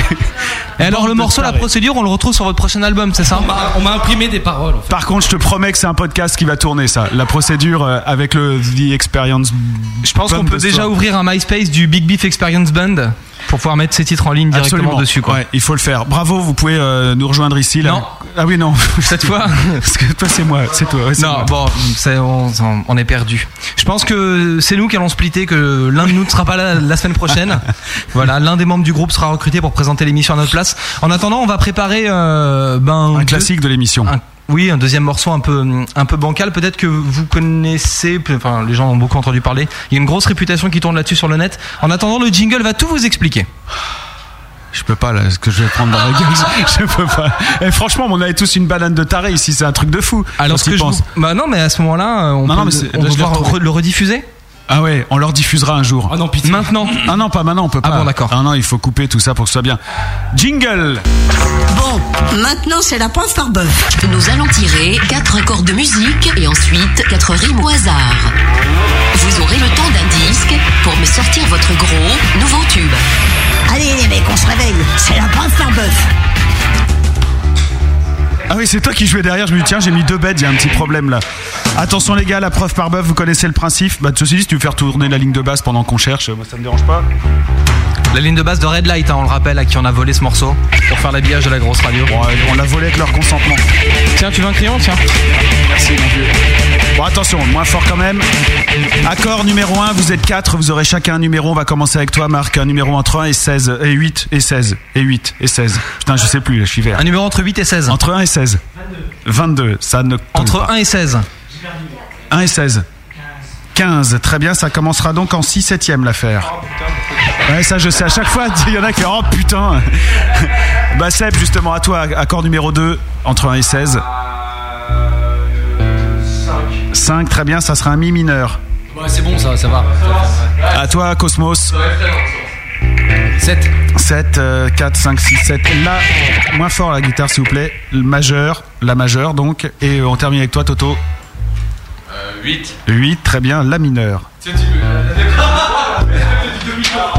Et alors le Bande de morceau La tarés. Procédure, on le retrouve sur votre prochain album, c'est ça On m'a imprimé des paroles. Par contre, je te promets que c'est un podcast qui va tourner ça. La procédure euh, avec le The Experience. Je pense qu'on peut déjà ouvrir un MySpace du Big Beef Experience Band pour pouvoir mettre ces titres en ligne directement Absolument. dessus. Quoi. Ouais, il faut le faire. Bravo, vous pouvez euh, nous rejoindre ici. Là. Non. Ah oui, non. Cette fois. Parce que toi, c'est moi. C'est toi. ouais, c'est Non, moi. bon, c'est- on, on est perdu. Je pense que c'est nous qui allons splitter, que l'un de nous ne sera pas là la semaine prochaine. voilà, l'un des membres du groupe sera recruté pour présenter l'émission à notre place. En attendant, on va préparer euh, ben, Un classique de l'émission. oui, un deuxième morceau un peu, un peu bancal, peut-être que vous connaissez, enfin les gens ont beaucoup entendu parler, il y a une grosse réputation qui tourne là-dessus sur le net. En attendant, le jingle va tout vous expliquer. Je peux pas là, ce que je vais prendre dans la gueule, je, je peux pas. Et franchement, on avait tous une banane de taré ici, c'est un truc de fou. Alors Quand ce que tu je penses. vous- Bah non, mais à ce moment-là, euh, on Non, peut, non, mais c'est- on là, peut je l'ai voir retrouvé. re- le rediffuser Ah ouais, on leur diffusera un jour. Ah non, Maintenant. Ah non, pas maintenant, on peut pas. Ah bon, d'accord. Ah non, il faut couper tout ça pour que ce soit bien. Jingle Bon, maintenant c'est la preuve par bœuf. Nous allons tirer quatre accords de musique et ensuite quatre rimes au hasard. Vous aurez le temps d'un disque pour me sortir votre gros nouveau tube. Allez les mecs, on se réveille. C'est la preuve par bœuf. Ah oui, c'est toi qui jouais derrière. Je me dis, tiens, j'ai mis deux bêtes, il y a un petit problème là. Attention les gars, la preuve par bœuf, vous connaissez le principe. Bah, de ceci dit, si tu veux faire tourner la ligne de basse pendant qu'on cherche, euh, moi ça me dérange pas. La ligne de base de Red Light, hein, on le rappelle, à qui on a volé ce morceau pour faire l'habillage de la grosse radio. on l'a volé avec leur consentement. Tiens, tu veux un crayon Tiens. Merci, mon Dieu. Bon, attention, moins fort quand même. Accord numéro 1, vous êtes 4, vous aurez chacun un numéro. On va commencer avec toi, Marc. Un numéro entre 1 et 16, et 8, et 16, et 8, et 16. Putain, je sais plus, je suis vert. Un numéro entre 8 et 16. Entre 1 et 16. 22. ça ne compte Entre pas. 1 et 16. 1 et 16. 15, très bien, ça commencera donc en 6 septième l'affaire. Ouais, ça je sais, à chaque fois, il y en a qui, oh putain Bah Seb, justement, à toi, accord numéro 2, entre 1 et 16. 5. très bien, ça sera un mi mineur. Ouais, c'est bon, ça, ça va. À toi, Cosmos. euh, 7. 7, 4, 5, 6, 7. La, moins fort la guitare, s'il vous plaît. Le majeur, la majeure donc. Et euh, on termine avec toi, Toto. 8. 8, très bien, la mineure.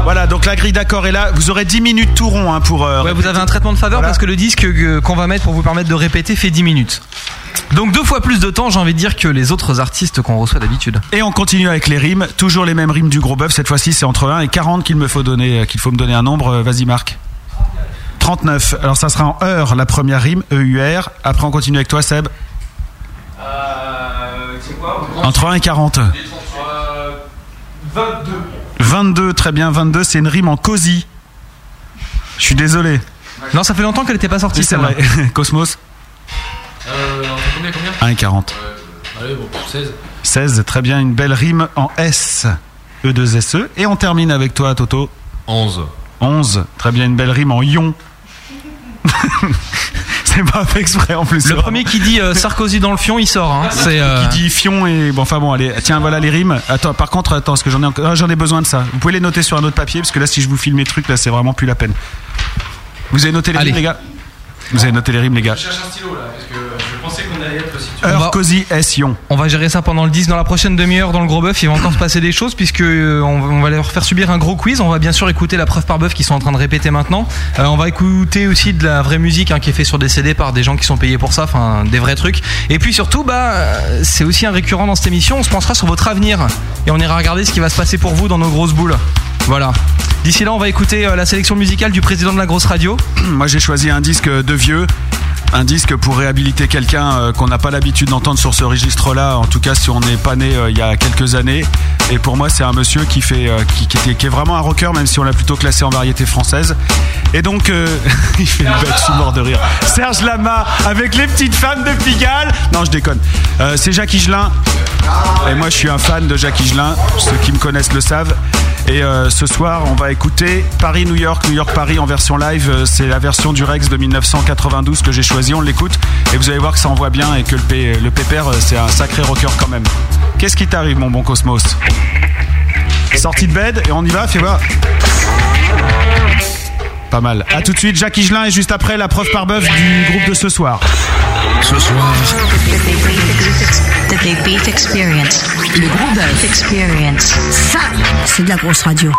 Voilà, donc la grille d'accord est là. Vous aurez 10 minutes tout rond hein, pour. euh, Ouais, vous avez un traitement de faveur parce que le disque que- qu'on va mettre pour vous permettre de répéter fait 10 minutes. Donc deux fois plus de temps, j'ai envie de dire, que les autres artistes qu'on reçoit d'habitude. Et on continue avec les rimes. Toujours les mêmes rimes du gros bœuf. Cette fois-ci, c'est entre 1 et 40 qu'il me faut donner, qu'il faut me donner un nombre. Euh, Vas-y, Marc. 39. Alors ça sera en heure la première rime, EUR. Après, on continue avec toi, Seb. Entre 1 et 40. 22. 22, très bien, 22, c'est une rime en cosy. Je suis désolé. Non, ça fait longtemps qu'elle n'était pas sortie, Oui, c'est vrai. celle-là. Cosmos, Euh, combien, combien 1 et 40. Allez, bon, 16. 16, très bien, une belle rime en S, E E2SE. Et on termine avec toi, Toto. 11. 11, très bien, une belle rime en ion. c'est pas fait exprès en plus. Le premier qui dit euh, Sarkozy dans le fion, il sort. hein. C'est euh, Qui dit fion et bon enfin bon allez tiens voilà les rimes attends par contre attends parce que j'en ai encore- ah, j'en ai besoin de ça vous pouvez les noter sur un autre papier parce que là si je vous filme mes trucs là c'est vraiment plus la peine vous avez noté les rimes les gars vous avez noté les rimes les gars Je cherche un stylo là, parce que euh, je pensais qu'on allait être aussi. Heure cosy S ion On va gérer ça pendant le 10. Dans la prochaine demi-heure, dans le gros bœuf, il va encore se passer des choses puisque euh, on, on va leur faire subir un gros quiz. On va bien sûr écouter la preuve par bœuf qu'ils sont en train de répéter maintenant. Euh, on va écouter aussi de la vraie musique hein, qui est faite sur des CD par des gens qui sont payés pour ça, enfin des vrais trucs. Et puis surtout, bah, euh, c'est aussi un récurrent dans cette émission. On se pensera sur votre avenir et on ira regarder ce qui va se passer pour vous dans nos grosses boules. Voilà. D'ici là, on va écouter euh, la sélection musicale du président de la grosse radio. Moi j'ai choisi un disque de vieux, un disque pour réhabiliter quelqu'un euh, qu'on n'a pas l'habitude d'entendre sur ce registre-là, en tout cas si on n'est pas né euh, il y a quelques années. Et pour moi c'est un monsieur qui, fait, euh, qui, qui était- qui est vraiment un rocker, même si on l'a plutôt classé en variété française. Et donc euh, il fait une bête, je suis mort de rire. Serge Lama avec les petites femmes de Pigalle. Non je déconne. Euh, c'est Jacques Higelin. Et moi je suis un fan de Jacques Higelin, ceux qui me connaissent le savent. Et euh, ce soir, on va écouter Paris-New York, New York-Paris en version live. Euh, C'est la version du Rex de 1992 que j'ai choisi. On l'écoute et vous allez voir que ça envoie bien et que le, P- le Pépère, euh, c'est un sacré rocker quand même. Qu'est-ce qui t'arrive, mon bon Cosmos Sorti de bed et on y va, fais voir. Pas mal. À tout de suite, Jacques Higelin et juste après la preuve par bœuf du groupe de ce soir. Ce soir. The Big Beef Experience. Le gros bœuf. Experience. Ça, c'est de la grosse radio.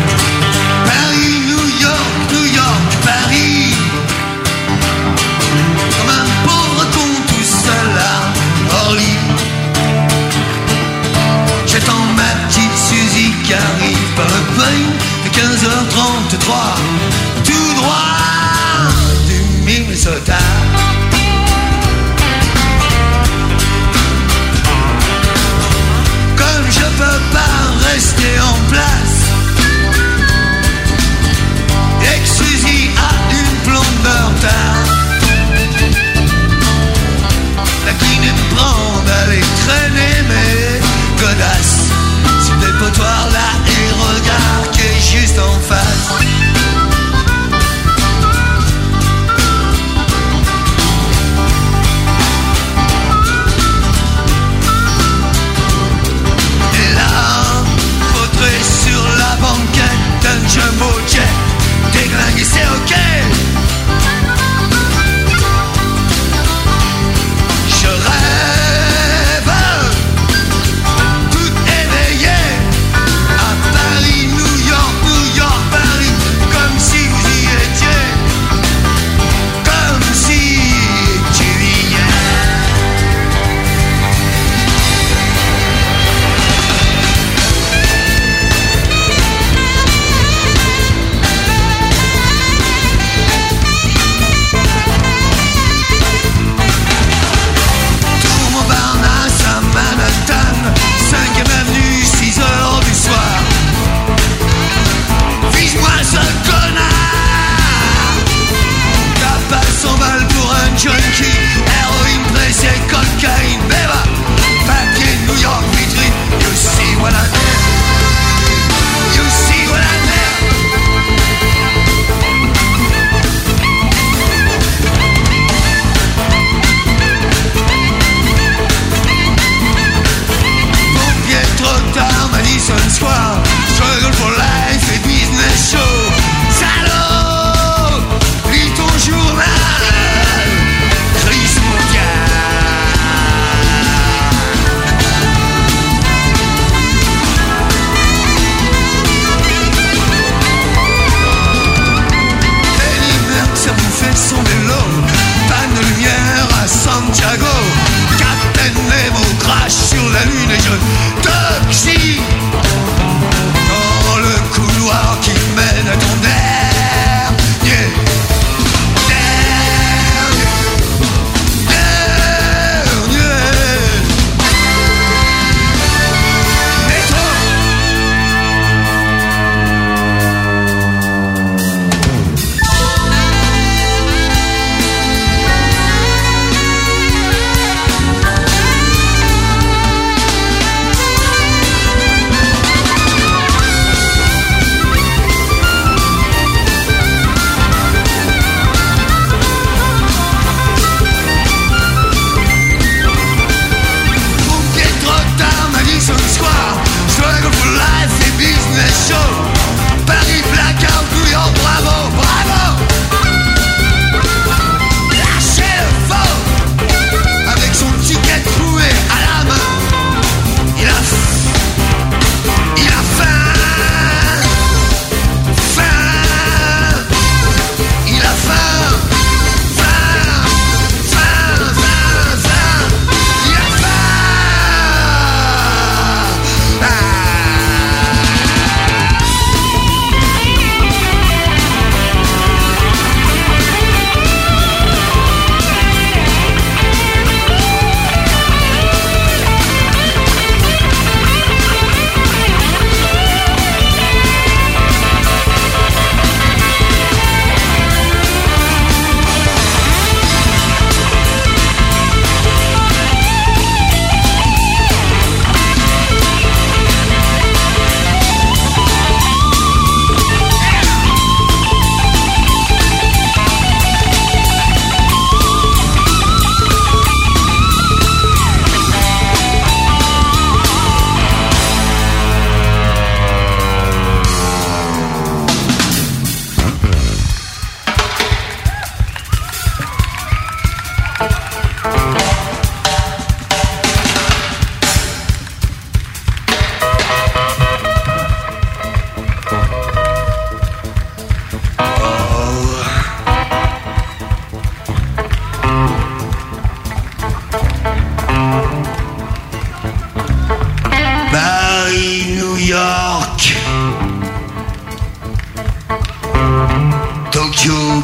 Paris, New York, New York, Paris. Comme un pauvre con tout seul à Orly. J'attends ma petite Suzy qui arrive par le peuil de 15h33. Tout droit du Minnesota. Comme je peux pas rester en place. Et que Suzy a une plombe de retard La me prend d'aller traîner mes godasses Sur des potoirs là et regarde qui est juste en face Et là, faudrait sur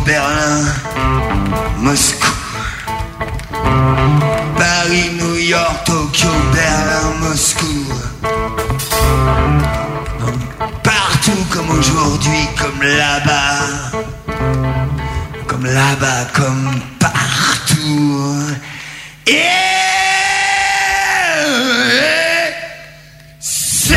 Berlin, Moscou. Paris, New York, Tokyo, Berlin, Moscou. Partout comme aujourd'hui, comme là-bas. Comme là-bas, comme partout. Et c'est...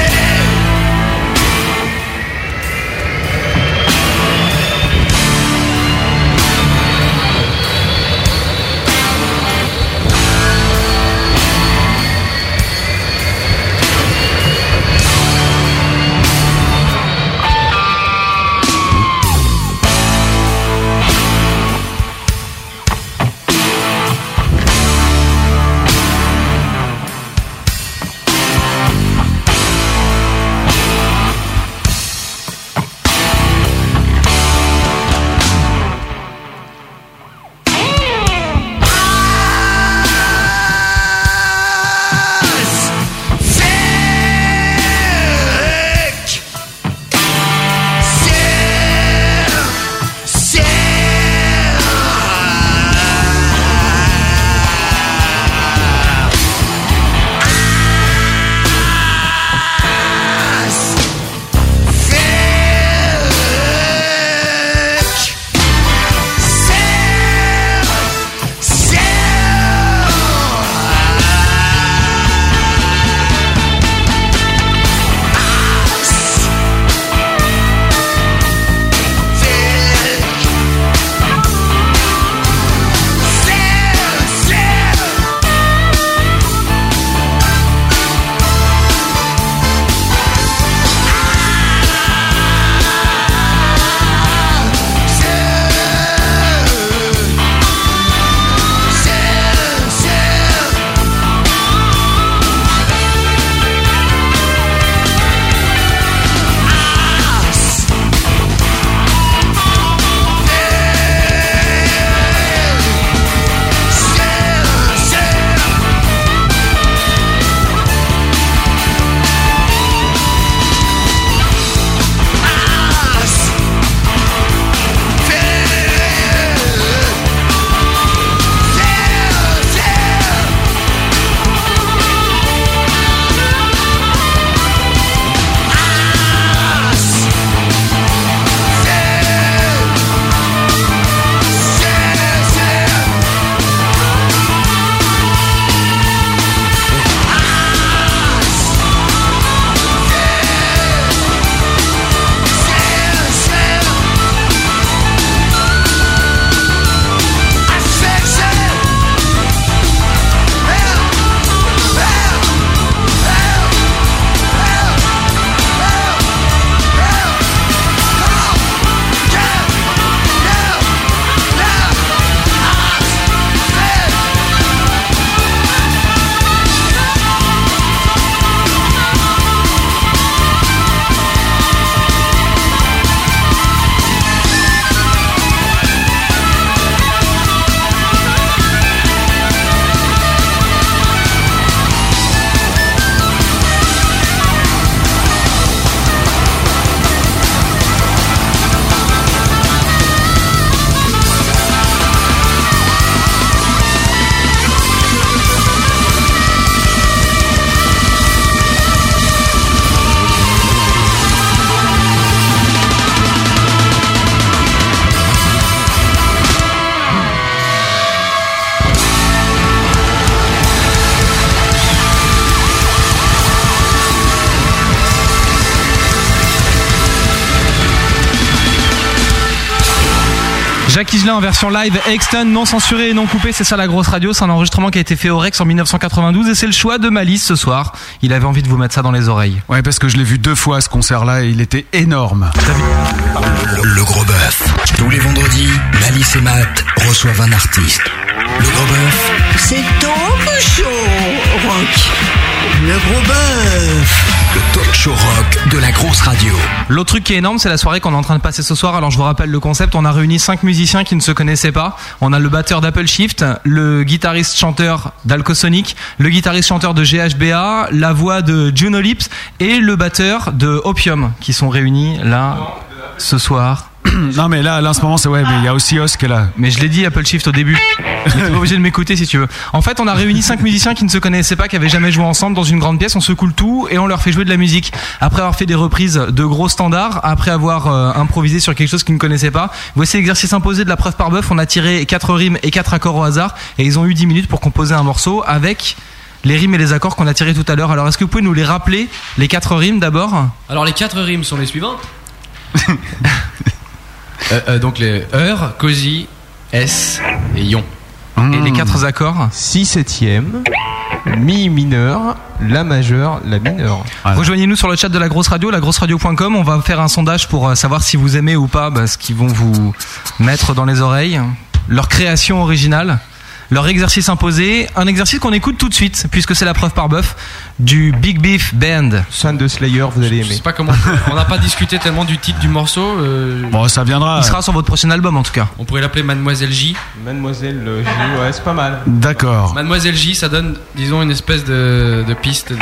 Ah, Jacques Higelin en version live, Exton, non censuré et non coupé, c'est ça la grosse radio, c'est un enregistrement qui a été fait au Rex en 1992 et c'est le choix de Malice ce soir. Il avait envie de vous mettre ça dans les oreilles. Ouais, parce que je l'ai vu deux fois ce concert-là et il était énorme. Le gros bœuf. Tous les vendredis, Malice et Matt reçoivent un artiste. Le gros bœuf, C'est donc chaud, rock. Le gros bœuf. le talk show rock de la grosse radio. L'autre truc qui est énorme, c'est la soirée qu'on est en train de passer ce soir. Alors je vous rappelle le concept, on a réuni cinq musiciens qui ne se connaissaient pas. On a le batteur d'Apple Shift, le guitariste chanteur d'Alcosonic, le guitariste chanteur de GHBA, la voix de Juno Lips et le batteur de Opium qui sont réunis là ce soir. non, mais là, là, en ce moment, c'est ouais, mais il y a aussi Os qui est là. Mais je l'ai dit, Apple Shift au début. Mais T'es pas obligé de m'écouter si tu veux. En fait, on a réuni cinq musiciens qui ne se connaissaient pas, qui avaient jamais joué ensemble dans une grande pièce. On se coule tout et on leur fait jouer de la musique. Après avoir fait des reprises de gros standards, après avoir euh, improvisé sur quelque chose qu'ils ne connaissaient pas, voici l'exercice imposé de la preuve par bœuf. On a tiré quatre rimes et quatre accords au hasard et ils ont eu 10 minutes pour composer un morceau avec les rimes et les accords qu'on a tirés tout à l'heure. Alors, est-ce que vous pouvez nous les rappeler, les quatre rimes d'abord Alors les quatre rimes sont les suivantes. Euh, euh, donc les heures, cosy, Eh, s et yon. Et les quatre accords 6 Hmm. septième, mi mineur, la majeure, la mineure. Rejoignez-nous sur le chat de la grosse radio, lagrosseradio.com. On va faire un sondage pour euh, savoir si vous aimez ou pas bah, ce qu'ils vont vous mettre dans les oreilles, leur création originale, leur exercice imposé, un exercice qu'on écoute tout de suite puisque c'est la preuve par bœuf du Big Beef Band. Son de Slayer, vous allez Je aimer. sais pas comment. On n'a pas discuté tellement du titre du morceau. euh, Bon, ça viendra. Il sera sur votre prochain album en tout cas. On pourrait l'appeler Mademoiselle J. Mademoiselle euh, J, ouais, c'est pas mal. D'accord. Mademoiselle J, ça donne, disons, une espèce de, de piste. De...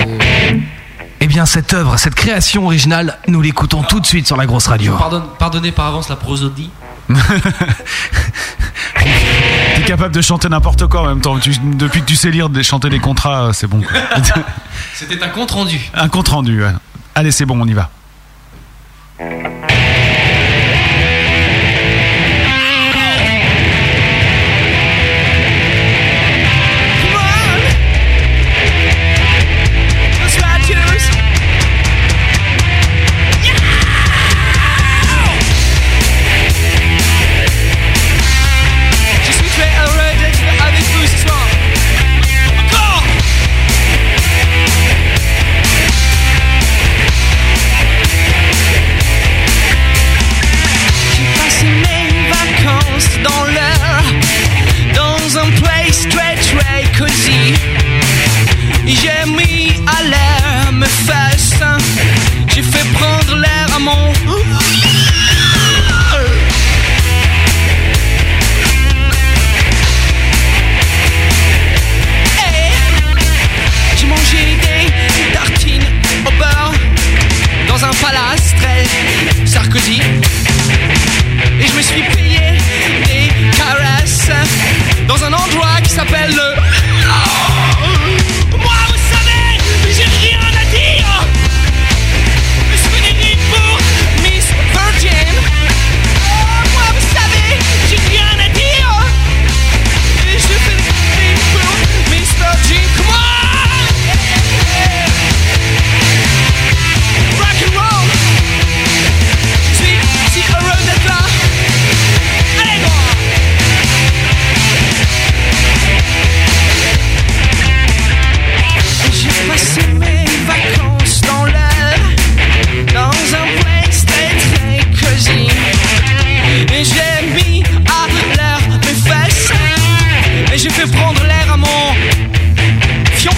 Eh bien, cette œuvre, cette création originale, nous l'écoutons tout de suite sur la grosse radio. Pardonne- pardonnez par avance la prosodie. T'es capable de chanter n'importe quoi en même temps. Tu- depuis que tu sais lire, des- chanter des contrats, euh, c'est bon. quoi. C'était un compte rendu. Un compte rendu. ouais. Allez, c'est bon, on y va. Let's ride yours. Je suis très heureux d'être avec vous ce soir. Encore. J'ai passé mes vacances dans l'heure, dans un place très très cosy. J'ai mis à l'air mes fesses, j'ai fait prendre l'air à mon. Hey. J'ai mangé des tartines au beurre dans un palace très Sarkozy. Et je me suis payé des caresses dans un endroit qui s'appelle le. Moi, vous savez, j'ai rien à dire. Je suis venu pour Miss Virgin. Oh, moi, vous savez, j'ai rien à dire. Je suis venu pour Miss Virgin. Come on! Rock and roll. Je suis si heureux d'être là. Allez, go! J'ai passé mes vacances dans l'air, dans un place très très cosy. Et j'ai mis à l'air mes fesses, et j'ai fait prendre l'air à mon fion.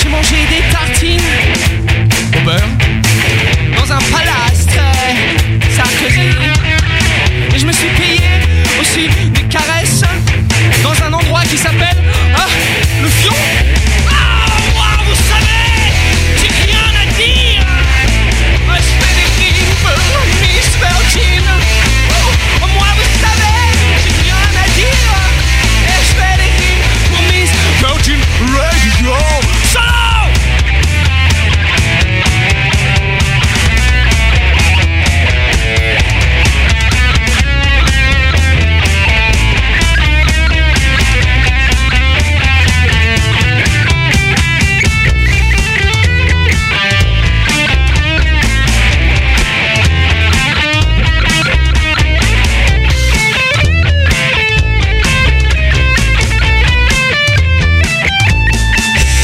J'ai mangé des tartines Au beurre. dans un palace très Sarkozy. Et je me suis payé aussi des caresses dans un endroit qui s'appelle ah, le Fion. Ah, moi, vous savez, j'ai rien à dire. Ah, je fais des films pour Miss Virgin. Oh, moi, vous savez, j'ai rien à dire. Et je fais des films pour Miss Virgin Radio. Solo!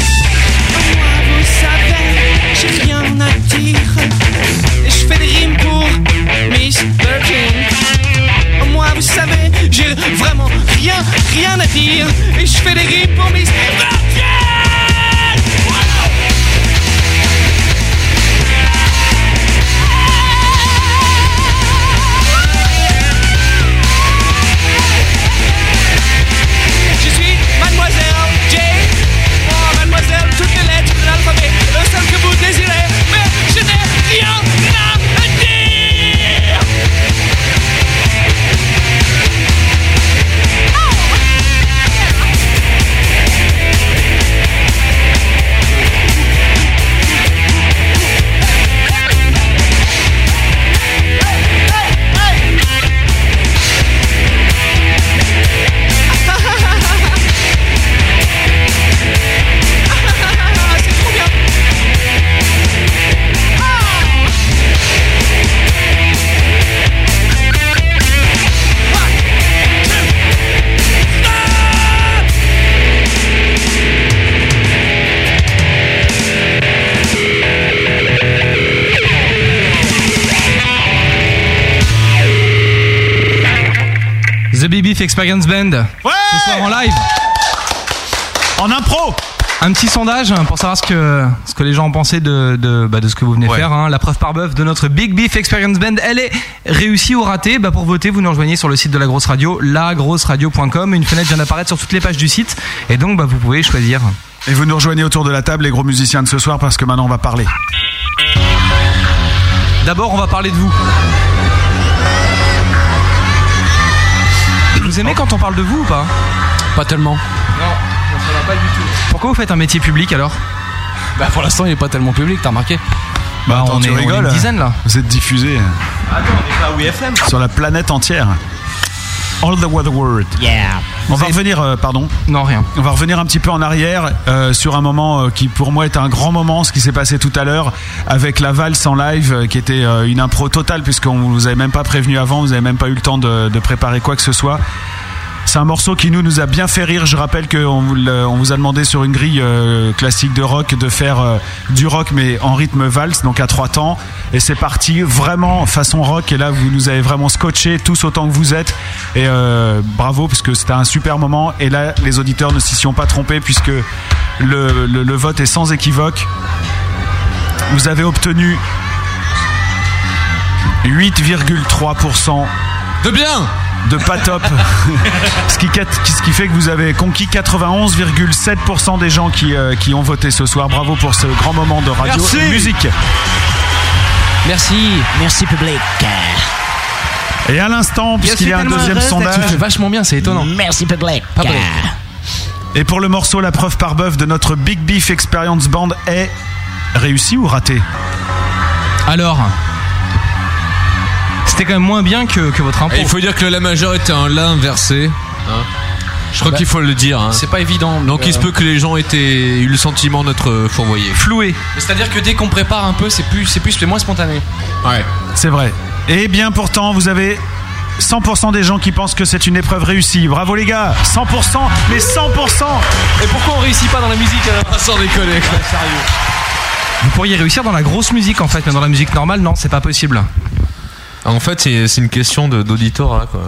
Vous savez, j'ai rien à dire. Et je fais des rimes pour Miss Virgin. Moi, vous savez, j'ai vraiment rien, rien à dire. Et je fais des rimes pour Miss Virgin. Voilà. Je suis Mademoiselle Jane. Oh, Mademoiselle Belief Experience Band. ce soir en live. En impro un petit sondage hein, pour savoir ce que, ce que les gens en pensaient de, de, bah, de ce que vous venez faire. hein. la preuve par bœuf de notre Big Beef Experience Band, elle est réussie ou ratée Bah, Pour voter, vous nous rejoignez sur le site de la grosse radio, lagrosseradio.com. Une fenêtre vient d'apparaître sur toutes les pages du site. Et donc, bah, vous pouvez choisir. Et vous nous rejoignez autour de la table, les gros musiciens de ce soir, parce que maintenant on va parler. D'abord, on va parler de vous. Vous aimez quand on parle de vous ou pas Pas tellement. Non, ça va pas du tout. Pourquoi vous faites un métier public alors Bah pour l'instant il est pas tellement public, t'as remarqué Bah, on attends, tu est- on est une rigoles dizaine, là. Vous êtes diffusé Attends, on E est pas à UFM sur la planète entière. All the other world. On va revenir, euh, pardon. Non, rien. On va revenir un petit peu en arrière euh, sur un moment euh, qui pour moi est un grand moment, ce qui s'est passé tout à l'heure avec la valse en live, euh, qui était euh, une impro totale puisqu'on vous avait même pas prévenu avant, vous avez même pas eu le temps de, de préparer quoi que ce soit. C'est un morceau qui nous, nous a bien fait rire. Je rappelle qu'on vous, le- on vous a demandé sur une grille euh, classique de rock de faire euh, du rock mais en rythme valse, donc à trois temps. Et c'est parti vraiment façon rock. Et là, vous nous avez vraiment scotché tous autant que vous êtes. Et euh, bravo, puisque c'était un super moment. Et là, les auditeurs ne s'y sont pas trompés puisque le, le- le vote est sans équivoque. Vous avez obtenu 8,3% de bien de pas top ce, qui, quat- ce qui fait que vous avez conquis 91,7% des gens qui, euh, qui ont voté ce soir bravo pour ce grand moment de radio Merci. et de musique Merci. Merci public. et à l'instant puisqu'il y a un deuxième sondage vachement bien, c'est étonnant. Merci public. et pour le morceau la preuve par bœuf de notre Big Beef Experience Band est réussi ou raté Alors C'était quand même moins bien que, que votre impôt. Et Eh, il faut dire que la majeur était un la inversé. hein. Je crois Bah, qu'il faut le dire. hein. C'est pas évident. Donc il se euh, peut que les gens étaient eu le sentiment d'être fourvoyés. Floué. C'est-à-dire que dès qu'on prépare un peu, c'est plus, c'est plus, c'est moins spontané. Ouais. c'est vrai et bien pourtant vous avez 100% des gens qui pensent que c'est une épreuve réussie bravo les gars 100% mais 100% Et pourquoi on réussit pas dans la musique hein, alors Sans déconner. sérieux. Vous pourriez réussir dans la grosse musique en fait, mais dans la musique normale, non, c'est pas possible. En fait, c'est c'est une question de- d'auditeur. là, quoi.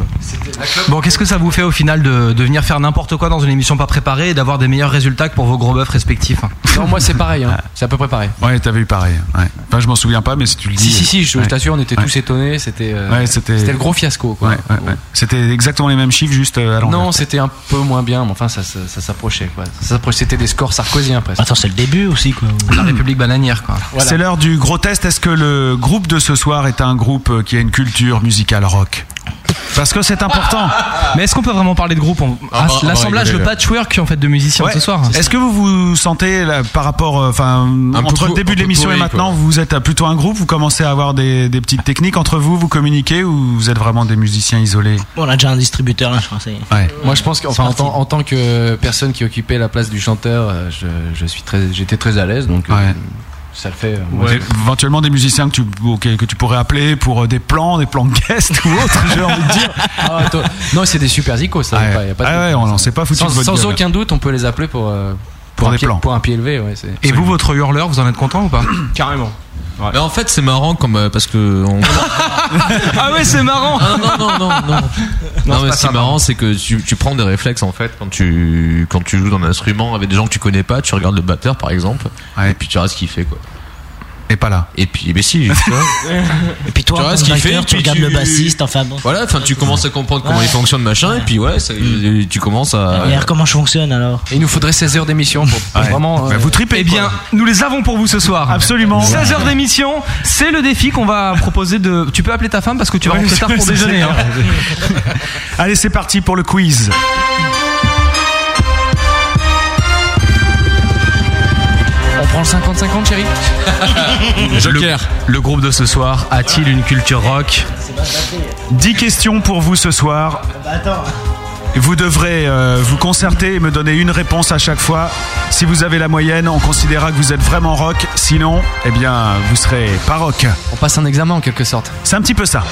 Bon, qu'est-ce que ça vous fait au final de, de venir faire n'importe quoi dans une émission pas préparée et d'avoir des meilleurs résultats que pour vos gros bœufs respectifs Non, moi c'est pareil, hein. c'est à peu près pareil. Ah. ouais t'avais eu pareil ouais. enfin je m'en souviens pas mais si tu le dis Si, si, si, je, je ouais. t'assure, on était Ouais. tous étonnés, c'était euh, Ouais, c'était- c'était le gros fiasco. Quoi. Ouais, ouais, ouais. C'était exactement les mêmes chiffres, juste euh, à l'envers. Non, c'était un peu moins bien, mais enfin ça, ça, ça s'approchait. quoi. Ça s'approchait, c'était des scores sarkoziens presque. Attends, c'est le début aussi quoi. Mmh. La République bananière quoi. C'est l'heure du gros test. Est-ce que le groupe de ce soir est un groupe euh, qui a une culture musicale rock Parce que c'est important. Mais est-ce qu'on peut vraiment parler de groupe On- Ah, bah, L'assemblage, on va le euh. rigoler, patchwork en fait de musiciens Ouais. ce soir. Est-ce que vous vous sentez là, par rapport, euh, enfin, Un peu entre le pour- début un de peu l'émission et pourri, maintenant, quoi. vous êtes euh, plutôt un groupe Vous commencez à avoir des, des petites techniques entre vous Vous communiquez ou vous êtes vraiment des musiciens isolés On a déjà un distributeur là, je pense. Ouais. Moi, je pense qu'enfin, en, tant- en tant que personne qui occupait la place du chanteur, euh, je, je suis très, j'étais très à l'aise, donc euh, ça le fait. euh, moi, Ouais. Éventuellement des musiciens que tu, auxquels- que tu pourrais appeler pour euh, des plans, des plans de guest ou autre, j'ai envie de dire. Ah, attends. non, c'est des super zikos, ça. y a pas- y a pas de- Ah ouais, on n'en sait pas foutu sans de votre sans gueule. aucun doute, on peut les appeler pour, euh, Pour un des pied, plans. pour un pied élevé. Ouais, c'est- Et vous, votre hurleur, vous en êtes content ou pas Carrément. Mais en fait, c'est marrant comme euh, parce que on- Ah ouais, c'est marrant Non, non, non, non, non. c'est non, mais pas ce qui ça, est marrant, c'est que tu, tu prends des réflexes en fait quand tu quand tu joues dans un instrument avec des gens que tu connais pas, tu regardes le batteur par exemple, et puis tu regardes ce qu'il fait quoi. Et pas là. Et puis, mais si, tu vois. Et puis toi, Tu vois en ce tant que qu'il fait, batteur, tu puis regardes tu- le bassiste, enfin bon. Voilà, enfin tu commences à comprendre comment Ouais. il fonctionne machin, et puis ouais, ça- tu commences à. Et alors, comment je fonctionne alors Il nous faudrait 16 heures d'émission pour, pour Ouais. vraiment. euh, Bah, vous tripez, Eh bien, nous les avons pour vous ce soir. Absolument. 16 heures d'émission, c'est le défi qu'on va proposer de. Tu peux appeler ta femme parce que tu vas Ouais, rentrer tard pour c'est déjeuner. clair. hein. Allez, c'est parti pour le quiz. On prend le 50-50, chérie Joker. Le, le groupe de ce soir a-t-il une culture rock 10 questions pour vous ce soir. Bah, Vous devrez euh, vous concerter et me donner une réponse à chaque fois. Si vous avez la moyenne, on considérera que vous êtes vraiment rock. Sinon, eh bien, vous serez pas rock. On passe un examen en quelque sorte. C'est un petit peu ça.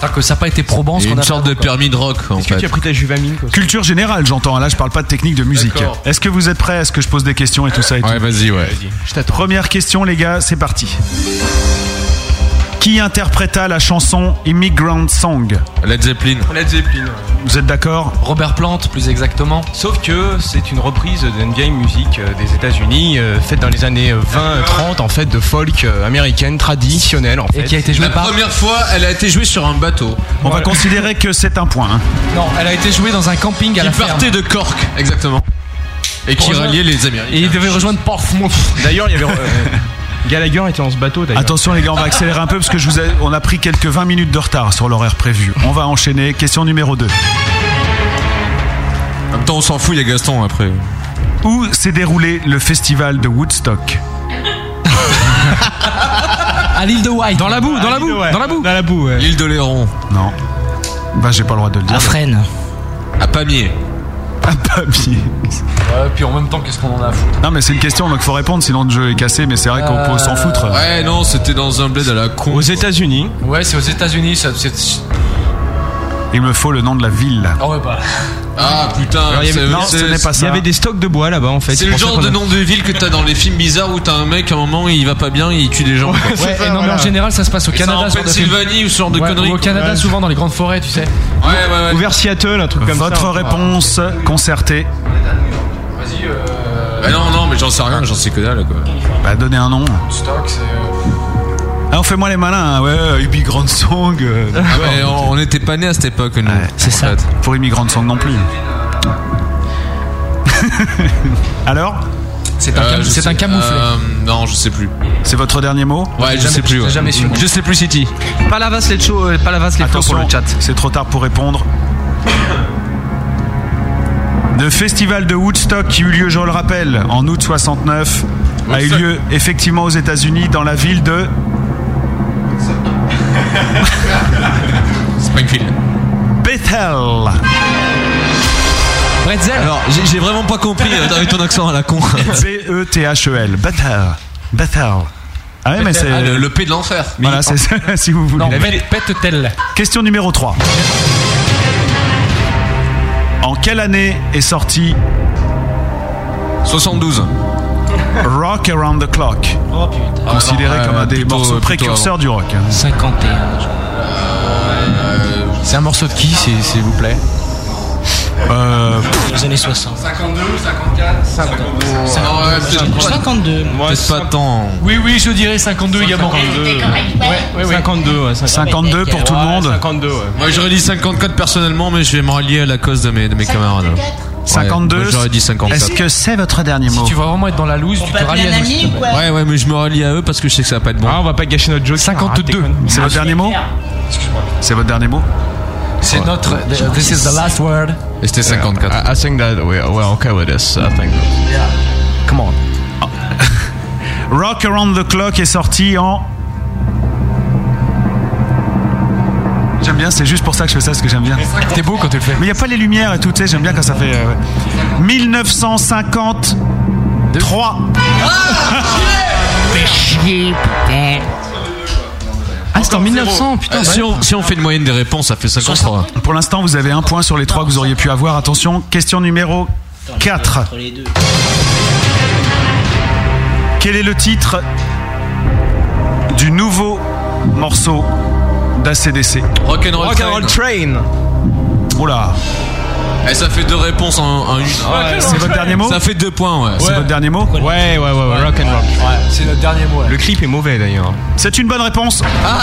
C'est-à-dire que ça n'a pas été probant ce Il y a qu'on une a sorte de permis de rock en fait. pris ta juvamine quoi. Culture générale, j'entends. Là, je parle pas de technique de musique. D'accord. Est-ce que vous êtes prêts à ce que je pose des questions et tout ça et tout vas-y, ouais. Première question, les gars, c'est parti. Qui Qui interpréta la chanson Immigrant Song Led Zeppelin. Led Zeppelin. Vous êtes d'accord Robert Plant, plus exactement. Sauf que c'est une reprise d'une vieille musique euh, des États-Unis, euh, faite dans les années Euh, 20-30, en fait, de folk euh, américaine traditionnelle, en fait. qui a été jouée La par- première- Première fois, elle a été jouée sur un bateau. On va considérer que c'est un point. hein. Non, elle a été jouée dans un camping à Qui la partait de Cork, exactement. Et qui reliait les Américains. Et il devait rejoindre Portsmouth. D'ailleurs, il y avait. euh, Gallagher était dans ce bateau, d'ailleurs. Attention les gars, on va accélérer un peu parce que je vous ai- on a pris quelques 20 minutes de retard sur l'horaire prévu. On va enchaîner. Question numéro 2. En même temps, on s'en fout, il y a Gaston après. Où s'est déroulé le festival de Woodstock À l'île de White. Dans la boue, dans la boue, dans la boue. Dans la boue, L'île de Léron. Ah. Non. Bah j'ai pas le droit de le dire. À Fresnes. À Pamiers. À Pamiers. puis en même temps, qu'est-ce qu'on en a à foutre Non mais c'est une question donc faut répondre sinon le jeu est cassé mais c'est vrai qu'on peut s'en foutre. Ouais, non, c'était dans un bled à la con. Aux États-Unis. Ouais, c'est aux États-Unis, ça. c'est- Il me faut le nom de la ville. Ah ouais, bah. Ah putain, Alors, il y avait- c'est- non, c'est- ce n'est pas ça. Il y avait des stocks de bois là-bas, en fait. C'est le pour ça genre qu'on de a- nom de ville que t'as dans les films bizarres où t'as un mec à un moment il va pas bien il tue des gens. quoi. Ouais, et non, mais en général, ça se passe au Et ça, Canada. en ce genre de Pennsylvanie film. ou ce genre de Ouais, conneries, ou Au quoi. Canada, Ouais. souvent dans les grandes forêts, tu sais. Ouais, ouais, ouais. Ou vers Seattle, un truc comme Votre ça. réponse concertée. Vas-y, euh. Bah non, non, mais j'en sais rien, j'en sais que dalle quoi. Bah donnez un nom. Stock, c'est. euh, Ah, on fait moi les malins. hein. Ouais, euh, Ubi Grand Song. euh, Ah, mais on on n'était pas nés à cette époque nous. C'est ça. Pour Ubi Grand Song non plus. Alors, C'est un, Euh, cam- je c'est sais- un camouflet. euh, non, je sais plus. c'est votre dernier mot Ouais, je jamais- sais plus. j'ai ouais. jamais su. Je sais plus City. Palavas les chauds, palavas les flots Attention, pour le chat. c'est trop tard pour répondre. Le festival de Woodstock qui eut lieu, je le rappelle, en août 69, a eu Woodstock. lieu effectivement aux États-Unis dans la ville de. Springfield. Bethel. Bretzel Alors, j'ai- j'ai vraiment pas compris euh, avec ton accent à la con. E B-E-T-H-E-L. Bethel. Bethel. Ah ouais, mais c'est. Ah, le, le P de l'enfer. Voilà, c'est ça, si vous voulez. Non, pète- pète-t-elle. Question numéro 3. En quelle année est sorti 72. Rock Around the Clock Oh putain. Ah, Considéré non, comme euh, un des plutôt- morceaux plutôt précurseurs du rock. hein. 51. je crois. Euh, C'est un morceau de qui, s'il s'il vous plaît Euh, Dans les années 60. 52, 54, 52. C'est non, ouais, peut-être pas- 52. peut-être pas tant. Oui, oui, je dirais 52 également. 52, ouais, 52 pour tout le monde. 52, ouais. Moi j'aurais dit 54 personnellement, mais je vais me rallier à la cause de mes, de mes camarades. Ouais, 52. moi, J'aurais dit 54. Est-ce que c'est votre dernier Si mot tu veux vraiment être dans la loose, tu te rallies à nous. ou quoi Ouais, ouais, mais je me rallie à eux parce que je sais que ça va pas être bon. Ah, on va pas gâcher notre Ah, joke. 52. C'est votre dernier Ah, mot C'est votre dernier mot C'est notre. euh, This is the last word. Et c'était 54. I, I think that we are we're okay with this. I think. Come on. Rock Around the Clock est sorti en. J'aime bien, c'est juste pour ça que je fais ça, parce que j'aime bien. Mais T'es beau quand tu le fais. il n'y a pas les lumières et tout, tu sais, j'aime bien quand ça fait. euh, ouais. 1953. Ah, c'est en 1900, Ah, putain. si, on, si on fait une moyenne des réponses, ça fait 53. Pour l'instant, vous avez un point sur les trois que vous auriez pu avoir. Attention, question numéro 4. Entre les deux. Quel est le titre du nouveau morceau d'ACDC Rock'n'roll Rock'n'Roll Train. Oula, Et Eh, ça fait deux réponses en, en une. c'est votre dernier mot Ça fait deux points, ouais. C'est votre dernier mot Ouais, ouais, ouais, ouais. Rock'n'Roll. C'est notre dernier mot. Le clip est mauvais d'ailleurs. C'est une bonne réponse. Ah.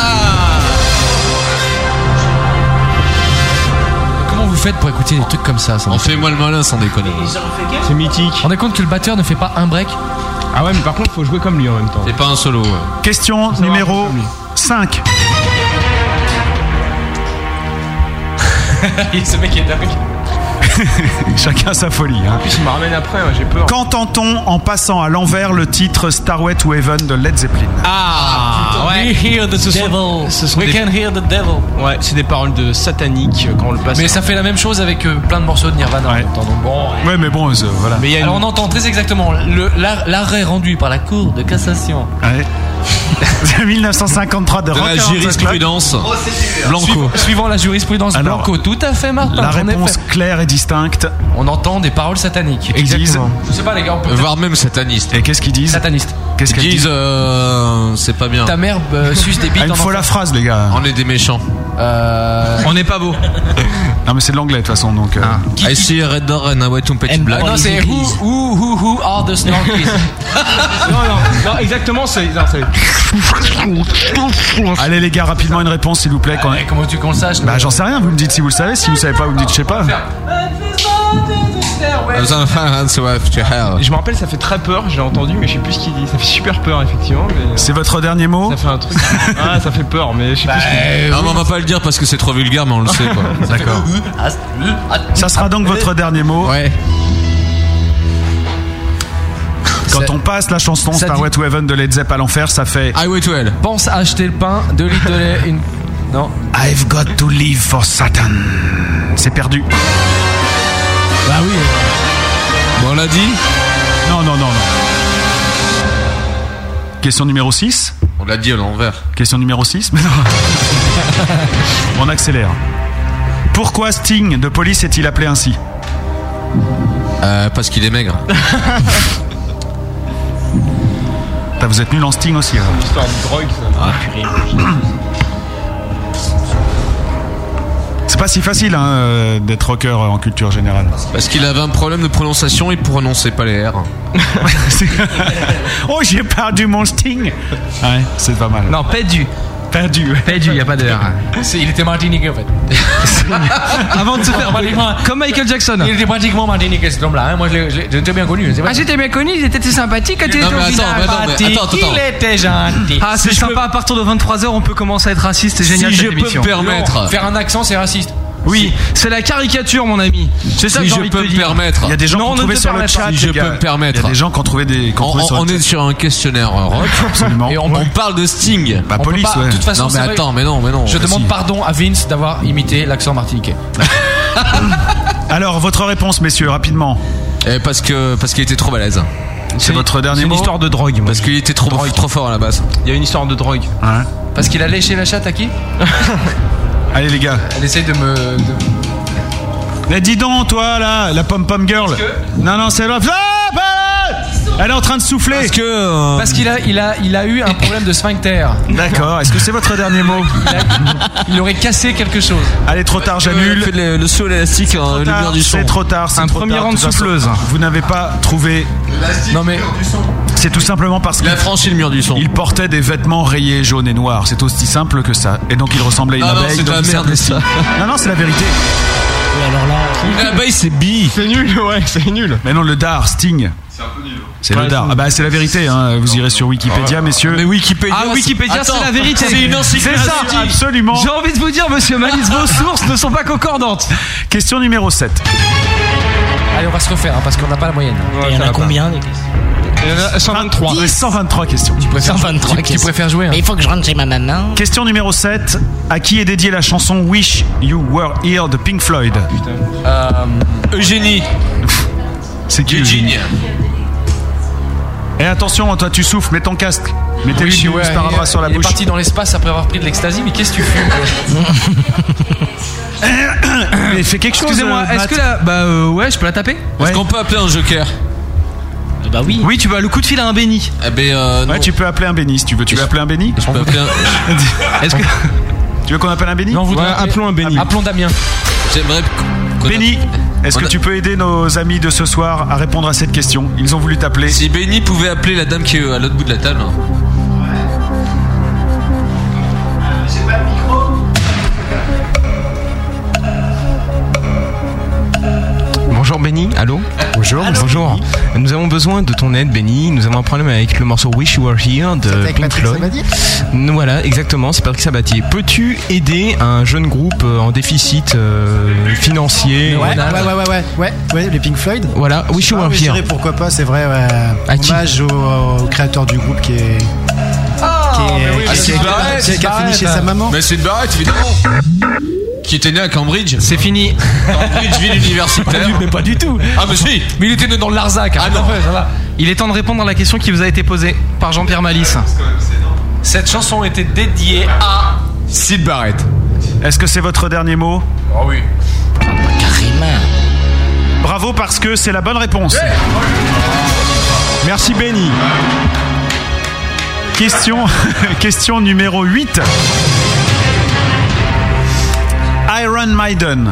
Comment vous faites pour écouter des trucs comme ça ça On fait moi le malin sans déconner. C'est mythique. On est compte que le batteur ne fait pas un break Ah ouais, mais par contre, faut jouer comme lui en même temps. C'est pas un solo, ouais. Question numéro 5. Ce mec est dingue. Chacun sa folie. hein. En plus, il me ramène après, ouais, j'ai peur. Qu'entend-on en passant à l'envers le titre Starway to Heaven de Led Zeppelin Ah, We hear the devil. We can hear the devil. Ouais, c'est des paroles de satanique euh, quand on le passe. Mais ça fait la même chose avec euh, plein de morceaux de Nirvana. en Ouais. même temps, donc bon. Ouais, mais bon, euh, voilà. Mais il y a une- Alors on entend très exactement le- l'ar- l'arrêt rendu par la Cour de cassation Ouais. de 1953 de, De la Rock Around the jurisprudence. Clock. Oh, Suivant, suivant la jurisprudence Alors, Blanco, tout à fait, Martin. La en réponse effet. claire et distincte. On entend des paroles sataniques. Et qui disent Je sais pas, les gars, on peut. Euh, Voire même sataniste. Et qu'est-ce qu'ils disent Sataniste. Qu'est-ce qu'ils qu'elles disent disent euh, C'est pas bien. Ta mère euh, suce des Ah, il bites. en Euh, me faut enfer. la phrase, les gars. On est des méchants. On n'est pas beau. non, mais c'est de l'anglais de toute façon, donc. euh, Ah. I see a red door and I wait to petit black. Ah Non, c'est who, who, who, who are the snorkies Non, non, non, exactement, c'est. non, c'est- Allez les gars, rapidement une réponse s'il vous plaît. Quand... comment tu qu'on le sache Bah j'en sais rien, vous me dites si vous le savez, si vous savez pas, vous me dites je sais pas. Ah. Je me rappelle, ça fait très peur, j'ai entendu, mais je sais plus ce qu'il dit. Ça fait super peur, effectivement. Mais... euh, C'est votre dernier mot Bah, euh, Ça fait un truc. ah, ça fait peur, mais je sais plus ce qu'il dit. Non, mais on va pas le dire parce que c'est trop vulgaire, mais on le sait quoi. Eh D'accord. euh, Ça sera donc votre dernier mot. Ouais. Quand on passe la chanson ça Star dit- Way to Heaven de Led Zepp à l'enfer, ça fait Highway to Hell. Pense à acheter le pain, 2 litres de euh, lait, une. Non. I've got to live for Satan. C'est perdu. Bah oui. Bon, on l'a dit euh. Non, non, non, non. Question numéro 6. On l'a dit à l'envers. Question numéro 6. on accélère. Pourquoi Sting de police est-il appelé ainsi Euh, parce qu'il est maigre. Bah, Vous êtes nul en Sting aussi. alors. Histoire de drogue, ça. Ah, C'est pas si facile hein, euh, d'être rocker euh, en culture générale. Parce qu'il avait un problème de prononciation, il prononçait pas les R. oh, j'ai perdu mon Sting Ah Ouais, c'est pas mal. Non, perdu. Perdu. Perdu, y a pas de R. Ah, C'est- Il était martiniquais en fait. Avant de se faire. Comme Michael Jackson. Il était pratiquement martiniquais cet homme-là. hein. Moi je l'ai- je l'ai je l'ai très bien connu. je sais pas. Ah, j'étais bien connu, il était sympathique quand il était Non, mais au attends, final. mais attends, mais Sympathique, attends, attends. Il était gentil. Ah, c'est Si je sympa, à partir de 23h, on peut commencer à être raciste, c'est génial. Si cette je peux me émission. permettre. Faire un accent, c'est raciste. Oui, c'est la caricature, mon ami. C'est ça Si que j'ai je envie de peux te me dire. permettre. Il y a des gens Non, qui ont on ne trouvé peut sur pas le mettre. chat. Si je les gars. peux me permettre. Il y a des gens qui ont trouvé des. qui ont On, trouvé on- sur le on chat. est sur un questionnaire euh, rock. Absolument. Et on, on parle de Sting. Bah, On peut police, pas- ouais. De toute façon, non mais c'est vrai. attends, mais non, mais non. Je mais demande si. pardon à Vince d'avoir imité l'accent martiniquais. Alors, votre réponse, messieurs, rapidement. Eh, parce que parce qu'il était trop balèze. C'est votre dernier C'est une mot. histoire de drogue. moi. Parce qu'il était trop trop fort à la base. Il y a une histoire de drogue. Ouais. Parce qu'il a léché la chatte à qui Allez, les gars. Elle essaye de me. de- Mais dis donc, toi, là, la pom-pom girl. Non, non, c'est là. Ah, bah, Elle est en train de souffler. Parce que euh, Parce qu'il a, il a, il a eu un problème de sphincter. D'accord. Est-ce que c'est votre dernier mot Il aurait cassé quelque chose. Allez, trop tard, il fait j'annule. le, le saut élastique, hein, Trop le tard, beurre du son. C'est trop tard. c'est Un trop premier tard, rang de toute façon. souffleuse. Vous n'avez pas trouvé. Non mais. C'est tout simplement parce Il que. a franchi le mur du son. Il portait des vêtements rayés jaunes et noirs, c'est aussi simple que ça. Et donc il ressemblait à une Ah non, abeille. c'est de donc la il merde, s'appelait ça. Sting. Non, non, c'est la vérité. Oui, alors là, Une Ah, bah, abeille, c'est bi. C'est nul, ouais, c'est nul. Mais non, le dar, Sting. C'est un peu nul. Ah, C'est le dar. Ah bah c'est la vérité, hein. vous irez sur Wikipédia, messieurs. Mais Wikipédia. Ah, Wikipédia, c'est Attends, la vérité. C'est une encyclopédie. C'est ça. Absolument. J'ai envie de vous dire, monsieur Malice, vos sources ne sont pas concordantes. Question numéro 7. Allez, on va se refaire hein, parce qu'on n'a pas la moyenne. il y en a combien des questions Il y en a 123. Ah, 123 questions. Tu préfères, 123 tu- tu questions. préfères jouer hein. Mais il faut que je rentre chez ma maman. Question numéro 7. À qui est dédiée la chanson Wish You Were Here de Pink Floyd Euh, Eugénie. C'est qui Eugénie. Et attention, hein, toi tu souffles, mets ton casque. Mettez oui, le ouais, sparadrap il- sur la il est bouche. parti dans l'espace après avoir pris de l'ecstasy, mais qu'est-ce que tu fumes Mais fais quelque chose. Excusez-moi, euh, est-ce Matt. que la. Bah euh, ouais, je peux la taper Est-ce qu'on peut appeler un joker Eh Bah oui. Oui, tu vas le coup de fil à un béni. Ah Eh ben, euh, non. Ouais, tu peux appeler un béni si tu veux. Tu veux appeler un béni Je peux appeler un- Est-ce que. Tu veux qu'on appelle un béni Non, vous devez- appelons un Benny. Appelons Damien. J'aimerais. qu'on- qu'on Béni, est-ce On que a- tu peux aider nos amis de ce soir à répondre à cette question Ils ont voulu t'appeler. Si Benny pouvait appeler la dame qui est euh, à l'autre bout de la table. hein. Bonjour Benny, allô Bonjour, bonjour. Nous avons besoin de ton aide Benny, nous avons un problème avec le morceau Wish You Were Here de Pink Floyd. Nous, Voilà, exactement, c'est Patrick Sabatier. Peux-tu aider un jeune groupe euh, en déficit euh, financier Ouais, Voilà. ouais, ouais, ouais, ouais, ouais, ouais, les Pink Floyd. Voilà, Wish You Ah, Were mais je Here. dirais pourquoi pas, c'est vrai. Ouais. Ah, À qui Hommage au, au créateur du groupe qui est. Ah, qui ah, est- qui- qui- qui- qui a fini chez sa maman. Mais c'est Barrett, évidemment. Qui était né à Cambridge. C'est fini. Cambridge, ville universitaire. Mais pas du tout. Ah, mais si Mais il était né dans le Larzac. hein. Ah non. Ouais, ça va. Il est temps de répondre à la question qui vous a été posée par Jean-Pierre Malice. Ah, C'est quand même, c'est énorme. Cette chanson était dédiée à Sid Barrett. Est-ce que c'est votre dernier mot Oh oui. Bravo parce que c'est la bonne réponse. Merci Benny. Question, question numéro 8. Iron Maiden.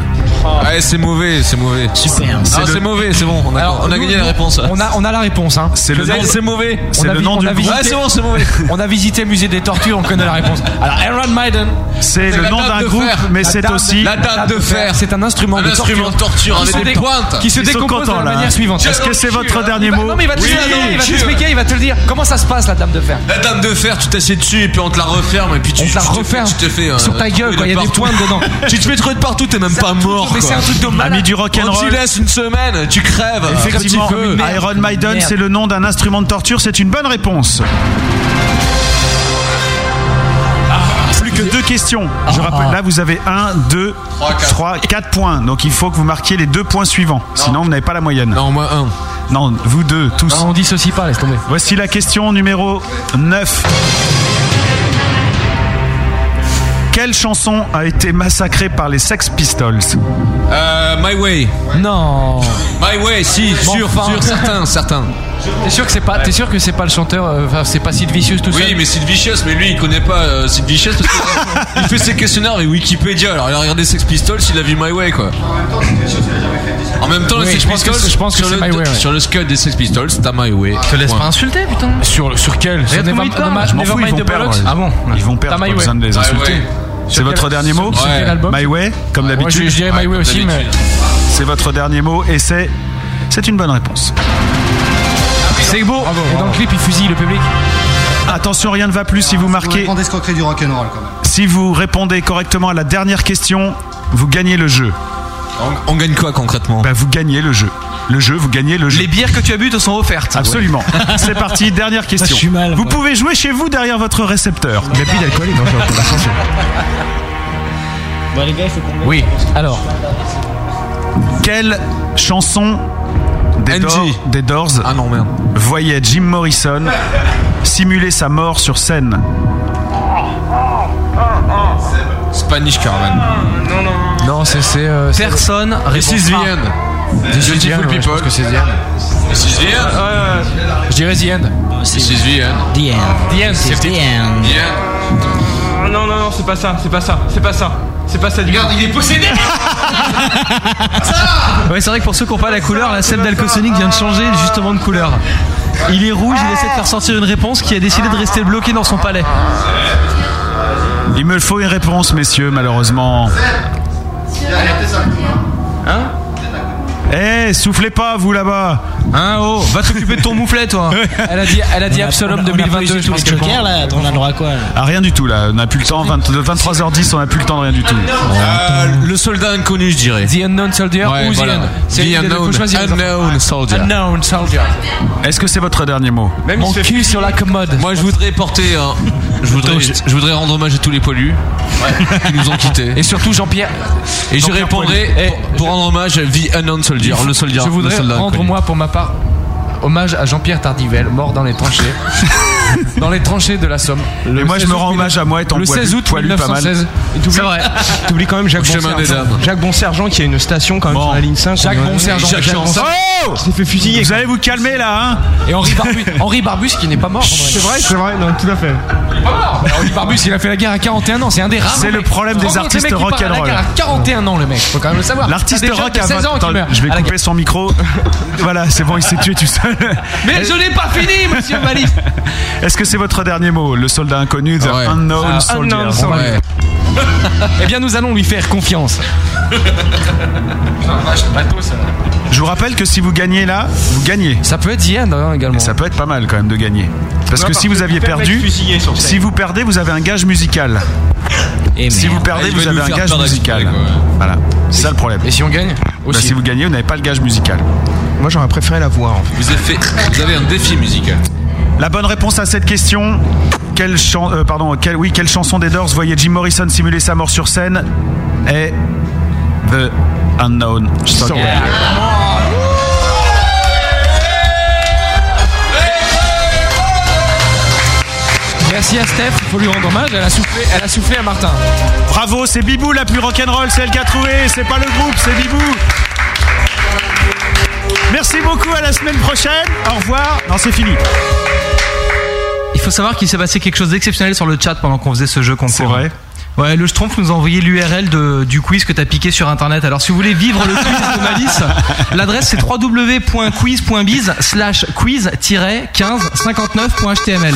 Ouais, Ah, eh, c'est mauvais, c'est mauvais. Super. Ah, C'est le- c'est mauvais, c'est bon. On a, Ah, on a nous, gagné la réponse. On a, on a la réponse. Hein. C'est Je le veux dire, nom- c'est mauvais. On C'est a le vi- nom on du a groupe. visité- Ouais, c'est bon, c'est mauvais. on a visité le musée des tortues, on connaît la réponse. Alors, Iron Maiden. C'est le la nom dame d'un de groupe, fer. mais La c'est dame- aussi- la dame de fer. C'est un instrument Un de torture. instrument de torture Qui avec se des dé- pointes. Qui se Ils sont décompose contents, de la là, hein. manière suivante. Est-ce que c'est votre Il va- dernier il va- mot Non, mais il va te Oui. non, il va te Dieu. l'expliquer, il va te le dire. Comment ça se passe, la dame de fer La dame de fer, tu t'assieds dessus et puis on te la referme et puis tu, On te la tu te fais- referme tu te fais euh, sur ta trouver gueule, quoi, de il y a des partout. pointes dedans. tu te fais trouver de partout, t'es même pas mort. mais c'est quoi. un truc de malade. Ami du On rock'n'roll. t'y laisse une semaine, tu crèves. Effectivement, Comme tu veux. Iron Maiden, c'est le nom d'un instrument de torture, c'est une bonne réponse. Plus que deux questions. Je rappelle, là, vous avez 1, 2, 3, 4 points. Donc il faut que vous marquiez les deux points suivants. Sinon, vous n'avez pas la moyenne. Non, moins 1. Non, vous deux, tous. Non, on dissocie pas, laisse tomber. Voici la question numéro 9. Quelle chanson a été massacrée par les Sex Pistols Euh, My Way. Non. My Way, Bah si, Bon, sûr, enfin. sûr, certain, certain. T'es sûr que c'est pas, t'es sûr que c'est pas le chanteur, euh, enfin, c'est pas Sid Vicious tout Oui, mais Sid Vicious, mais lui il connaît pas euh, Sid Vicious parce que il fait ses questionnaires avec Wikipédia. Alors il a regardé Sex Pistols, il a vu My Way quoi. En même temps, Oui, les Sex je pense que Pistols, c'est- je pense sur, que c'est le, My Way, ouais. sur le scud des Sex Pistols, t'as My Way. Te laisse Point. pas insulter, putain. Sur, sur quel Sur Never- Never- Je m'en fous, ils Nevermind vont the perdre. Bollocks. Ah bon Ils vont perdre, T'as pas My besoin Way. de les Ah My insulter. Way. C'est Sur votre quel- dernier sur- mot sur quel Ouais. album My Way, comme Ouais, d'habitude. je- je dirais My Ouais, Way comme aussi, d'habitude. C'est votre dernier mot et c'est c'est une bonne réponse. C'est beau. Et dans le clip, il fusille le public. Attention, rien ne va plus Ah, si vous Vous marquez. répondez escroquerie du rock'n'roll quand même. Si vous répondez correctement à la dernière question, vous gagnez le jeu. On, gagne quoi concrètement Bah vous gagnez le jeu. Le jeu, vous gagnez le jeu. Les bières que tu as bu te sont offertes. Absolument. C'est parti, dernière question. Ah Je suis mal, vous moi. pouvez jouer chez vous derrière votre récepteur. Il n'y a plus d'alcool, non, Bon, les gars, il faut qu'on. Oui. Alors. Quelle chanson des, Doors, des Doors Ah voyait Jim Morrison simuler sa mort sur scène Spanish Caravan. Non, non. Non, c'est c'est. euh, c'est- Personne. This is the end. Euh, This is the Beautiful end, ouais, je pense people. que c'est The End. Euh, This is the end. Je dirais The End. This is the end. The end. The End, c'est The end. Ah, non, non, non, c'est pas ça, c'est pas ça, c'est pas ça. C'est pas ça du Regarde, il est possédé Ouais, c'est vrai que pour ceux qui n'ont pas la couleur, la celle d'Alcosonic vient de changer justement de couleur. Il est rouge, il essaie de faire sortir une réponse qui a décidé de rester bloqué dans son palais. euh, Il me faut une réponse, messieurs, malheureusement. Hein Eh, soufflez pas, vous là-bas Hein, oh, va t'occuper de ton mouflet, toi Elle a dit, elle a dit Absalom 2022, je pense que Joker là, on a le droit à quoi là Ah, rien du tout là, on n'a plus le temps, 20 23h10, on n'a plus le temps de rien du tout. Euh, le soldat inconnu, je dirais. The Unknown Soldier Ouais, ou voilà. The End The une des deux, faut Unknown- choisir les enfants. Unknown Soldier. Unknown Soldier. Est-ce que c'est votre dernier mot Même Mon cul sur la commode. Moi, je voudrais porter. un- Je voudrais, je voudrais rendre hommage à tous les poilus qui nous ont quittés. Et surtout Jean-Pierre. Et je Jean-Pierre répondrai Poilu. pour, pour rendre hommage à The Unknown Soldier, le soldat. Je voudrais le soldat rendre, inconnu. moi, pour ma part, hommage à Jean-Pierre Tardivel, mort dans les tranchées. dans les tranchées de la Somme. Et moi, je me rends hommage à moi étant Le poilu- 16 août poilu pas mal. 1916. C'est vrai. T'oublies quand même Jacques Au chemin des Bonsergent. dames. Jacques Bonsergent qui a une station quand même sur la ligne 5. Jacques Bonsergent, Jacques Bonsergent. Oh s'est fait fusiller. Vous allez vous calmer là, hein Et Henri Barbus, Henri Barbus qui n'est pas mort. C'est vrai, c'est vrai, non, tout à fait. Henri Barbus, il a fait la guerre à 41 ans, c'est un des rares. C'est le problème des artistes rock La rock'n'roll. guerre à 41 ans, le mec, faut quand même le savoir. L'artiste T'as des jeunes rock de à 16 20 ans qui Attends, meurent. Je vais À la- couper son micro. voilà, c'est bon, il s'est tué tout seul. Mais je n'ai pas fini, monsieur Valise Est-ce que c'est votre dernier mot Le soldat inconnu, The Ouais. Unknown Soldier. unknown soldier. Ouais. Ah, Eh bien, nous allons lui faire confiance. Je vous rappelle que si vous gagnez là, vous gagnez. Ça peut être The End, hein, également. Et ça peut être pas mal quand même de gagner. Parce que Ouais, si vous aviez peut-être perdu, être fusillé sur scène. si vous perdez, vous avez un gage musical. Et Si vous perdez, il vous va avez nous un faire gage perdre musical. exprès, quoi. Voilà, c'est ça le problème. Et si on gagne Bah, aussi. si vous gagnez, vous n'avez pas le gage musical. Moi j'aurais préféré la voir en fait. Vous avez, fait- vous avez un défi musical. La bonne réponse à cette question. Quelle, chan- euh, pardon, quelle- oui, quelle chanson des Doors voyait Jim Morrison simuler sa mort sur scène est The Unknown Soldier. Merci Merci à Steph, il faut lui rendre hommage, elle a soufflé, elle a soufflé à Martin. Bravo, c'est Bibou la plus rock'n'roll, c'est elle qui a trouvé, c'est pas le groupe, c'est Bibou. Merci beaucoup, à la semaine prochaine, au revoir. Non, c'est fini. Il faut savoir qu'il s'est passé quelque chose d'exceptionnel sur le chat pendant qu'on faisait ce jeu concours. C'est vrai. Ouais, le Schtroumpf nous a envoyé l'URL de- du quiz que t'as piqué sur internet. Alors si vous voulez vivre le quiz de Malice, l'adresse c'est www.quiz.biz slash quiz-1559.html.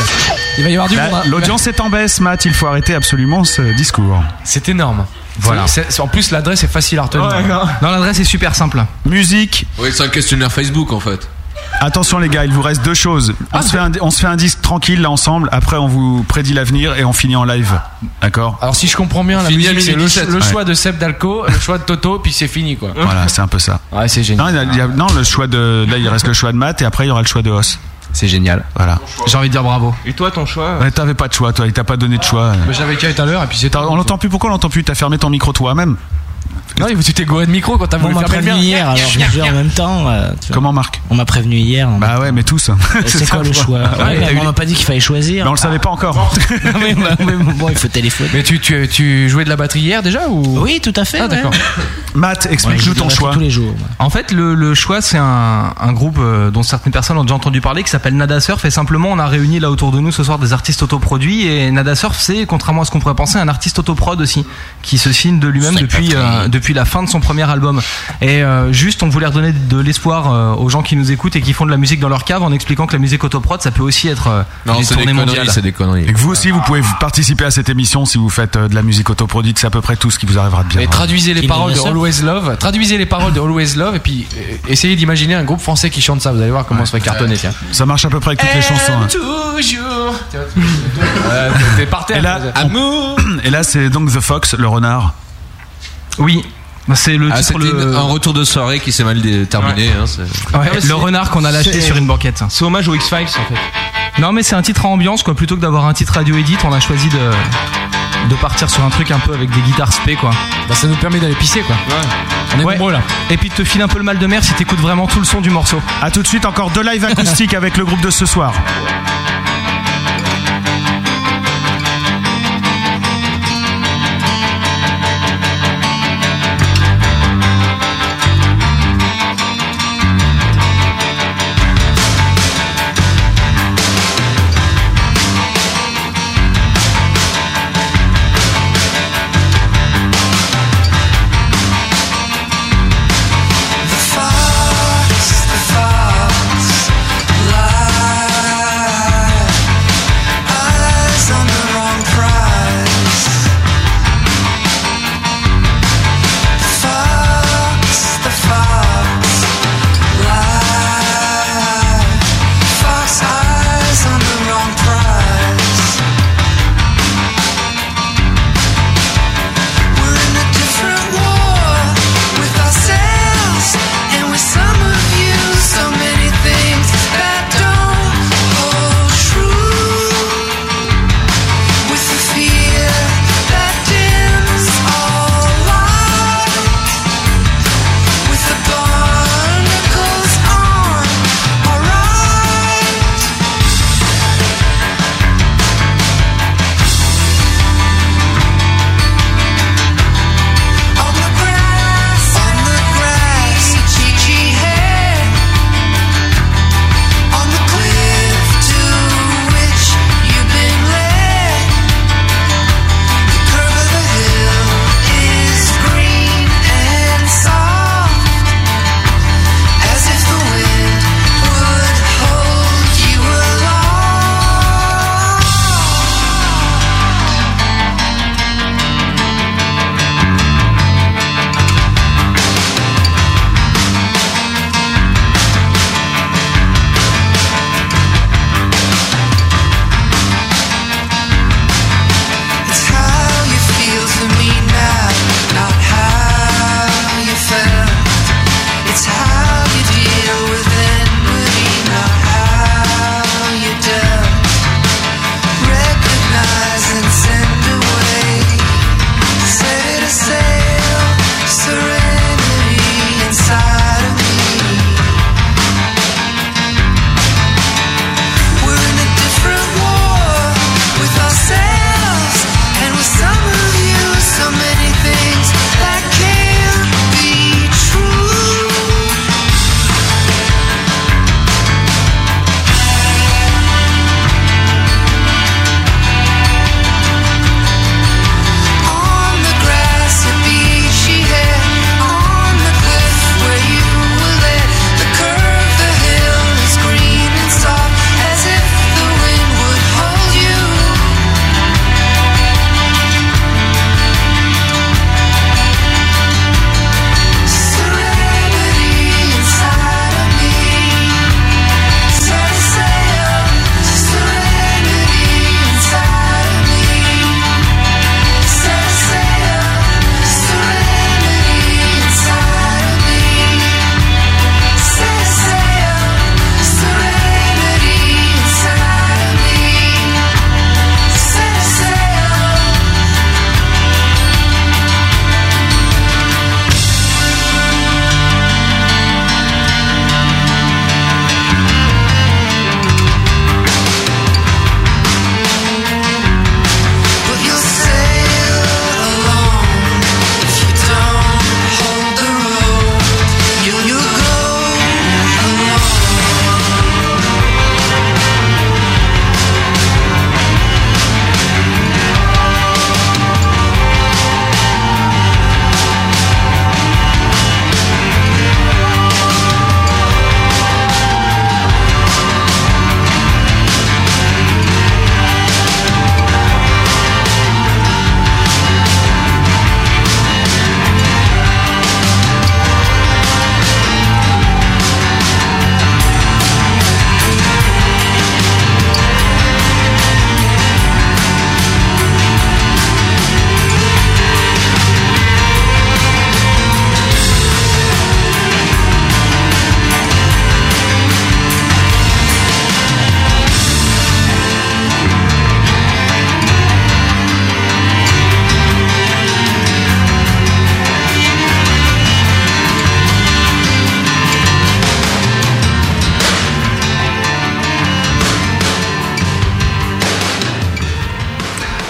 Il va y avoir du La- monde. hein. Bah, L'audience est en baisse, Matt, il faut arrêter absolument ce discours. C'est énorme. Voilà. C'est- c'est- en plus, l'adresse est facile à retenir. Non, l'adresse est super simple. Musique. Oui, c'est un questionnaire Facebook en fait. Attention les gars, il vous reste deux choses. Ah, On, se fait un, on se fait un disque tranquille là ensemble, après on vous prédit l'avenir et on finit en live. D'accord Alors si je comprends bien, Ah, la Fini à musique, c'est minuit le, 17. le choix Ouais. de Seb Dalco, le choix de Toto, puis c'est fini quoi. Voilà, c'est un peu ça. Ouais, c'est génial. Non, il y a- il y a- non, le choix de, là il reste le choix de Matt et après il y aura le choix de Os. C'est génial. Voilà. J'ai envie de dire bravo. Et toi, ton choix Ouais, t'avais pas de choix, toi, il t'a pas donné de choix. Mais J'avais qu'à tout à l'heure et puis c'est On l'entend plus, pourquoi on l'entend plus T'as fermé ton micro toi-même Non, mais tu t'es gouré de micro quand t'as On voulu m'a faire prévenu bien. hier, alors je vous dis en même temps. euh, Comment Marc On m'a prévenu hier. Bah ouais, mais tous. C'est ça, quoi le je choix vois. Ouais, Ouais, mais t'as eu- On m'a pas dit qu'il fallait choisir. Mais on le savait pas encore. mais, bon, il faut téléphoner. Mais tu, tu, tu jouais de la batterie hier déjà ou Oui, tout à fait. Ah, ouais. d'accord. Matt, explique-nous ton choix. Tous les jours. En fait, le, le choix, c'est un, un groupe euh, dont certaines personnes ont déjà entendu parler qui s'appelle Nada Surf. Et simplement, on a réuni là autour de nous ce soir des artistes autoproduits. Et Nada Surf, c'est, contrairement à ce qu'on pourrait penser, un artiste autoprod aussi, qui se signe de lui-même depuis, euh, depuis la fin de son premier album. Et euh, juste, on voulait redonner de l'espoir euh, aux gens qui nous écoutent et qui font de la musique dans leur cave en expliquant que la musique autoprod, ça peut aussi être euh, Non, une c'est des tournée conneries, mondiale. c'est des conneries. Et que vous aussi, vous pouvez participer à cette émission si vous faites euh, de la musique autoproduite. C'est à peu près tout ce qui vous arrivera de bien. Et traduisez les Qui paroles nous de ressemble. Always Love, traduisez les paroles de Always Love et puis euh, essayez d'imaginer un groupe français qui chante ça. Vous allez voir comment on se fait cartonner. Tiens. Ça marche à peu près avec toutes les chansons. hein. Toujours. T'es par terre. Et là, et là c'est donc The Fox, le renard. Oui. C'est le Ah, c'était une- un retour de soirée qui s'est mal dé- terminé. hein, c'est- Ouais, le renard qu'on a lâché c'est- sur une banquette. C'est hommage aux X-Files en fait. Non mais c'est un titre à ambiance quoi, plutôt que d'avoir un titre radio edit, on a choisi de, de partir sur un truc un peu avec des guitares spé quoi. Bah, ça nous permet d'aller pisser quoi. On est là. Et puis de te file un peu le mal de mer si t'écoutes vraiment tout le son du morceau. A tout de suite, encore deux lives acoustiques avec le groupe de ce soir. The fox, the fox, lies.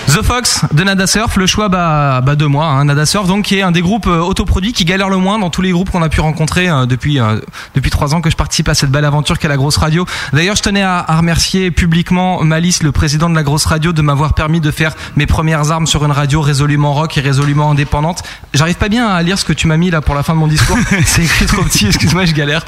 The Fox de Nada Surf, le choix bah, bah de moi. hein. Nada Surf, donc qui est un des groupes euh, autoproduits qui galère le moins dans tous les groupes qu'on a pu rencontrer euh, depuis euh, depuis trois ans que je participe à cette belle aventure qu'est la grosse radio. D'ailleurs, je tenais à, à remercier publiquement Malice, le président de la grosse radio, de m'avoir permis de faire mes premières armes sur une radio résolument rock et résolument indépendante. J'arrive pas bien à lire ce que tu m'as mis là pour la fin de mon discours. C'est écrit trop petit. Excuse-moi, je galère.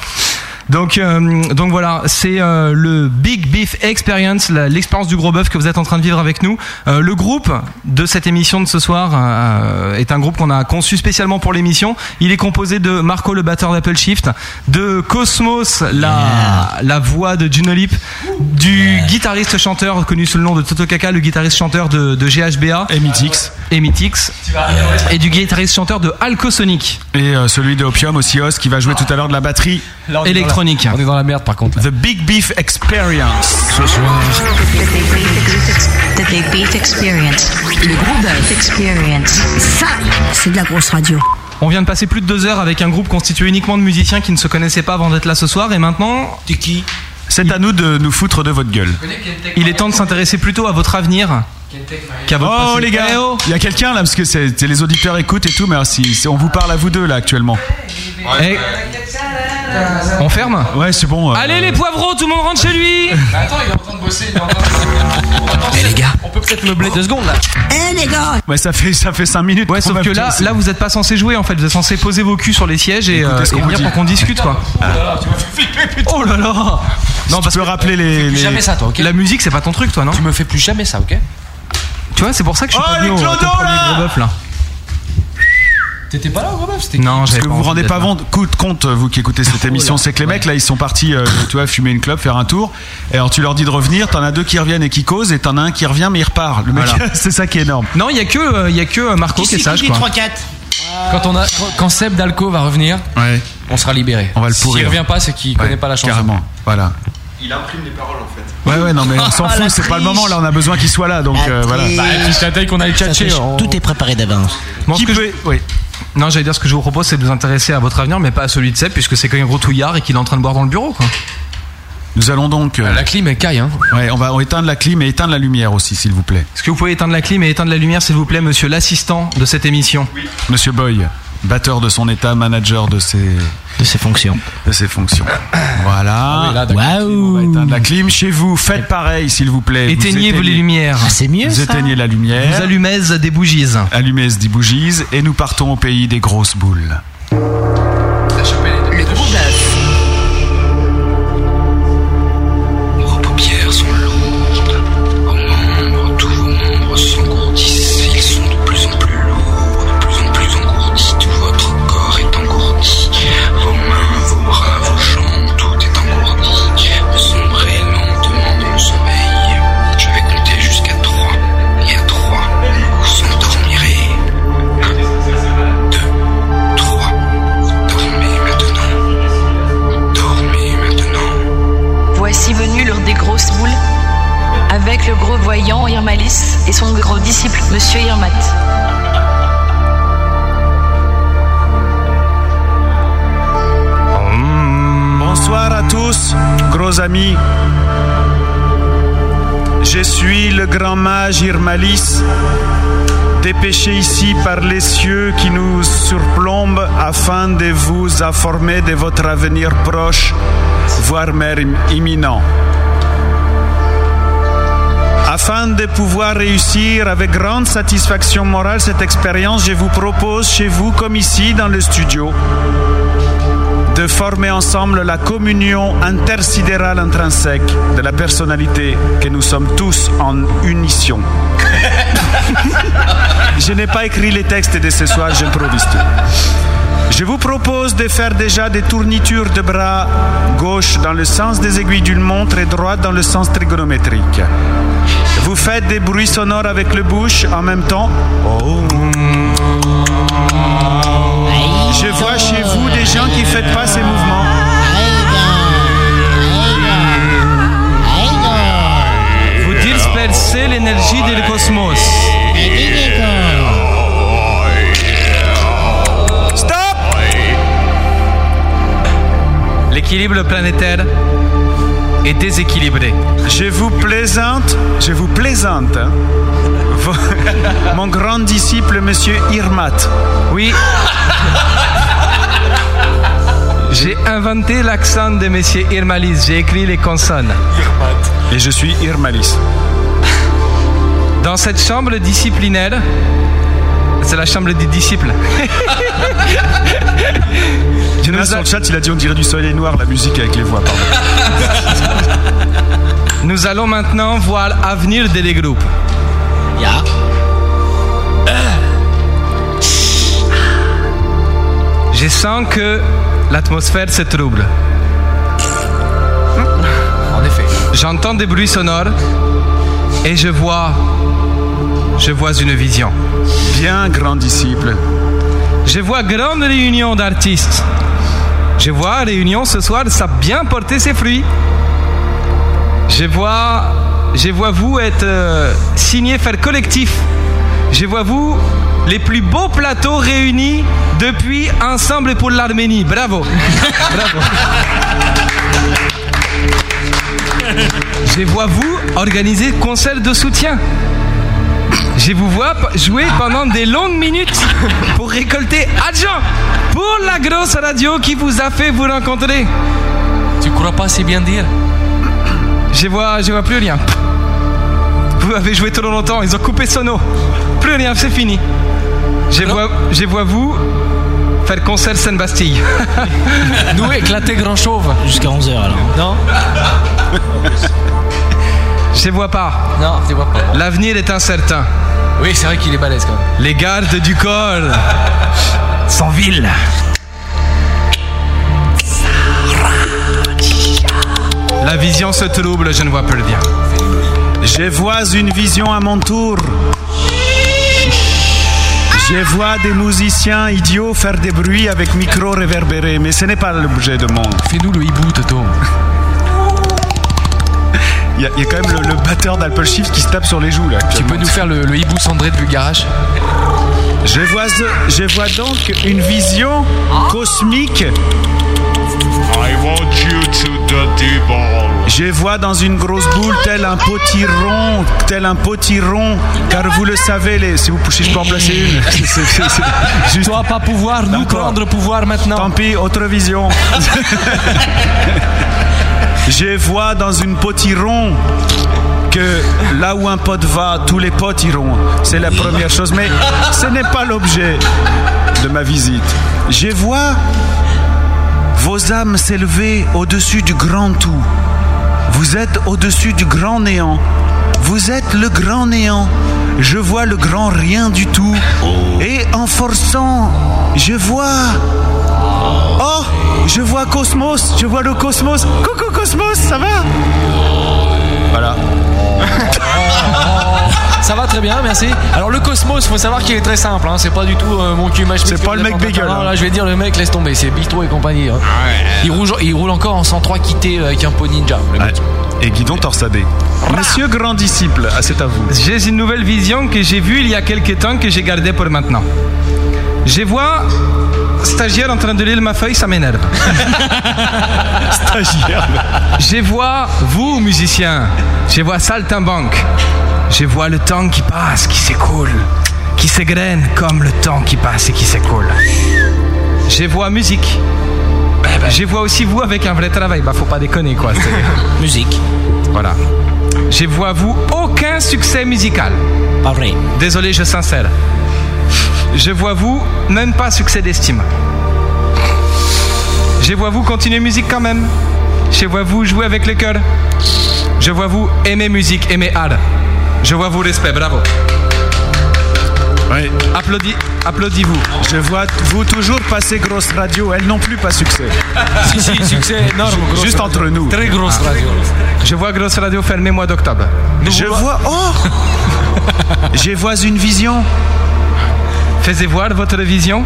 Donc, euh, donc voilà, c'est euh, le Big Beef Experience, la- l'expérience du gros bœuf que vous êtes en train de vivre avec nous. Euh, le groupe de cette émission de ce soir euh, est un groupe qu'on a conçu spécialement pour l'émission. Il est composé de Marco, le batteur d'Apple Shift, de Cosmos, la, la voix de Junolip, du guitariste-chanteur connu sous le nom de Toto Kaka, le guitariste-chanteur de, de GHBA. Et Mythix. Et Mythix. Et du guitariste-chanteur de Alcosonic. Et euh, celui de Opium aussi, Os, qui va jouer tout à l'heure de la batterie on est Électronique. on est dans la merde par contre. The Big Beef Experience. Ce soir. The Big Beef Ex- The Big Beef Experience. Le gros bœuf experience. Ça, c'est de la grosse radio. On vient de passer plus de deux heures avec un groupe constitué uniquement de musiciens qui ne se connaissaient pas avant d'être là ce soir et maintenant. T'es qui C'est à nous de nous foutre de votre gueule. Il est temps de s'intéresser plutôt à votre avenir qu'à votre Oh passé. les gars, Eh oh il y a quelqu'un là parce que c'est c'est- les auditeurs écoutent et tout, mais alors, si, si- on vous parle à vous deux là actuellement. Eh, On ferme Ouais, c'est bon. euh, Allez les poivrons, tout le monde rentre chez lui Bah, Attends, il est en train de bosser. Eh, les gars On peut peut-être meubler deux secondes là Eh les gars Ouais, ça fait ça fait 5 minutes. Ouais, qu'on sauf va- que là, c'est- là vous n'êtes pas censé jouer en fait, vous êtes censé poser vos culs sur les sièges et, Écoutez euh, ce et qu'on venir dit. pour qu'on discute quoi. Oh là là Non, parce que euh, rappeler les, plus les- jamais ça toi, ok La musique c'est pas ton truc toi non Tu me fais plus jamais ça, ok Tu vois, c'est pour ça que je suis Oh, pas les venu au- au clodos, premier là gros bœuf là. T'étais pas là au gros bœuf C'était Non, Parce j'avais que vous envie vous rendez d'être pas là. compte, coup de compte, euh, vous qui écoutez cette émission, c'est que les mecs Oh là, ils sont partis, euh, tu vois, fumer une clope, faire un tour. Et alors tu leur dis de revenir, t'en as deux qui reviennent et qui causent, et t'en as un qui revient mais il repart. Le mec, Voilà. c'est ça qui est énorme. Non, il y a que euh, il y a que euh, Marco qui est sage quoi. 3-4 quand, on a, quand- quand Seb Dalco va revenir, on sera libéré. On va le pourrir. S'il revient pas, c'est qu'il Ouais, connaît pas la chanson. Carrément, voilà. Il imprime les paroles en fait. Ouais, ouais, non, mais on s'en Ah, fout, la c'est pas le triche. moment là, on a besoin qu'il soit là, donc euh, voilà. Bah, et puis, c'est la taille qu'on hein. a le tchatché, Ça, c'est- on- tout est préparé d'avance. Qui peut- oui. Non, j'allais dire ce que je vous propose, c'est de vous intéresser à votre avenir, mais pas à celui de Seb, puisque c'est quand même un gros touillard et qu'il est en train de boire dans le bureau. Quoi. Nous allons donc. euh, La clim, elle hein. caille. Ouais, on va éteindre la clim et éteindre la lumière aussi, s'il vous plaît. Est-ce que vous pouvez éteindre la clim et éteindre la lumière, s'il vous plaît, monsieur l'assistant de cette émission Monsieur Boy, batteur de son état, manager de ses. De ses fonctions. De ses fonctions. Ah Voilà. Éteindre la clim chez vous, faites pareil, s'il vous plaît. Vous Éteignez-vous les lumières. Ah, c'est mieux, Vous ça. éteignez la lumière. Vous allumez des bougies. Allumez des bougies et nous partons au pays des grosses boules. Le gros bœuf. Vos paupières sont lourdes, en membres, tous vos membres s'engourdissent, ils sont de plus en plus lourds, de plus en plus engourdis, tout votre corps est engourdi, vos mains, vos bras, vos jambes, tout est engourdi, vous sombrez lentement dans le sommeil, je vais compter jusqu'à trois, et à trois, vous vous endormirez, un, deux, trois, vous dormez maintenant, dormez maintenant. Voici venu l'heure des grosses boules, avec le gros voyant Irmalis et son gros disciple, Monsieur Irmat. Bonsoir à tous, gros amis. Je suis le grand mage Irmalis, dépêché ici par les cieux qui nous surplombent afin de vous informer de votre avenir proche, voire même imminent. Afin de pouvoir réussir avec grande satisfaction morale cette expérience, je vous propose chez vous, comme ici dans le studio, de former ensemble la communion intersidérale intrinsèque de la personnalité que nous sommes tous en unisson. je n'ai pas écrit les textes de ce soir, j'improvise tout. Je vous propose de faire déjà des tournitures de bras gauche dans le sens des aiguilles d'une montre et droite dans le sens trigonométrique. Vous faites des bruits sonores avec le bouche en même temps. Oh. Je vois chez vous des gens qui ne faites pas ces mouvements. Vous dispersez l'énergie du cosmos. Stop L'équilibre planétaire est déséquilibré. Je vous plaisante, je vous plaisante. hein. Mon grand disciple, monsieur Irmat. Oui. J'ai inventé l'accent de Monsieur Irmalis. J'ai écrit les consonnes. Et je suis Irmalis. Dans cette chambre disciplinaire, c'est la chambre des disciples. Il y en a sur le chat, il a dit on dirait du soleil noir la musique avec les voix. Pardon. Nous allons maintenant voir l'avenir de les groupes. Ya. Ah. Je sens que l'atmosphère se trouble. En effet. J'entends des bruits sonores et je vois. Je vois une vision. Bien, grand disciple. Je vois grande réunion d'artistes. Je vois réunion ce soir, ça a bien porté ses fruits. Je vois, je vois vous être euh, signé faire collectif. Je vois vous les plus beaux plateaux réunis depuis Ensemble pour l'Arménie. Bravo. Bravo. Je vois vous organiser concert de soutien. Je vous vois p- jouer pendant des longues minutes pour récolter argent pour la grosse radio qui vous a fait vous rencontrer. Tu crois pas si bien dire Je vois, je vois plus rien. Vous avez joué trop longtemps, ils ont coupé Sono. Plus rien, c'est fini. Je vois, je vois vous faire concert Seine-Bastille. Nous éclater grand chauve. Jusqu'à 11h alors. Non Je vois pas. Non, je vois pas. L'avenir est incertain. Oui, c'est vrai qu'il est balèze quand même. Les gardes du corps sont villes. La vision se trouble, je ne vois plus rien. Je vois une vision à mon tour. Je vois des musiciens idiots faire des bruits avec micro réverbéré, mais ce n'est pas l'objet de mon. Fais-nous le hibou, Toto. Il y, a- il y a quand même le, le batteur d'Apple Shift qui se tape sur les joues là. Tu peux nous faire le, le hibou cendré de Bulgarache Je vois, ce- je vois donc une vision cosmique. Je vois dans une grosse boule tel un potiron, tel un potiron, car vous le savez, les, si vous poussez, je peux en placer une. C'est- c'est- c'est- c'est juste- Pas pouvoir nous prendre pouvoir maintenant. Tant pis, autre vision. Je vois dans une potiron que là où un pote va, tous les potes iront. C'est la première chose, mais ce n'est pas l'objet de ma visite. Je vois vos âmes s'élever au-dessus du grand tout. Vous êtes au-dessus du grand néant. Vous êtes le grand néant. Je vois le grand rien du tout. Et en forçant, je vois Oh, je vois Cosmos, je vois le Cosmos. Coucou Cosmos, ça va Voilà. Ça va très bien, merci. Alors le Cosmos, faut savoir qu'il est très simple. hein. C'est pas du tout euh, mon cul mâche. C'est pas le mec bégal. bégueule, hein. je vais dire le mec laisse tomber. C'est Bito et compagnie. hein. Il roule, il roule encore en 103 quitté euh, avec un pot ninja. le mec. Et Guidon Torsadé. Monsieur grand disciple, ah, c'est à vous. J'ai une nouvelle vision que j'ai vue il y a quelques temps que j'ai gardée pour maintenant. Je vois stagiaire en train de lire ma feuille, ça m'énerve. stagiaire. Je vois vous, musiciens. Je vois saltimbanque. Je vois le temps qui passe, qui s'écoule, qui s'égrène comme le temps qui passe et qui s'écoule. Je vois musique. Eh ben. Je vois aussi vous avec un vrai travail. Bah, faut pas déconner, quoi. musique. Voilà. Je vois vous aucun succès musical. Pas vrai. Désolé, je sincère. Je vois vous même pas succès d'estime. Je vois vous continuer musique quand même. Je vois vous jouer avec le cœur. Je vois vous aimer musique, aimer art. Je vois vous respect, bravo. Oui. Applaudis, applaudis-vous. Je vois t- vous toujours passer grosse radio, elles n'ont plus pas succès. Si, si, succès énorme, grosse Juste radio. entre nous. Ah. Très grosse radio. Je vois Grosse Radio fermée mois d'octobre. Je vois. Oh Je vois une vision. Faisez voir votre vision.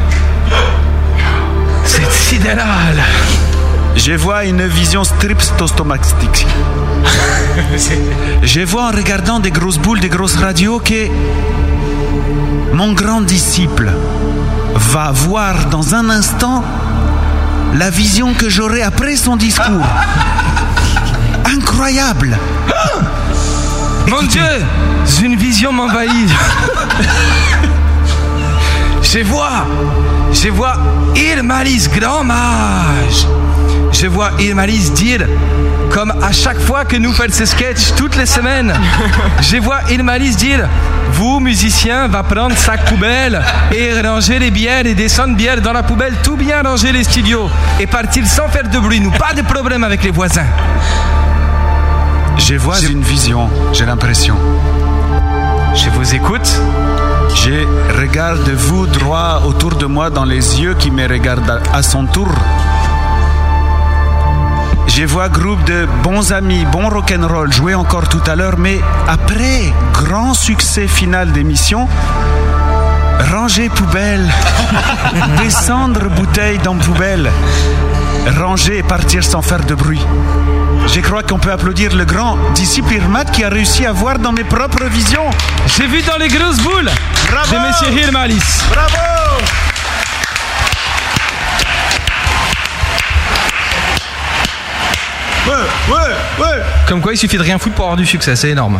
C'est sidéral. Je vois une vision streptostomatique. Je vois en regardant des grosses boules, des grosses radios que mon grand disciple va voir dans un instant la vision que j'aurai après son discours. Incroyable Mon Dieu Une vision m'envahit. Je vois, je vois Ilmaris, grand mage. Je vois Ilmaris dire, comme à chaque fois que nous faisons ces sketchs, toutes les semaines, je vois Ilmaris dire, vous, musicien, va prendre sac poubelle et ranger les bières et descendre bières dans la poubelle, tout bien ranger les studios et partir sans faire de bruit, nous, pas de problème avec les voisins. Je vois une vision, j'ai l'impression. Je vous écoute. Je regarde vous droit autour de moi dans les yeux qui me regardent à à son tour. Je vois groupe de bons amis, bon rock'n'roll jouer encore tout à l'heure, mais après grand succès final d'émission, ranger poubelle, descendre bouteille dans poubelle, ranger et partir sans faire de bruit. Je crois qu'on peut applaudir le grand disciple Irmat qui a réussi à voir dans mes propres visions. J'ai vu dans les grosses boules Bravo de Monsieur Hirmalis. Bravo Ouais, ouais, ouais Comme quoi, il suffit de rien foutre pour avoir du succès, c'est énorme.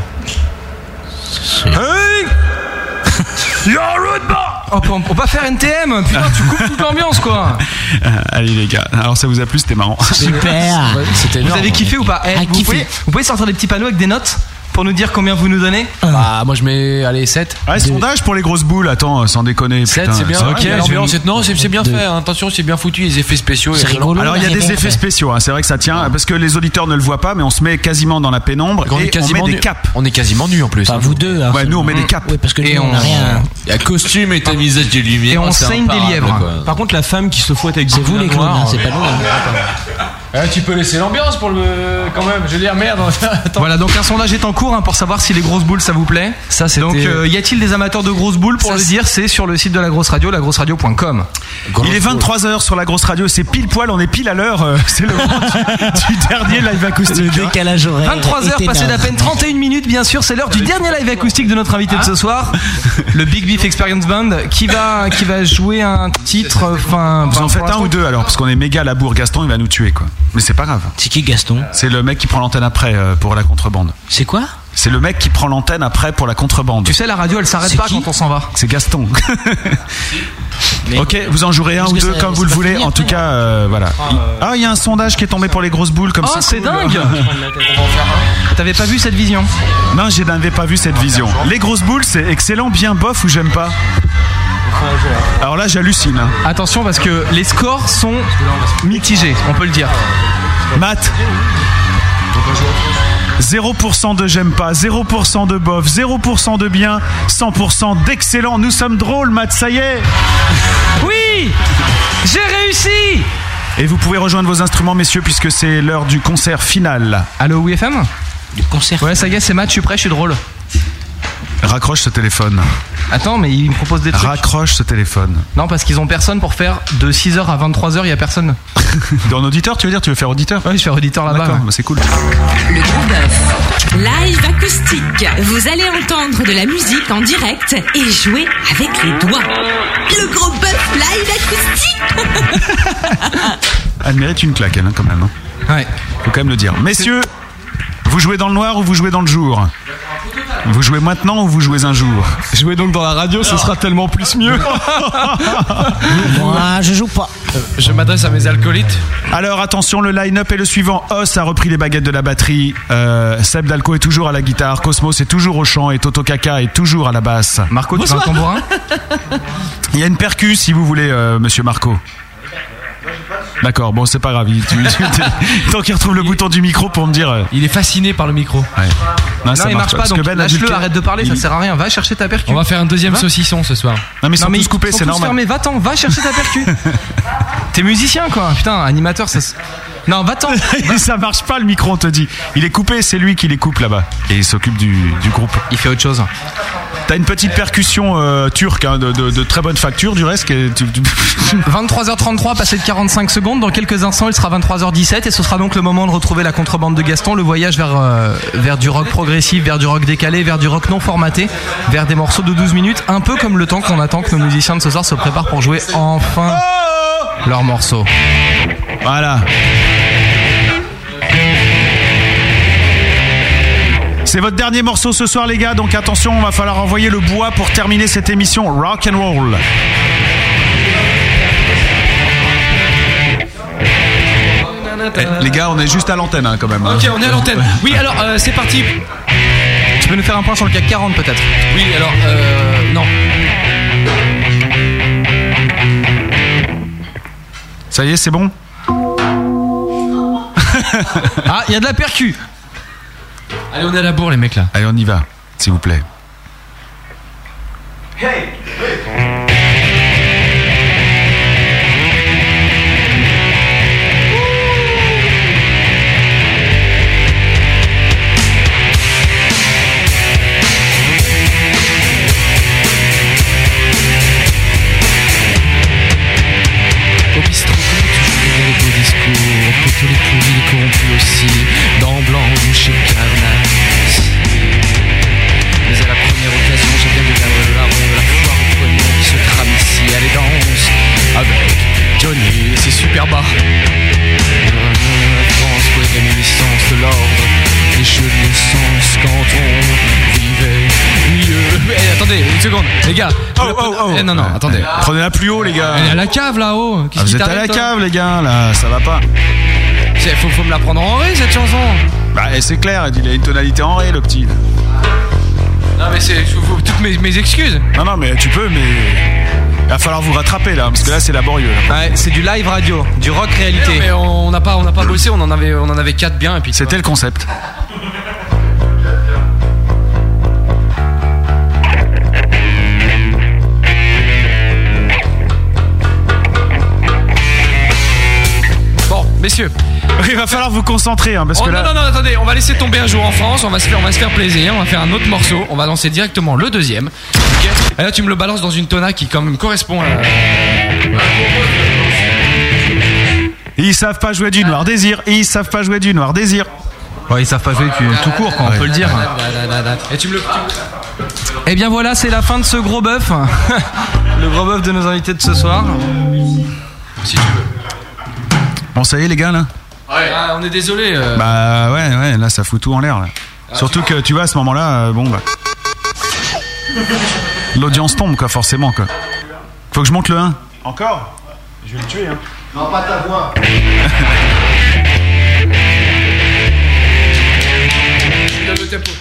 Hein Hey You're rude, boy Oh, on peut pas faire NTM Putain, tu coupes toute l'ambiance, quoi Euh, Allez les gars, alors ça vous a plu, c'était marrant. Vous avez kiffé ou pas Eh, vous, pouvez, vous pouvez sortir des petits panneaux avec des notes pour nous dire combien vous nous donnez Bah, moi je mets, allez, 7. Ouais, Ah, sondage pour les grosses boules, attends, euh, sans déconner. 7, c'est bien. Ah, Ok, Ok, je vais- Non, c'est c'est bien fait, hein. attention, c'est bien foutu, les effets spéciaux. les lampes. Alors il y a des effets spéciaux, hein, c'est vrai que ça tient, parce que les auditeurs ne le voient pas, mais on se met quasiment dans la pénombre et On est on quasiment met nu. des capes. On est quasiment nu en plus. hein. Pas vous deux. hein. ouais, nous on met des capes. parce que Et on rien. Il y a costume et tamisage des lumières. Et on c'est saigne des imparable, lièvres. quoi. Par contre, la femme qui se fouette avec des vous les clowns, hein, c'est pas nous, Eh, tu peux laisser l'ambiance pour le. Quand même, je veux dire, merde. Attends. Voilà, donc un sondage est en cours hein, pour savoir si les grosses boules ça vous plaît. Ça, donc, euh, y a-t-il des amateurs de grosses boules Pour le dire, c'est sur le site de la grosse radio, lagrosseradio.com. Il est 23h sur la grosse radio, c'est pile poil, on est pile à l'heure, euh, c'est le moment du, du dernier live acoustique. hein. Le décalage horaire. 23h passé d'à peine 31 minutes bien sûr, c'est l'heure du dernier live acoustique de notre invité de Hein ce soir, le Big Beef Experience Band qui va qui va jouer un titre enfin Vous en faites un ou deux alors, parce qu'on est méga à la bourre. Gaston, il va nous tuer, quoi. Mais c'est pas grave. C'est qui Gaston C'est le mec qui prend l'antenne après euh, pour la contrebande. C'est quoi C'est le mec qui prend l'antenne après pour la contrebande. Tu sais la radio elle s'arrête C'est pas qui quand on s'en va. C'est Gaston. ok, vous en jouerez un Parce ou que deux ça- comme c'est vous le pas voulez. fini En après, tout cas, euh, voilà. Ah, il y a un sondage qui est tombé pour les grosses boules comme Oh, ça. c'est cool. dingue T'avais pas vu cette vision Non, je n'avais pas vu cette vision. Les grosses boules, c'est excellent, bien bof ou j'aime pas. Alors là, j'hallucine. hein. Attention parce que les scores sont mitigés, on peut le dire. Matt 0% de j'aime pas, 0% de bof, 0% de bien, 100% d'excellent. Nous sommes drôles, Matt, ça y est Oui J'ai réussi Et vous pouvez rejoindre vos instruments, messieurs, puisque c'est l'heure du concert final. Allô, WFM Du concert Ouais, Saga, c'est Matt, je suis prêt, je suis drôle. Raccroche ce téléphone. Attends, mais il me propose des trucs. Raccroche ce téléphone. Non, parce qu'ils ont personne pour faire de 6h à 23h, il y a personne. Dans auditeur, tu veux dire, tu veux faire auditeur Ouais, je vais faire auditeur là-bas. D'accord, bah c'est cool. Le gros bœuf. Live acoustique. Vous allez entendre de la musique en direct et jouer avec les doigts. Le gros bœuf live acoustique. Elle mérite une claque, elle, hein, quand même. hein. Ouais. Faut quand même le dire. Messieurs, vous jouez dans le noir ou vous jouez dans le jour Vous jouez maintenant ou vous jouez un jour Jouer donc dans la radio, ce sera tellement plus mieux. Moi, je joue pas. Euh, Je m'adresse à mes alcoolites. Alors attention, le line-up est le suivant. Os a repris les baguettes de la batterie. Euh, Seb Dalco est toujours à la guitare. Cosmos est toujours au chant. Et Toto Kaka est toujours à la basse. Marco, tu veux un tambourin Il y a une percus si vous voulez, euh, monsieur Marco. D'accord, bon, c'est pas grave. Il- tu- tu- tant qu'il retrouve le bouton du micro pour me dire. euh, Il est fasciné par le micro. Non, Non, ça il marche pas, parce que donc Ben a dit lâche-le, que- arrête de parler, ça il- sert à rien. Va chercher ta percu. On va faire un Hein deuxième Va. saucisson ce soir. Non, mais ils sont tous coupés, c'est tous normal. fermés. Va-t'en, va chercher ta percu. T'es musicien, quoi. Putain, animateur, ça. se- Non, va-t'en. ça marche pas le micro, on te dit. Il est coupé, c'est lui qui les coupe là-bas. Et il s'occupe du, du groupe. Il fait autre chose. T'as une petite percussion euh, turque hein, de, de- de très bonne facture, du reste. que tu- tu- 23h33, passé de 45 secondes. Dans quelques instants, il sera 23h17 et ce sera donc le moment de retrouver la contrebande de Gaston, le voyage vers, euh, vers du rock progressif, vers du rock décalé, vers du rock non formaté, vers des morceaux de 12 minutes, un peu comme le temps qu'on attend que nos musiciens de ce soir se préparent pour jouer enfin leurs morceaux. Voilà. C'est votre dernier morceau ce soir, les gars. Donc attention, on va falloir envoyer le bois pour terminer cette émission rock and roll. Eh, les gars, on est juste à l'antenne hein, quand même. hein. Ok, on est à l'antenne. Oui, alors euh, c'est parti. Tu peux nous faire un point sur le CAC 40 peut-être Oui, alors euh, non. Ça y est, c'est bon Oh, Ah, il y a de la percu. Allez, on est à la bourre, les mecs là. Allez, on y va, s'il vous plaît. Au bistrot, comme toujours, il y a les beaux discours Pour tous les pourris, les corrompus aussi Dans blanc ou chez Carnas Mais à la première occasion, j'ai bien de la larme De la foire au poignet qui se crame ici Allez, danse avec Johnny et ses super bas France, pour les réminiscences de l'ordre Les jeux de sens quand on vivait mieux Eh, attendez, une seconde, les gars Eh, Oh, oh, oh Non, non, attendez Prenez-la plus haut, les gars. Elle est à la cave là-haut Qu'est-ce Ah, vous qui êtes à la t'arrête, toi cave, les gars, là, ça va pas. C'est- Faut, faut me la prendre en rue cette chanson. Bah, eh, c'est clair, il a une tonalité en ré, le petit. Non mais c'est faut- faut toutes mes, mes excuses. Non, non, mais tu peux, mais. Il va falloir vous rattraper là, parce que là, c'est laborieux. Ouais, c'est du live radio, du rock Non, réalité. mais on on n'a pas on n'a pas bossé, on en avait on en avait quatre bien et puis. C'était le concept. Bon messieurs. Il va falloir vous concentrer, hein, parce Oh, que là. Non non non attendez, on va laisser tomber un jour en France, on va se faire on va se faire plaisir, on va faire un autre morceau, on va lancer directement le deuxième. Ok. Et là tu me le balances dans une tona qui quand même correspond. euh, à... Ils savent pas jouer du Noir Désir, ils savent pas jouer du Noir Désir. Ouais, ils savent pas jouer Euh, du- tout court, quoi, on peut le dire. Et tu me le. Eh bien voilà, c'est la fin de ce gros bœuf. le gros bœuf de nos invités de ce soir. Si tu veux. Bon, ça y est, les gars, là Ah, on est désolé. euh. Bah, ouais, ouais, là, ça fout tout en l'air, là. Surtout que, tu vois, à ce moment-là, euh, bon, bah. L'audience tombe, quoi, forcément, quoi. Faut que je monte le 1. Encore Je vais le tuer, hein. Non, pas ta voix. Je donne le tempo.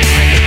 Thank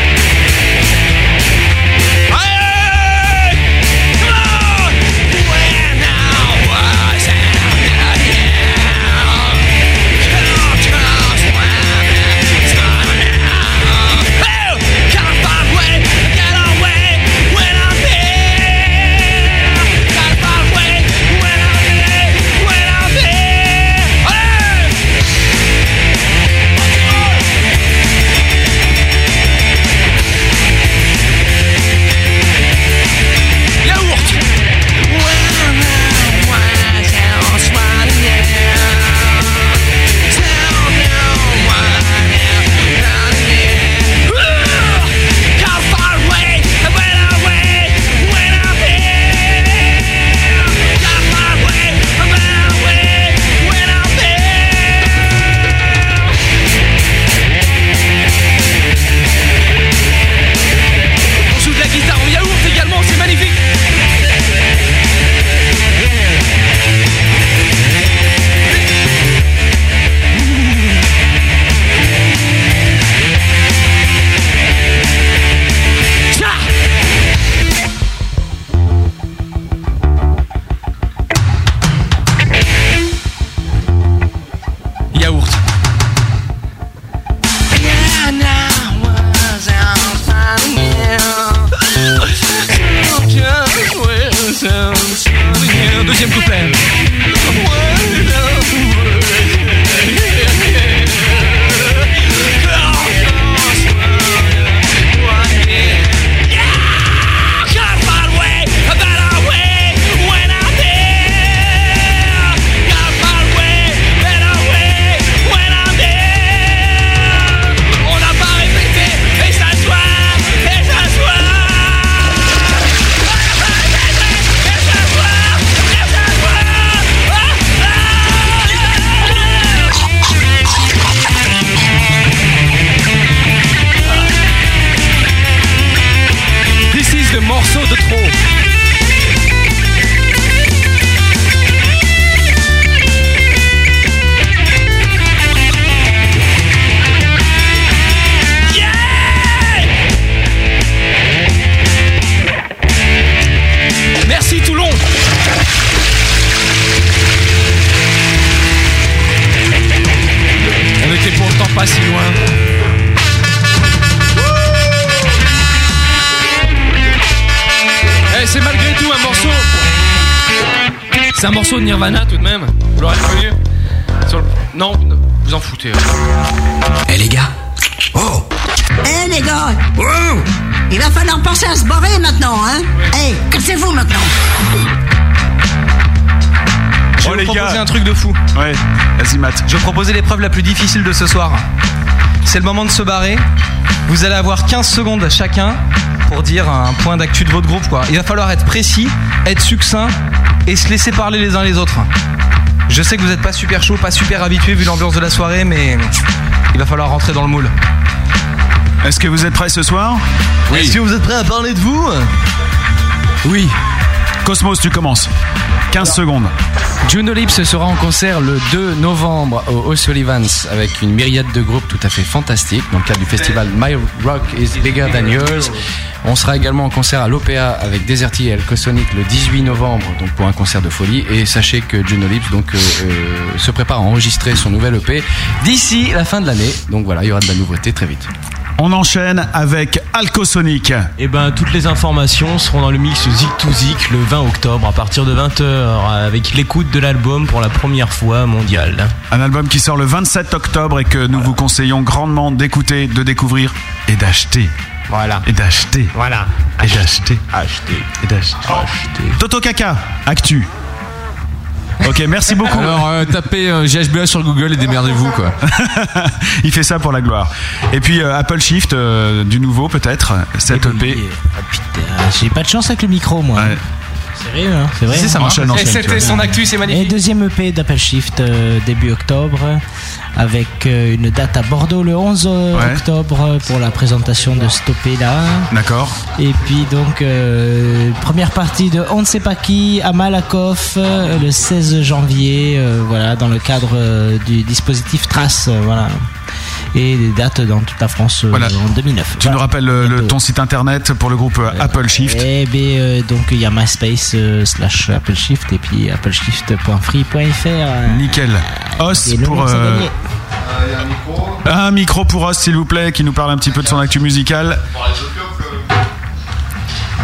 Eh, c'est malgré tout un morceau. C'est un morceau de Nirvana tout de même. Vous l'aurez reconnu Sur le- Non, vous en foutez. hein. Eh les gars Oh Eh les gars Il va falloir penser à se barrer maintenant, hein Eh, cassez-vous maintenant Je vais vous proposer un truc de fou. Oh, Ouais, vas-y Matt. Je vais proposer l'épreuve la plus difficile de ce soir. C'est le moment de se barrer. Vous allez avoir 15 secondes chacun pour dire un point d'actu de votre groupe. Quoi. Il va falloir être précis, être succinct et se laisser parler les uns les autres. Je sais que vous n'êtes pas super chaud, pas super habitué vu l'ambiance de la soirée, mais il va falloir rentrer dans le moule. Est-ce que vous êtes prêts ce soir Oui. Est-ce que vous êtes prêts à parler de vous Oui. Cosmos, tu commences. 15 secondes. Juno Lips sera en concert le 2 novembre au O'Sullivan's avec une myriade de groupes tout à fait fantastiques dans le cadre du festival My Rock is Bigger Than Yours. On sera également en concert à l'OPA avec Deserti et El Cosonic le 18 novembre donc pour un concert de folie et sachez que Juno Lips donc euh, euh, se prépare à enregistrer son nouvel EP d'ici la fin de l'année. Donc voilà, il y aura de la nouveauté très vite. On enchaîne avec Alcosonic. Eh Et ben toutes les informations seront dans le mix Zik to Zik le 20 octobre à partir de 20h avec l'écoute de l'album pour la première fois mondiale. Un album qui sort le 27 octobre et que nous vous conseillons grandement d'écouter, de découvrir et d'acheter. Voilà. Et d'acheter. Voilà. Et d'acheter. Acheter. Et d'acheter. Toto Kaka, actu. Ok, merci beaucoup. Alors, euh, tapez euh, GHBA sur Google et démerdez-vous, quoi. Il fait ça pour la gloire. Et puis euh, Apple Shift, euh, du nouveau peut-être, cette E EP. Ah, J'ai pas de chance avec le micro, moi. Sérieux, hein C'est vrai. Si, ça hein marche, ça marche. Et c'était son actu, c'est magnifique. Et deuxième EP d'Apple Shift euh, début octobre, avec euh, une date à Bordeaux le 11 Ouais. octobre euh, pour la présentation de Stoppé là. D'accord. Et puis donc euh, première partie de On ne sait pas qui à Malakoff euh, le 16 janvier, euh, voilà dans le cadre euh, du dispositif Trace, euh, voilà. Et des dates dans toute la France euh, en 2009. Tu nous rappelles le- le- ton site internet pour le groupe euh, Apple Shift. Eh ben, euh, donc il y a MySpace euh, slash Apple Shift et puis appleshift.free.fr. euh, Nickel. Os et le pour mix à euh, gagner. un micro pour Os s'il vous plaît qui nous parle un petit peu de son actu musicale.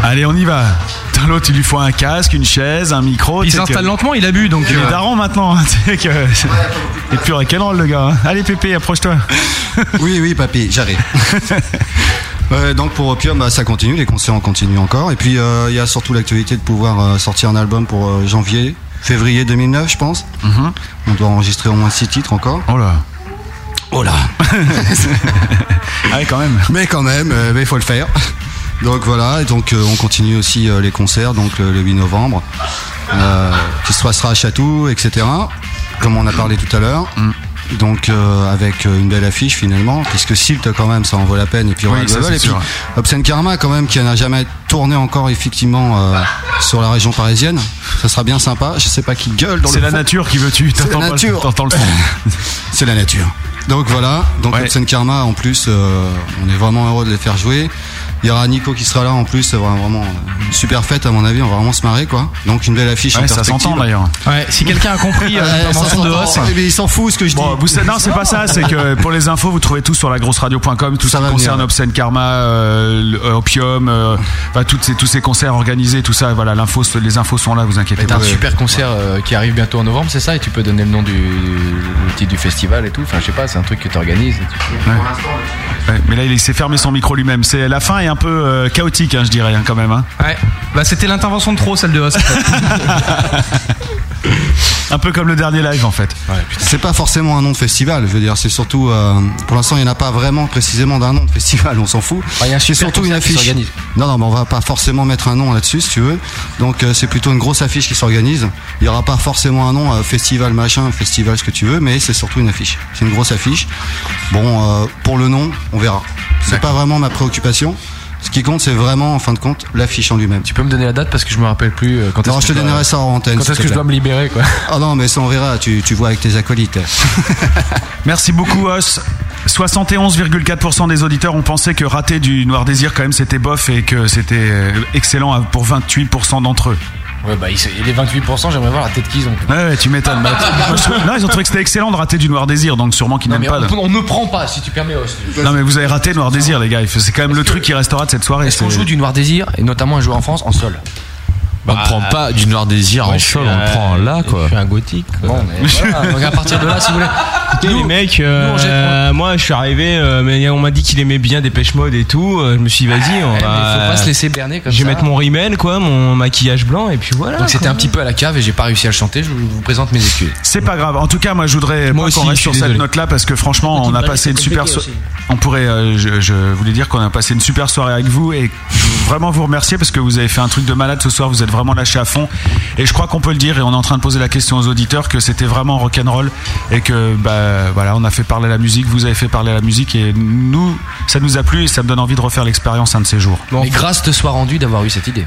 Allez, on y va. Putain, L'autre, il lui faut un casque, une chaise, un micro. Il tu sais s'installe que- lentement, il a bu donc. Il euh, est daron maintenant. hein, tu sais que... Il est plus rock'n'roll, le gars. hein. Allez, Pépé, approche-toi. Oui, oui, papy, j'arrive. Ouais, donc pour Opium, bah, ça continue, les concerts en continuent encore. Et puis euh, il y a surtout l'actualité de pouvoir euh, sortir un album pour euh, janvier, février 2009, je pense. On doit enregistrer au moins six titres encore. Oh là. Oh là. Ah ouais, quand même. Mais quand même, euh, mais il faut le faire. Donc voilà, et donc euh, on continue aussi euh, les concerts, donc le, le 8 novembre, euh, qui se passera à Château, etc. Comme on a parlé tout à l'heure. Mm. Donc euh, avec euh, une belle affiche finalement, puisque Silt quand même, ça en vaut la peine. Et puis Oui, Royal ça, Bubble, c'est et puis sûr. Obscene Karma quand même, qui n'a jamais tourné encore effectivement euh, sur la région parisienne. Ça sera bien sympa. Je sais pas qui gueule dans le C'est la fond. nature qui veut tu. C'est la T'entends pas le- nature. T'entends le son. C'est la nature. Donc voilà, donc Ouais. Hobson Karma en plus, euh, on est vraiment heureux de les faire jouer. Il y aura Nico qui sera là en plus, c'est vraiment euh, une super fête à mon avis, on va vraiment se marrer quoi. Donc une belle affiche Ouais, en ça perspective. s'entend, d'ailleurs. Ouais, si quelqu'un a compris euh, Ouais, la ça mention de s'entend. Os. Eh bien, il s'en fout ce que je Bon, dis. vous savez- non, c'est pas ça, c'est que pour les infos, vous trouvez tout sur lagrosseradio.com, tout ce qui va concerne venir. Obscene Karma, euh, le- euh, Opium, euh, enfin, toutes ces, tous ces concerts organisés, tout ça, voilà, l'info, les infos sont là, vous inquiétez C'est pas. Bah, un super concert euh, qui arrive bientôt en novembre, c'est ça Et tu peux donner le nom du le titre du festival et tout. Enfin, je sais pas, c'est un truc que t'organises. et tu- Ouais. Ouais, mais là, il s'est fermé son micro lui-même. C'est la fin est un peu euh, chaotique, hein, je dirais, hein, quand même. hein. Ouais. Bah, c'était l'intervention de trop, celle de Os. Un peu comme le dernier live, en fait. C'est pas forcément un nom de festival, je veux dire, c'est surtout, euh, pour l'instant il n'y en a pas vraiment précisément d'un nom de festival, on s'en fout. Ah, il y a un c'est super surtout une concert qui affiche. s'organise. Non, non, mais on va pas forcément mettre un nom là-dessus, si tu veux. Donc euh, c'est plutôt une grosse affiche qui s'organise. Il y aura pas forcément un nom, euh, festival machin, festival ce que tu veux, mais c'est surtout une affiche. C'est une grosse affiche. Bon, euh, pour le nom, on verra. C'est pas vraiment ma préoccupation. Ce qui compte, c'est vraiment, en fin de compte, l'affiche en lui-même. Tu peux me donner la date parce que je me rappelle plus euh, quand est-ce Non, que je te dois- donnerai ça en antenne. Quand s'il est-ce te que je plaît. dois me libérer quoi Ah non, mais ça on verra, tu, tu vois avec tes acolytes. Merci beaucoup, Os. 71,4% des auditeurs ont pensé que rater du Noir Désir, quand même, c'était bof et que c'était euh, excellent à- pour 28% d'entre eux. Ouais, bah il se- les 28%, j'aimerais voir la tête qu'ils ont. Ouais, ouais, tu m'étonnes. Matt. Moi, je trouve- Non, ils ont trouvé que c'était excellent de rater du Noir Désir, donc sûrement qu'ils Non, n'aiment mais pas. on, là. on ne prend pas, si tu permets, Os. Non mais vous avez raté Noir Désir les gars, c'est quand même le truc qui restera de cette soirée. Est-ce qu'on joue du Noir Désir, et notamment un joueur en France, en sol On prend pas du Noir Désir en sol, on le prend là quoi. Je suis un gothique. Bon, Voilà, donc à partir de là, si vous voulez. Écoutez, les mecs, euh, euh, moi je suis arrivé, euh, mais on m'a dit qu'il aimait bien Dépêche Mode et tout. euh, je me suis dit, vas-y, on Ouais, mais va. faut pas se laisser berner comme Je vais ça. mettre mon rimel, quoi, mon maquillage blanc, et puis voilà. Donc c'était quoi. un petit peu à la cave et j'ai pas réussi à le chanter. Je vous- vous présente mes excuses. C'est pas grave. En tout cas, moi, je voudrais Moi pas qu'on aussi, reste je suis sur cette désolé. note-là parce que franchement, Petit on a balai, passé c'est une super. compliqué so- aussi. On pourrait. euh, je, je voulais dire qu'on a passé une super soirée avec vous et je veux vraiment vous remercier parce que vous avez fait un truc de malade ce soir. Vous êtes vraiment lâché à fond et je crois qu'on peut le dire et on est en train de poser la question aux auditeurs que c'était vraiment rock'n'roll et que bah voilà, on a fait parler la musique, vous avez fait parler la musique et nous, ça nous a plu et ça me donne envie de refaire l'expérience un de ces jours. Mais grâce te soit rendue d'avoir eu cette idée.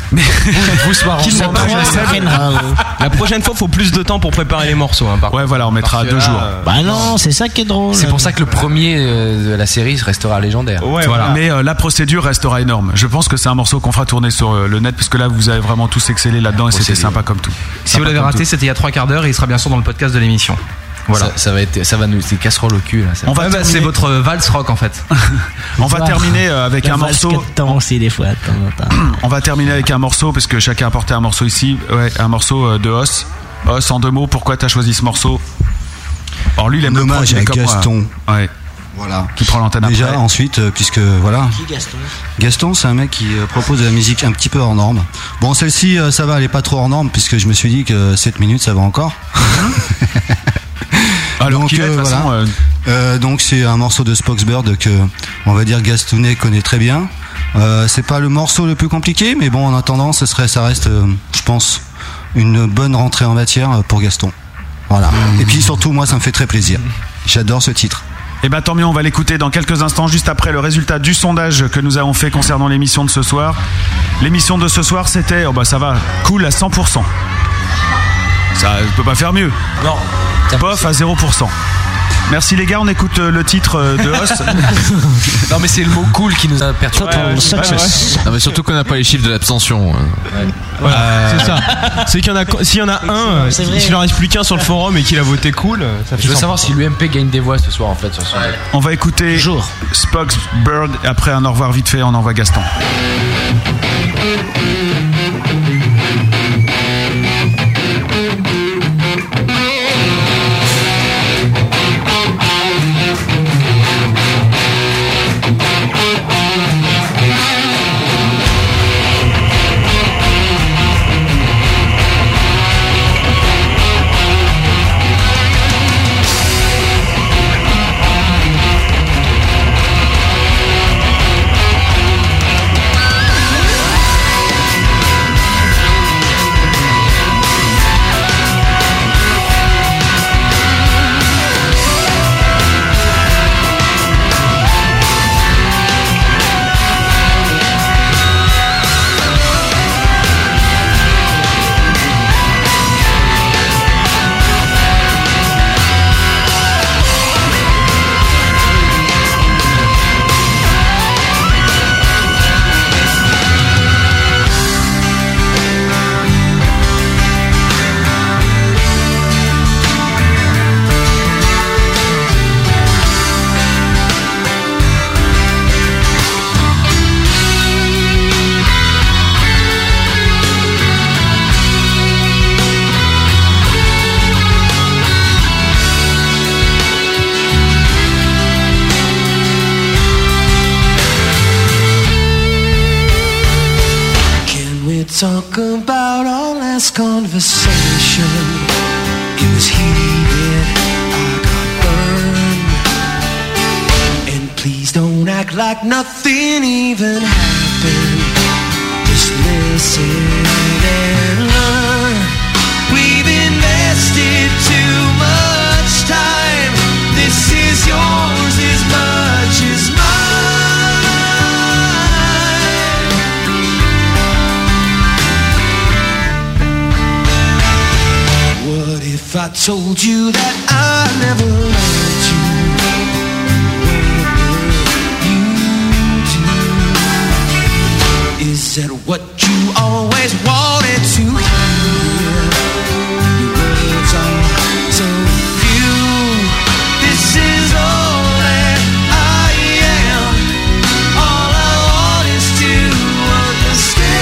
Vous soir Qui ensemble. m'en parle, Seb. Seb. Ah, ouais. La prochaine fois, faut plus de temps pour préparer les morceaux. hein, par ouais, voilà, on mettra deux jours. Bah non, c'est ça qui est drôle. euh, C'est pour ça que le premier euh, de la série restera légendaire. Voilà. Mais euh, la procédure restera énorme. Je pense que c'est un morceau qu'on fera tourner sur euh, le net, parce que là, vous avez vraiment tous excellé là-dedans et c'était sympa comme tout. Si vous l'avez raté, c'était il y a trois quarts d'heure et il sera bien sûr dans le podcast de l'émission. Voilà. Ça, ça va être, ça va nous, c'est casserole au cul là. ça. Ouais, bah, c'est votre valse rock en fait. On va terminer euh, avec La un valse morceau. Temps aussi, des fois, de temps en temps. On va terminer avec un morceau, parce que chacun a porté un morceau ici. Ouais, un morceau euh, de Os. Os, en deux mots, pourquoi t'as choisi ce morceau Alors lui, il aime le Hommage prendre, il est à comme moi. hein. Gaston. Ouais. Voilà. Qui prend l'antenne Déjà, après. ensuite, euh, puisque voilà. Gaston Gaston, c'est un mec qui euh, propose de la musique un petit peu hors norme. Bon, celle-ci, euh, ça va, elle est pas trop hors norme, puisque je me suis dit que 7 minutes, ça va encore. Alors qu'il est, de toute façon, Euh, donc c'est un morceau de Spoxbird que on va dire Gastonnet connaît très bien. Euh, c'est pas le morceau le plus compliqué, mais bon en attendant, ce serait, ça reste, euh, je pense, une bonne rentrée en matière euh, pour Gaston. Voilà. Et puis surtout, moi, ça me fait très plaisir. J'adore ce titre. Eh ben tant mieux, on va l'écouter dans quelques instants, juste après le résultat du sondage que nous avons fait concernant l'émission de ce soir. L'émission de ce soir, c'était, oh bah ça va, cool à 100%. Ça, je peux pas faire mieux. Non. Bof à 0%. Merci les gars, on écoute euh, le titre euh, de Host. non mais c'est le mot cool qui nous a perturbé. Total success. Non mais surtout qu'on n'a pas les chiffres de l'abstention. hein. Voilà, c'est ça. C'est qu'il y en a, s'il y en a un, C'est si- vrai. s'il en reste plus qu'un sur le forum et qu'il a voté cool, ça fait Je veux cent- savoir si l'UMP gagne des voix ce soir en fait sur son. On va écouter Spoxbird et après un au revoir vite fait, on envoie Gaston. Can we talk about our last conversation? It was heated, I got burned. And please don't act like nothing even happened. Just listen and learn. We've invested too much time. This is yours as much as mine. What if I told you that I never loved you? What would you do? Is that what you always wanted to hear? Your words are so few. This is all that I am. All I want is to understand.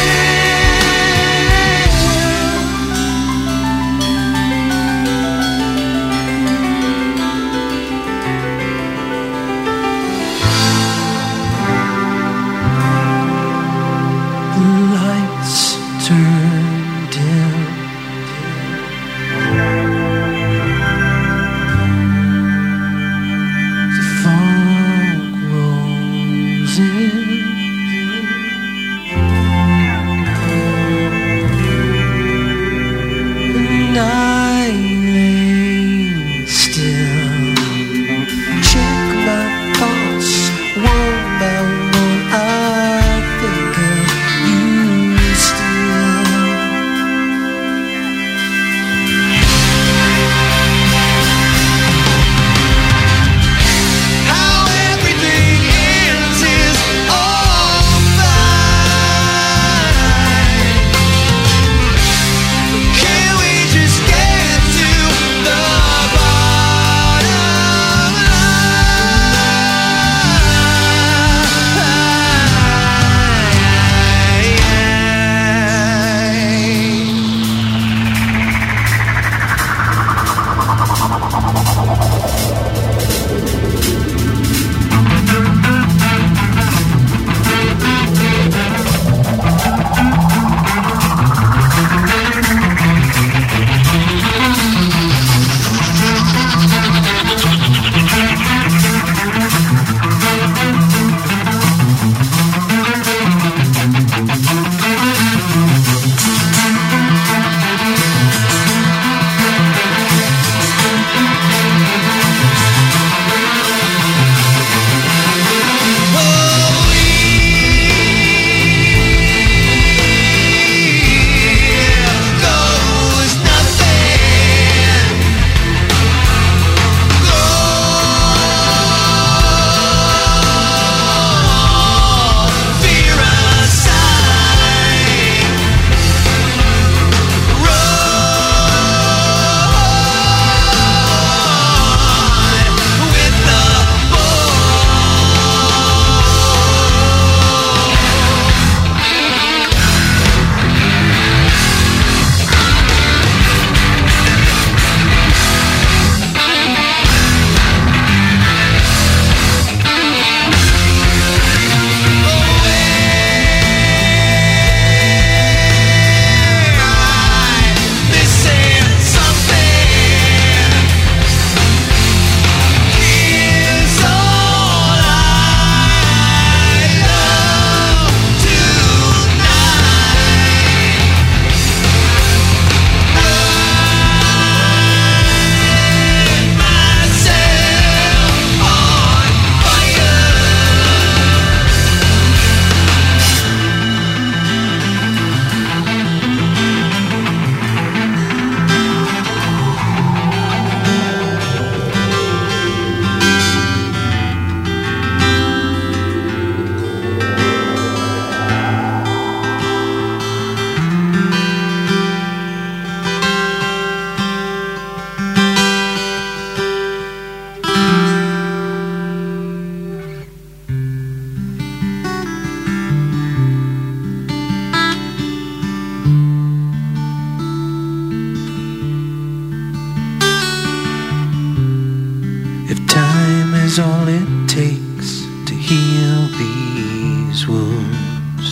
is all it takes to heal these wounds.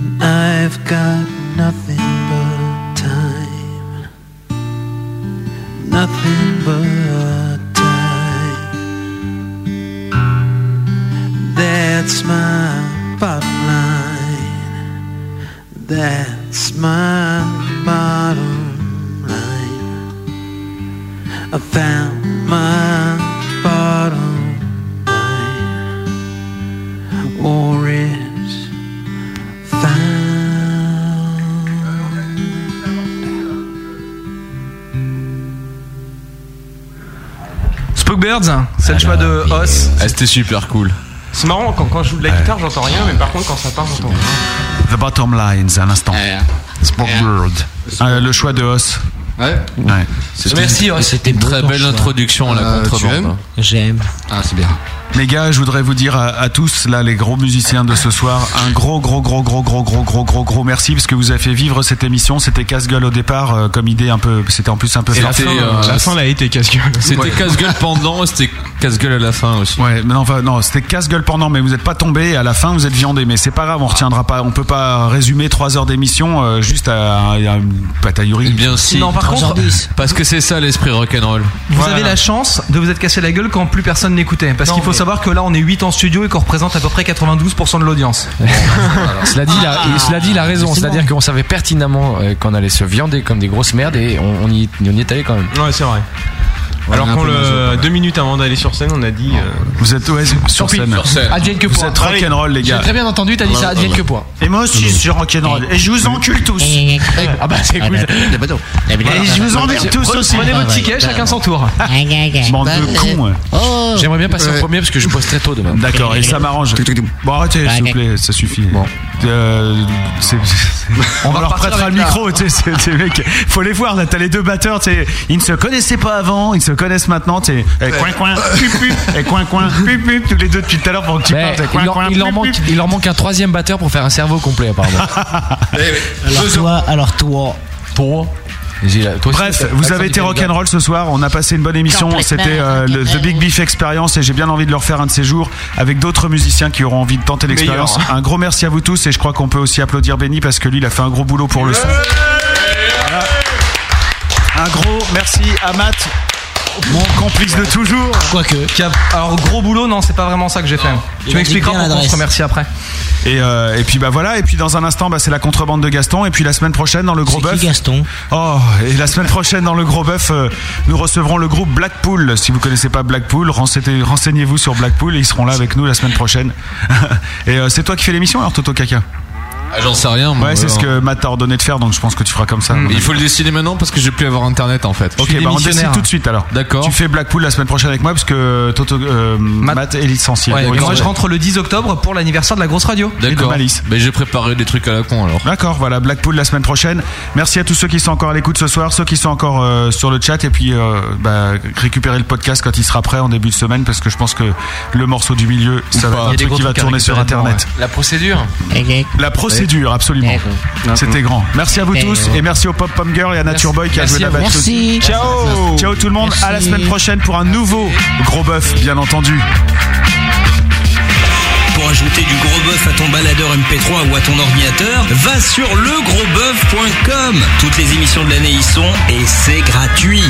And I've got nothing but time, nothing but time. That's my bottom line. That's my bottom line. I found my bottom line. Or it's Spookbirds, c'est le choix de Os. Ah, c'était super cool. C'est marrant, quand, quand je joue de la guitare, j'entends rien, mais par contre, quand ça part, j'entends. The Bottom Lines à l'instant. Spookbird. Euh, le choix de Hoss. Ouais. C'était- Merci, ouais, c'était une très belle introduction à la Euh, tu aimes contrebande. J'aime. Ah, c'est bien. Les gars, je voudrais vous dire à, à tous, là, les gros musiciens de ce soir, un gros, gros, gros, gros, gros, gros, gros, gros, gros merci parce que vous avez fait vivre cette émission. C'était casse-gueule au départ, euh, comme idée un peu. C'était en plus un peu. Et la fin, euh, la fin, elle a été casse-gueule. C'était casse-gueule pendant, c'était casse-gueule à la fin aussi. Ouais, mais non, enfin, non, c'était casse-gueule pendant, mais vous n'êtes pas tombé. À la fin, vous êtes viandé, mais c'est pas grave, on retiendra pas. On peut pas résumer trois heures d'émission euh, juste à, à une bataillerie. Eh Bien si. Non, par contre- parce que c'est ça l'esprit rock'n'roll. Vous avez la chance de vous être cassé la gueule quand plus personne n'écoutait. Parce qu'il faut savoir que là, on est 8 en studio et qu'on représente à peu près 92% de l'audience. Cela dit, il a- Ah. il- cela dit, il a raison. Mais c'est C'est-à-dire qu'on savait pertinemment euh, qu'on allait se viander comme des grosses merdes et on, on y, on y est allé quand même. Ouais, c'est vrai. Alors on est un qu'on peu le deux minutes avant d'aller sur scène, on a dit. euh, Vous êtes ouais, sur scène. Advienne que Vous pourra. êtes rock'n'roll, les J'ai gars. très bien entendu, t'as dit ça, advienne que pourra. Et moi aussi, je suis rock'n'roll. Et je vous encule tous. Ah bah c'est cool. Et je vous emmerde tous aussi. Ah, tour. Bande Bah, Bah, de cons, euh, ouais. J'aimerais bien passer en premier parce que je bosse très tôt demain. D'accord, et ça m'arrange. Bon, arrêtez, s'il vous plaît, ça suffit. Bon. on, leur prêtera le micro, tu sais, c'est- c'est- mec, Faut les voir, là, t'as les deux batteurs, tu sais, Ils ne se connaissaient pas avant, ils se connaissent maintenant, tu sais. Eh, coin, coin, pup, pup, eh, coin, coin, pup, pup, tous les deux depuis tout à l'heure pendant que tu Mais parles, eh, Ben, il, coin, leur, coin, il leur pup, manque, pup. il leur manque un troisième batteur pour faire un cerveau complet apparemment. Eh Alors toi, alors toi. Toi. J'ai la- toi aussi, Bref, t'as- vous t'as- avez t'as- été t'as- rock'n'roll ce soir. On a passé une bonne émission. Complètement C'était euh, le The Big Beef Experience et j'ai bien envie de le refaire un de ces jours avec d'autres musiciens qui auront envie de tenter l'expérience. Meilleur. Un gros merci à vous tous et je crois qu'on peut aussi applaudir Benny parce que lui, il a fait un gros boulot pour le son. Voilà. Un gros merci à Matt. Mon complice de toujours. Quoique. Alors, gros boulot, non, c'est pas vraiment ça que j'ai fait. Il Tu a m'expliqueras dit bien pourquoi on se l'adresse. remercie après. Et, euh, et puis bah voilà, et puis dans un instant, bah, c'est la contrebande de Gaston, et puis la semaine prochaine dans le gros bœuf. Gaston Oh, et la semaine prochaine dans le gros bœuf, euh, nous recevrons le groupe Blackpool. Si vous connaissez pas Blackpool, renseignez- renseignez-vous sur Blackpool, et ils seront là avec nous la semaine prochaine. et euh, c'est toi qui fais l'émission alors, Toto Kaka Ah, J'en sais rien. moi, Ouais, c'est ce alors. Mm, que Matt t'a ordonné de faire, donc je pense que tu feras comme ça. Il faut le décider maintenant parce que je vais plus avoir internet en fait. Ok, bah on décide tout de suite alors. D'accord. Tu fais Blackpool la semaine prochaine avec moi parce que Toto, euh, Matt, est licencié. Ouais, Oui, moi, je ouais. rentre le 10 octobre pour l'anniversaire de la grosse radio. de D'accord. Malice. Mais j'ai préparé des trucs à la con alors. D'accord, voilà, Blackpool la semaine prochaine. Merci à tous ceux qui sont encore à l'écoute ce soir, ceux qui sont encore euh, sur le chat, et puis euh, bah, récupérer le podcast quand il sera prêt en début de semaine, parce que je pense que le morceau du milieu, ça va être un truc qui va tourner sur Internet. La procédure. Eh, La procédure, absolument. C'était grand. Merci à vous tous, et merci au Pop Pom Girl et à Nature Boy qui a Merci joué la à vous. batterie. Merci. Ciao Ciao tout le monde, à la Merci. semaine prochaine pour un nouveau gros bœuf, bien entendu. Pour ajouter du gros bœuf à ton baladeur MP3 ou à ton ordinateur, va sur legrosboeuf.com. Toutes les émissions de l'année y sont et c'est gratuit.